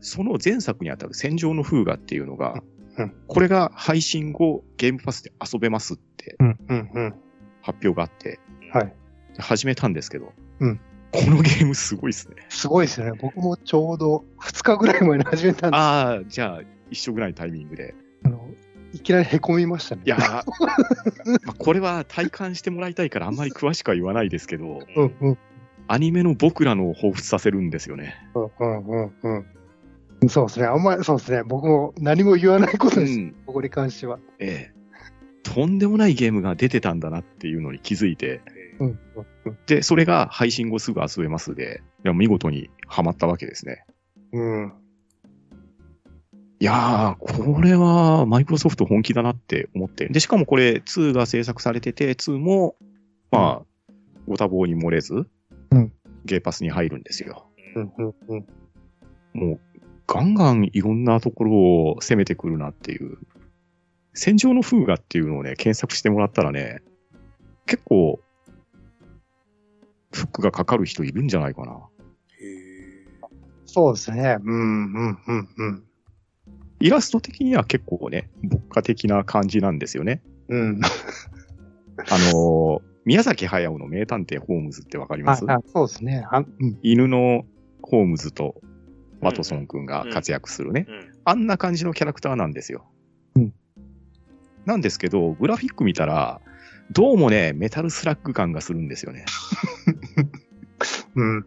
B: その前作にあたる戦場の風がっていうのが
C: うん、
B: これが配信後ゲームパスで遊べますって
C: うん、うん、うん。
B: 発表があって、
C: はい。
B: 始めたんですけど、
C: うん
B: このゲームすごいですね。
C: すごいですよね。僕もちょうど2日ぐらい前に始めたんで
B: ああ、じゃあ、一緒ぐらいのタイミングで。
C: あの、いきなり凹みましたね。
B: いや ーまあこれは体感してもらいたいからあんまり詳しくは言わないですけど、
C: うんうん
B: アニメの僕らのを彷彿させるんですよね。
C: うんうんうんうん。そうですね。あんまり、そうですね。僕も何も言わないこ
B: う
C: とです。
B: ん。
C: ここに関しては。
B: ええ。とんでもないゲームが出てたんだなっていうのに気づいて、
C: うんうんうん
B: で、それが配信後すぐ遊べますで、いや見事にハマったわけですね。
C: うん。
B: いやー、これはマイクロソフト本気だなって思って。で、しかもこれ2が制作されてて、2も、まあ、ご多忙に漏れず、
C: うん
B: ゲーパスに入るんですよ。
C: うんうんうん。
B: もう、ガンガンいろんなところを攻めてくるなっていう。戦場の風画っていうのをね、検索してもらったらね、結構、フックがかかる人いるんじゃないかな。
A: へえ。
C: そうですね。うんうんうんうん。
B: イラスト的には結構ね、牧歌的な感じなんですよね。
C: うん。
B: あのー宮崎駿の名探偵ホームズってわかりま
C: あ
B: す、
C: あそうですね。あうん。
B: 犬のホームズとワトソン君が活躍するね。
A: うん。
B: あんな感じのキャラクターなんですよ。
C: うん
B: なんですけど、グラフィック見たら、どうもね、メタルスラッグ感がするんですよね。
C: うん。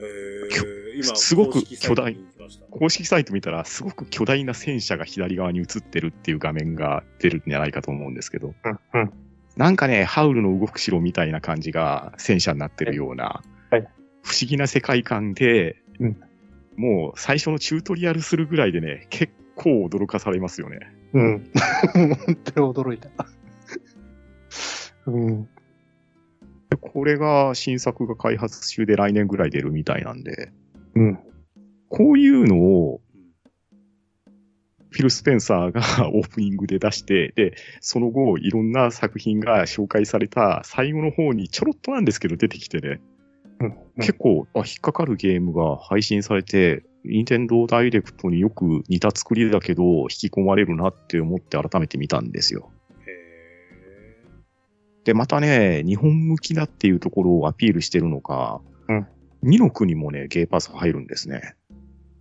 A: え
B: きょ
A: ー、今、
B: すごく
A: 公式サイトに行きました
B: 公式サイト見たら、すごく巨大な戦車が左側に映ってるっていう画面が出るんじゃないかと思うんですけど、
C: うん。うん。
B: なんかね、ハウルの動く城みたいな感じが戦車になってるような、
C: はい
B: 不思議な世界観で、
C: うん
B: もう最初のチュートリアルするぐらいでね、結構驚かされますよね。
C: うん。本当に驚いた。 うん。
B: でこれが新作が開発中で来年ぐらい出るみたいなんで、
C: うん。
B: こういうのを
A: うん
B: フィル・スペンサーが オープニングで出して、で、その後いろんな作品が紹介された最後の方にちょろっとなんですけど出てきてね、
C: うん
B: 結構あ引っかかるゲームが配信されて、任天堂ダイレクトによく似た作りだけど引き込まれるなって思って改めて見たんですよ。
A: へ
B: で、またね、日本向きだっていうところをアピールしてるのか、
C: うん
B: 二の国もね、ゲーパス入るんですね。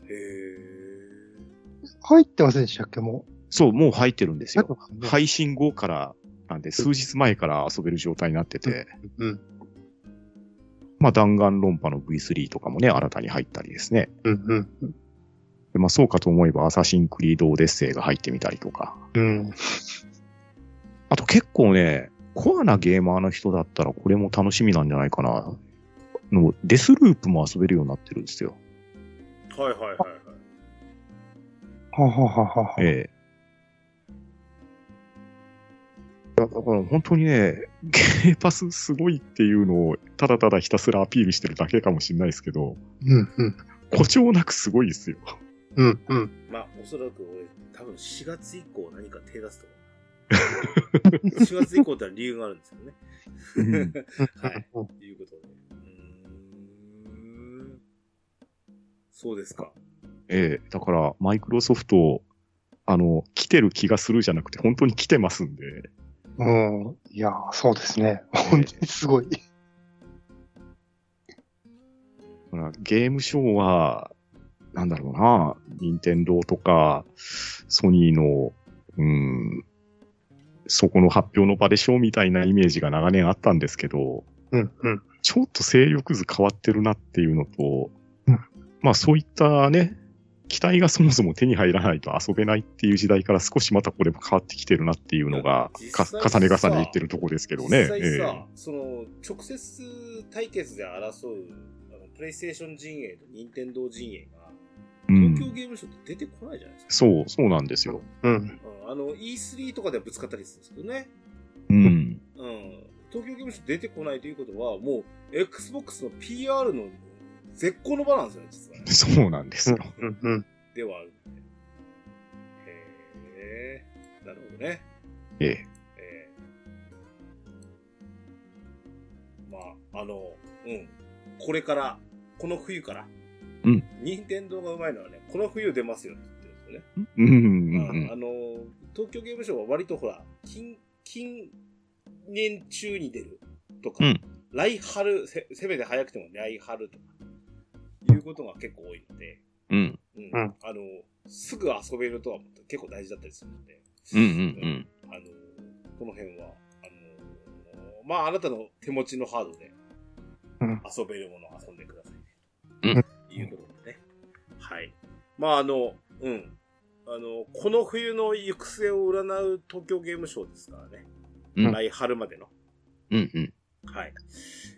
A: え。へえ。
C: 入ってませんでしたっけ、もう。
B: そう、もう入ってるんですよ。
C: い。
B: 配信後から、なんで、数日前から遊べる状態になってて、
C: うん。
B: まあ、弾丸論破の V3 とかもね、新たに入ったりですね。
C: うん。うん。
B: でまあ、そうかと思えば、アサシンクリードオデッセイが入ってみたりとか。
C: うん。
B: あと結構ね、コアなゲーマーの人だったら、これも楽しみなんじゃないかな。のデスループも遊べるようになってるんですよ。
A: はいはいはいはい。
C: ははははは。
B: ええだだから本当にね、ゲーパスすごいっていうのをただただひたすらアピールしてるだけかもしれないですけど、
C: うん。うん。
B: 誇張なくすごいですよ。
C: うん。うん。
A: まあ、おそらく俺、多分4月以降何か手出すと思う。4月 以降ってのは理由があるんですよね。
B: うん
A: はい。
C: うん
A: ということで。うーん。そうですか。
B: ええだからマイクロソフト、あの、来てる気がするじゃなくて、本当に来てますんで、
C: うん。いやー、そうですね。本当にすごい。
B: ほらゲームショーは、なんだろうな、任天堂とか、ソニーの、うん、そこの発表の場でしょうみたいなイメージが長年あったんですけど、
C: うん。うん。
B: ちょっと勢力図変わってるなっていうのと、
C: うん
B: まあそういったね、機体がそもそも手に入らないと遊べないっていう時代から少しまたこれも変わってきてるなっていうのが
A: いや、
B: か
A: 実際さ
B: 重ね重ね言ってるとこですけどね。
A: 実際さ、
B: ええ
A: その、直接対決で争う、あの、プレイステーション陣営と任天堂陣営が、
B: うん
A: 東京ゲームショーって出てこないじゃないですか。
B: そう、そうなんですよ。
C: うん。
A: うんあの、E3 とかではぶつかったりするんですけどね。
B: うん。
A: うん。東京ゲームショー出てこないということは、もう、Xbox の PR の絶好の場なんですよね、実はね。
B: そうなんですよ。
C: うん。うん。
A: ではあるんで。へえ、なるほどね。
B: ええ。
A: ええまあ、あの、うん。これから、この冬から。
B: うん。
A: 任天堂がうまいのはね、この冬出ますよって言ってるんで
B: うん
A: す
B: う
A: よ
B: ん
A: ね。
B: うん
A: あ。の、東京ゲームショウは割とほら、近、近年中に出るとか、
B: うん
A: 来春せ、せめて早くても来春とか、いうことが結構多いので、
B: うん。
A: うん
C: うん
A: あの、すぐ遊べるとは思って結構大事だったりするので、
B: うんうん
A: あの、この辺は、あの、まあ、あなたの手持ちのハードで
C: うん、
A: 遊べるものを遊んでください。
B: うん
A: いうことでね。はい。まあ、あの、うん。あの、この冬の行く末を占う東京ゲームショーですからね。
B: うん
A: 来春までの。
B: うん。うんうん。
A: はい。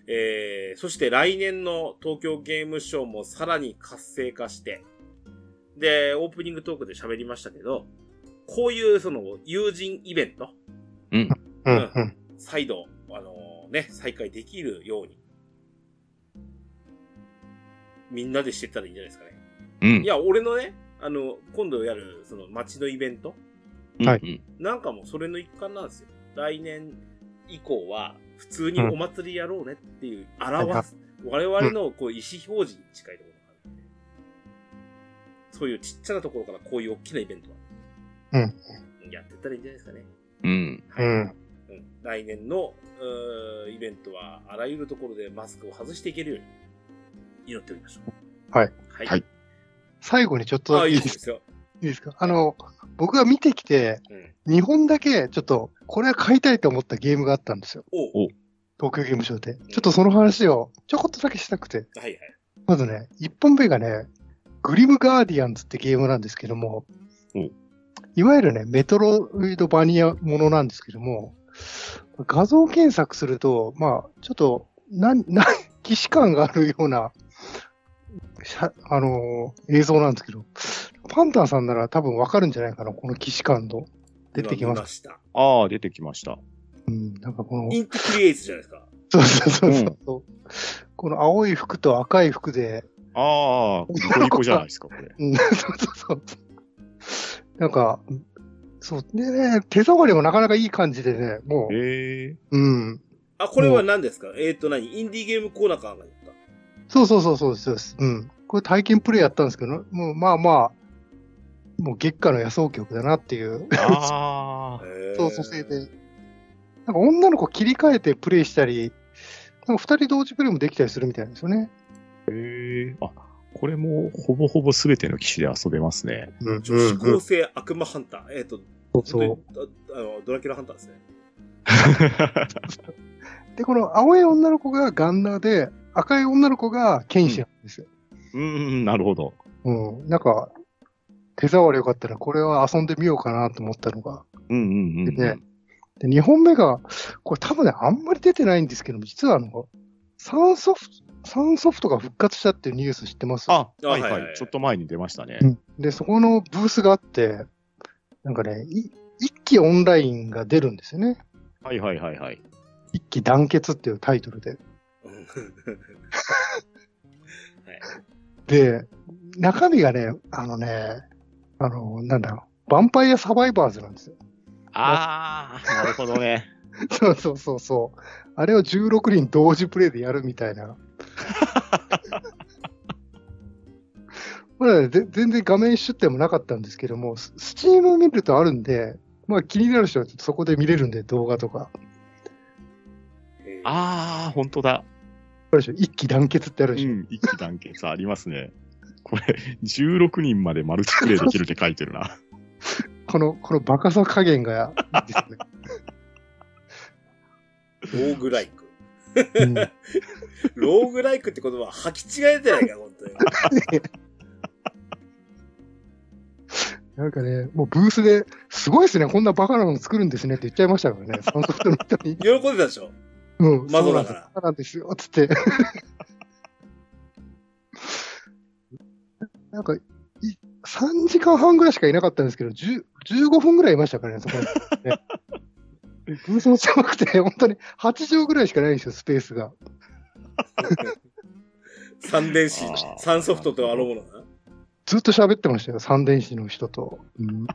A: えー、そして来年の東京ゲームショーもさらに活性化して、で、オープニングトークで喋りましたけど、こういうその友人イベント、
B: うん。
C: うんうん。
A: 再度、あのね、再開できるように、みんなでしてったらいいんじゃないですかね。
B: うん
A: い。や、俺のね、あの、今度やる、その街のイベント、
B: うん
C: は
A: なんかもうそれの一環なんですよ。来年以降は、普通にお祭りやろうねっていう、表す、我々のこう意思表示に近いところがあるんで、そういうちっちゃなところからこういう大きなイベントは、やってったらいいんじゃないですかね。
B: うん。
C: うん。
A: うん、来年のうーイベントはあらゆるところでマスクを外していけるように祈っておりましょう。
C: はい。
A: はい。
B: はい
C: 最後にちょっと
A: あ
C: だ
A: あ、
C: け
A: い
C: い
A: い
C: い
A: で
C: です
A: すよ。
C: いいですかあの、僕が見てきて、
A: うん。
C: 2本だけちょっと、これは買いたいと思ったゲームがあったんですよ。
A: おう
B: お
C: 東京ゲームショーで。ちょっとその話をちょこっとだけしたくて。
A: はいはい。
C: まずね、1本目がね、グリムガーディアンズってゲームなんですけども
B: お、
C: いわゆるね、メトロイドバニアものなんですけども、画像検索すると、まあ、ちょっと、なん、 なん、既視感があるような、しゃあのー映像なんですけど、パンタンさんなら多分わかるんじゃないかな、この既視感の。出てき
A: 今
C: ま
A: 見
C: す。
A: した。
B: ああ、出てきました。
C: うん、なんかこの、
A: インククリエイツじゃないですか。
C: そうそうそうそう。この青い服と赤い服で、
B: ああ、ニコニコじゃないですか、これ。
C: うん そうそうそう。なんか、そう、でね、手触りもなかなかいい感じでね、もう、
B: ええ
C: うん。
A: あ、これは何ですかえっ、と何インディーゲームコーナーかなんかやった。
C: そうそうそうそうですそうです。うん。これ体験プレイやったんですけど、もうまあまあ、もう月下の野草曲だなっていう、
B: ああ。
A: へー
C: そう、蘇生で。なんか女の子切り替えてプレイしたり、なんか二人同時プレイもできたりするみたいなんですよね。
B: ええあ、これもほぼほぼ全ての機種で遊べますね。
C: うん、うん、
A: 女子高生悪魔ハンター。えっ、と、
C: そう。
A: 本当にああの、ドラキュラハンターですね。
C: で、この青い女の子がガンナーで、赤い女の子が剣士なんですよ。
B: うん、なるほど。
C: うん。なんか、手触りよかったら、これは遊んでみようかなと思ったのが。
B: うんうんうん。
C: ねで、2本目が、これ多分ね、あんまり出てないんですけども、実はあの、サンソフト、サンソフトが復活したっていうニュース知ってます
B: あ、
A: あ
B: はい
A: はいはい
B: はい。ちょっと前に出ましたね。
C: うんで、そこのブースがあって、なんかね、い一期オンラインが出るんですよね。
B: はいはいはいはい。
C: 一期団結っていうタイトルで。
A: うんはい。
C: で、中身がね、あのね、あの、なんだろう、ヴァンパイアサバイバーズなんですよ。
B: ああ、なるほどね。
C: そうそうそうそう。あれを16人同時プレイでやるみたいな。まだね、ぜ全然画面出展もなかったんですけども、ススチームを見るとあるんで、まあ気になる人はちょっとそこで見れるんで、動画とか。
A: えー
B: ああ、本当だ。
C: あるでしょ一気団結ってある
B: う
C: でしょ、
B: ん、一気団結ありますね。これ、16人までマルチプレイできるって書いてるな。
C: この、このバカさ加減がいいですね。
A: ローグライク。
C: うん
A: ローグライクって言葉は履き違えてないか、本当に。
C: なんかね、もうブースで、すごいですね、こんなバカなの作るんですねって言っちゃいましたからね、その人の人に。
A: 喜んでたでしょ
C: うん、
A: マ
C: そ
A: ゾ
C: うな
A: だか
C: んです
A: ら
C: そうなんですよ、つって。 なんか、い3時間半ぐらいしかいなかったんですけど、10 15分ぐらいいましたからね、そ こに、ね。ブースも狭くて、本当に8畳ぐらいしかないんですよ、スペースが。
A: 三電子
B: あ、ー
A: 三ソフトとあのものな。
C: ずっと喋ってましたよ、三電子の人と。うん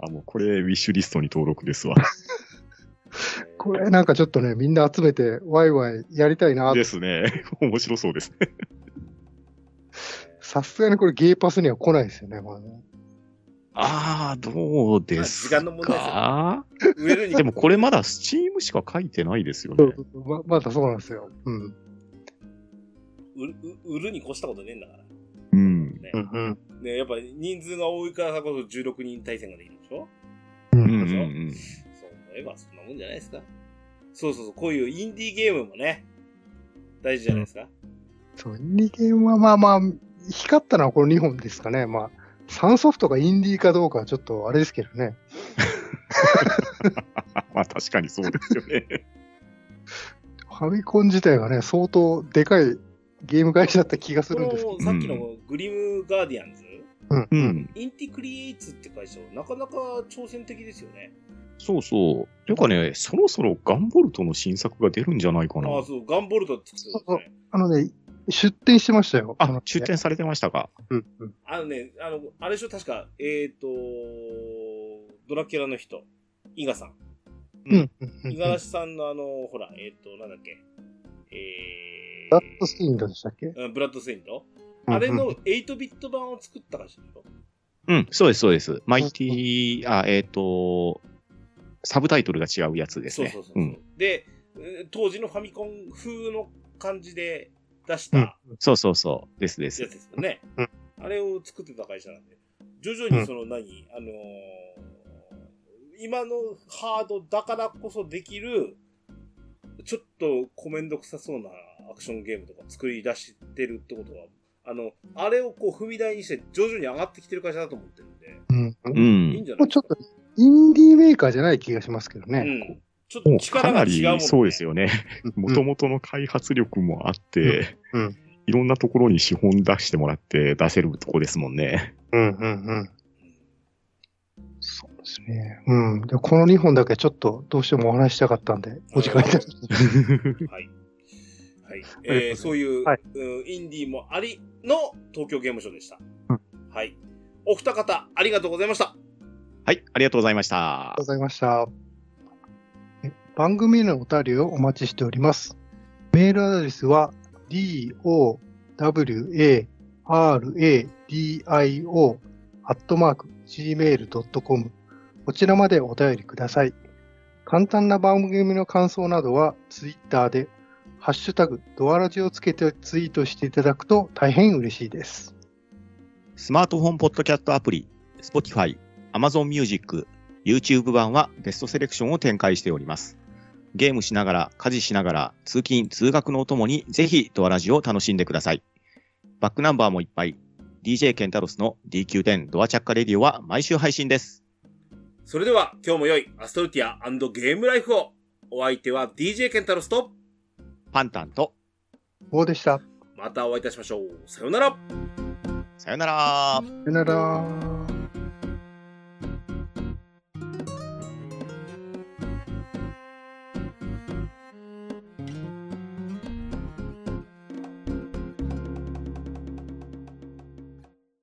B: あ、もうこれ、ウィッシュリストに登録ですわ。
C: これなんかちょっとね、みんな集めて、ワイワイやりたいなっ て
B: ですね。面白そうですね。
C: さすがにこれゲーパスには来ないですよね、これね。
B: ああ、どうです
A: ま
B: か
A: あ時間の問題です売れるに
B: でもこれまだスチームしか書いてないですよね。
C: ままだそうなんですよ。うん。
A: 売る売るに越したことねえんだから。
B: うん。
A: ね
C: う。ん
A: ね、やっぱ人数が多いからこそ16人対戦ができるでしょ
C: うん。う
B: うん
C: ん。
B: うんうん。
A: そう思えばそんなもんじゃないですか。そうそうそう、こういうインディーゲームもね、大事じゃないですか。
C: そう、インディーゲームはまあまあ、光ったのはこの2本ですかね。まあ、サンソフトがインディーかどうかはちょっとあれですけどね。
B: まあ確かにそう ですよね。
C: ファミコン自体がね、相当でかいゲーム会社だった気がす
A: こ
C: るん
A: の
C: ですけど。
A: さっきのグリムガーディアンズ、
C: う ん。
B: う
C: うん
B: ん。
A: インティクリエイツって会社、なかなか挑戦的ですよね。
B: そうそう。ていうかね、そろそろガンボルトの新作が出るんじゃないかな
A: あ。あ、そう、ガンボルト作ってるんですね。
C: あのね、出店してましたよ。
B: あ
C: の、
B: 出展されてましたか。
C: うん。うん。
A: あのね、あの、あれでしょ、確か、えっ、ー、と、ドラキュラの人、伊賀さん。
C: うん。
A: 五十嵐さんのあの、ほら、えっ、と、なんだっけ、えー、
C: ラッドスキンドでしたっけ
A: うんブラッドスインドあれの8ビット版を作った会社でしょ
B: うん、そうです、そうです。マイティあ、えっ、と、サブタイトルが違うやつです
A: そう
B: ね。
A: そうそうそう。
B: ん。
A: で、えー当時のファミコン風の感じで出したや
B: そうそうそう。ですで。
A: つですすよね。
C: うん
A: あれを作ってた会社なんで、徐々にその何、あのー今のハードだからこそできる、ちょっとコメンド臭そうなアクションゲームとか作り出してるってことは、あの、あれをこう踏み台にして徐々に上がってきてる会社だと思ってるんで、
C: うん。
B: う
A: いいん
B: ん。
A: じゃない
C: も
A: うで
C: ちょ
A: す
C: っ
A: か
C: と、インディーメーカーじゃない気がしますけど
A: う
C: ね。
A: ん。ちょっと
B: もうか
A: 力
B: な
A: が違うもん、ね、
B: りそうですよね。もともとの開発力もあって、
C: うんうん
B: いろんなところに資本出してもらって出せるとこですもんね。
C: うんうんうん。そうですね。うん。で、この2本だけちょっとどうしてもお話ししたかったんで、お時間いただきま
A: は
C: し
A: い。はい。えーそういう、
C: はい
A: うんインディーもありの東京ゲームショウでした。
C: うん
A: はい。お二方、ありがとうございました。
B: はい、ありがとうございました
C: ありがとう。ございました。え番組へのお便りをお待ちしております。メールアドレスは dowaradio.gmail.com こちらまでお便りください。簡単な番組の感想などはツイッターでハッシュタグドアラジをつけてツイートしていただくと大変嬉しいです。
B: スマートフォンポッドキャットアプリ、Spotify、Amazon Music、YouTube 版はベストセレクションを展開しております。ゲームしながら、家事しながら、通勤、通学のおともに、ぜひドアラジを楽しんでください。バックナンバーもいっぱい。DJ ケンタロスの DQ10 ドアチャッカレディオは毎週配信です。
A: それでは、今日も良いアストルティアゲームライフを。お相手は DJ ケンタロスと、
B: パンタンと、
C: こうでした。さ
A: またお会いいたしましょう。さようなら。
B: さよなら。
C: よなら。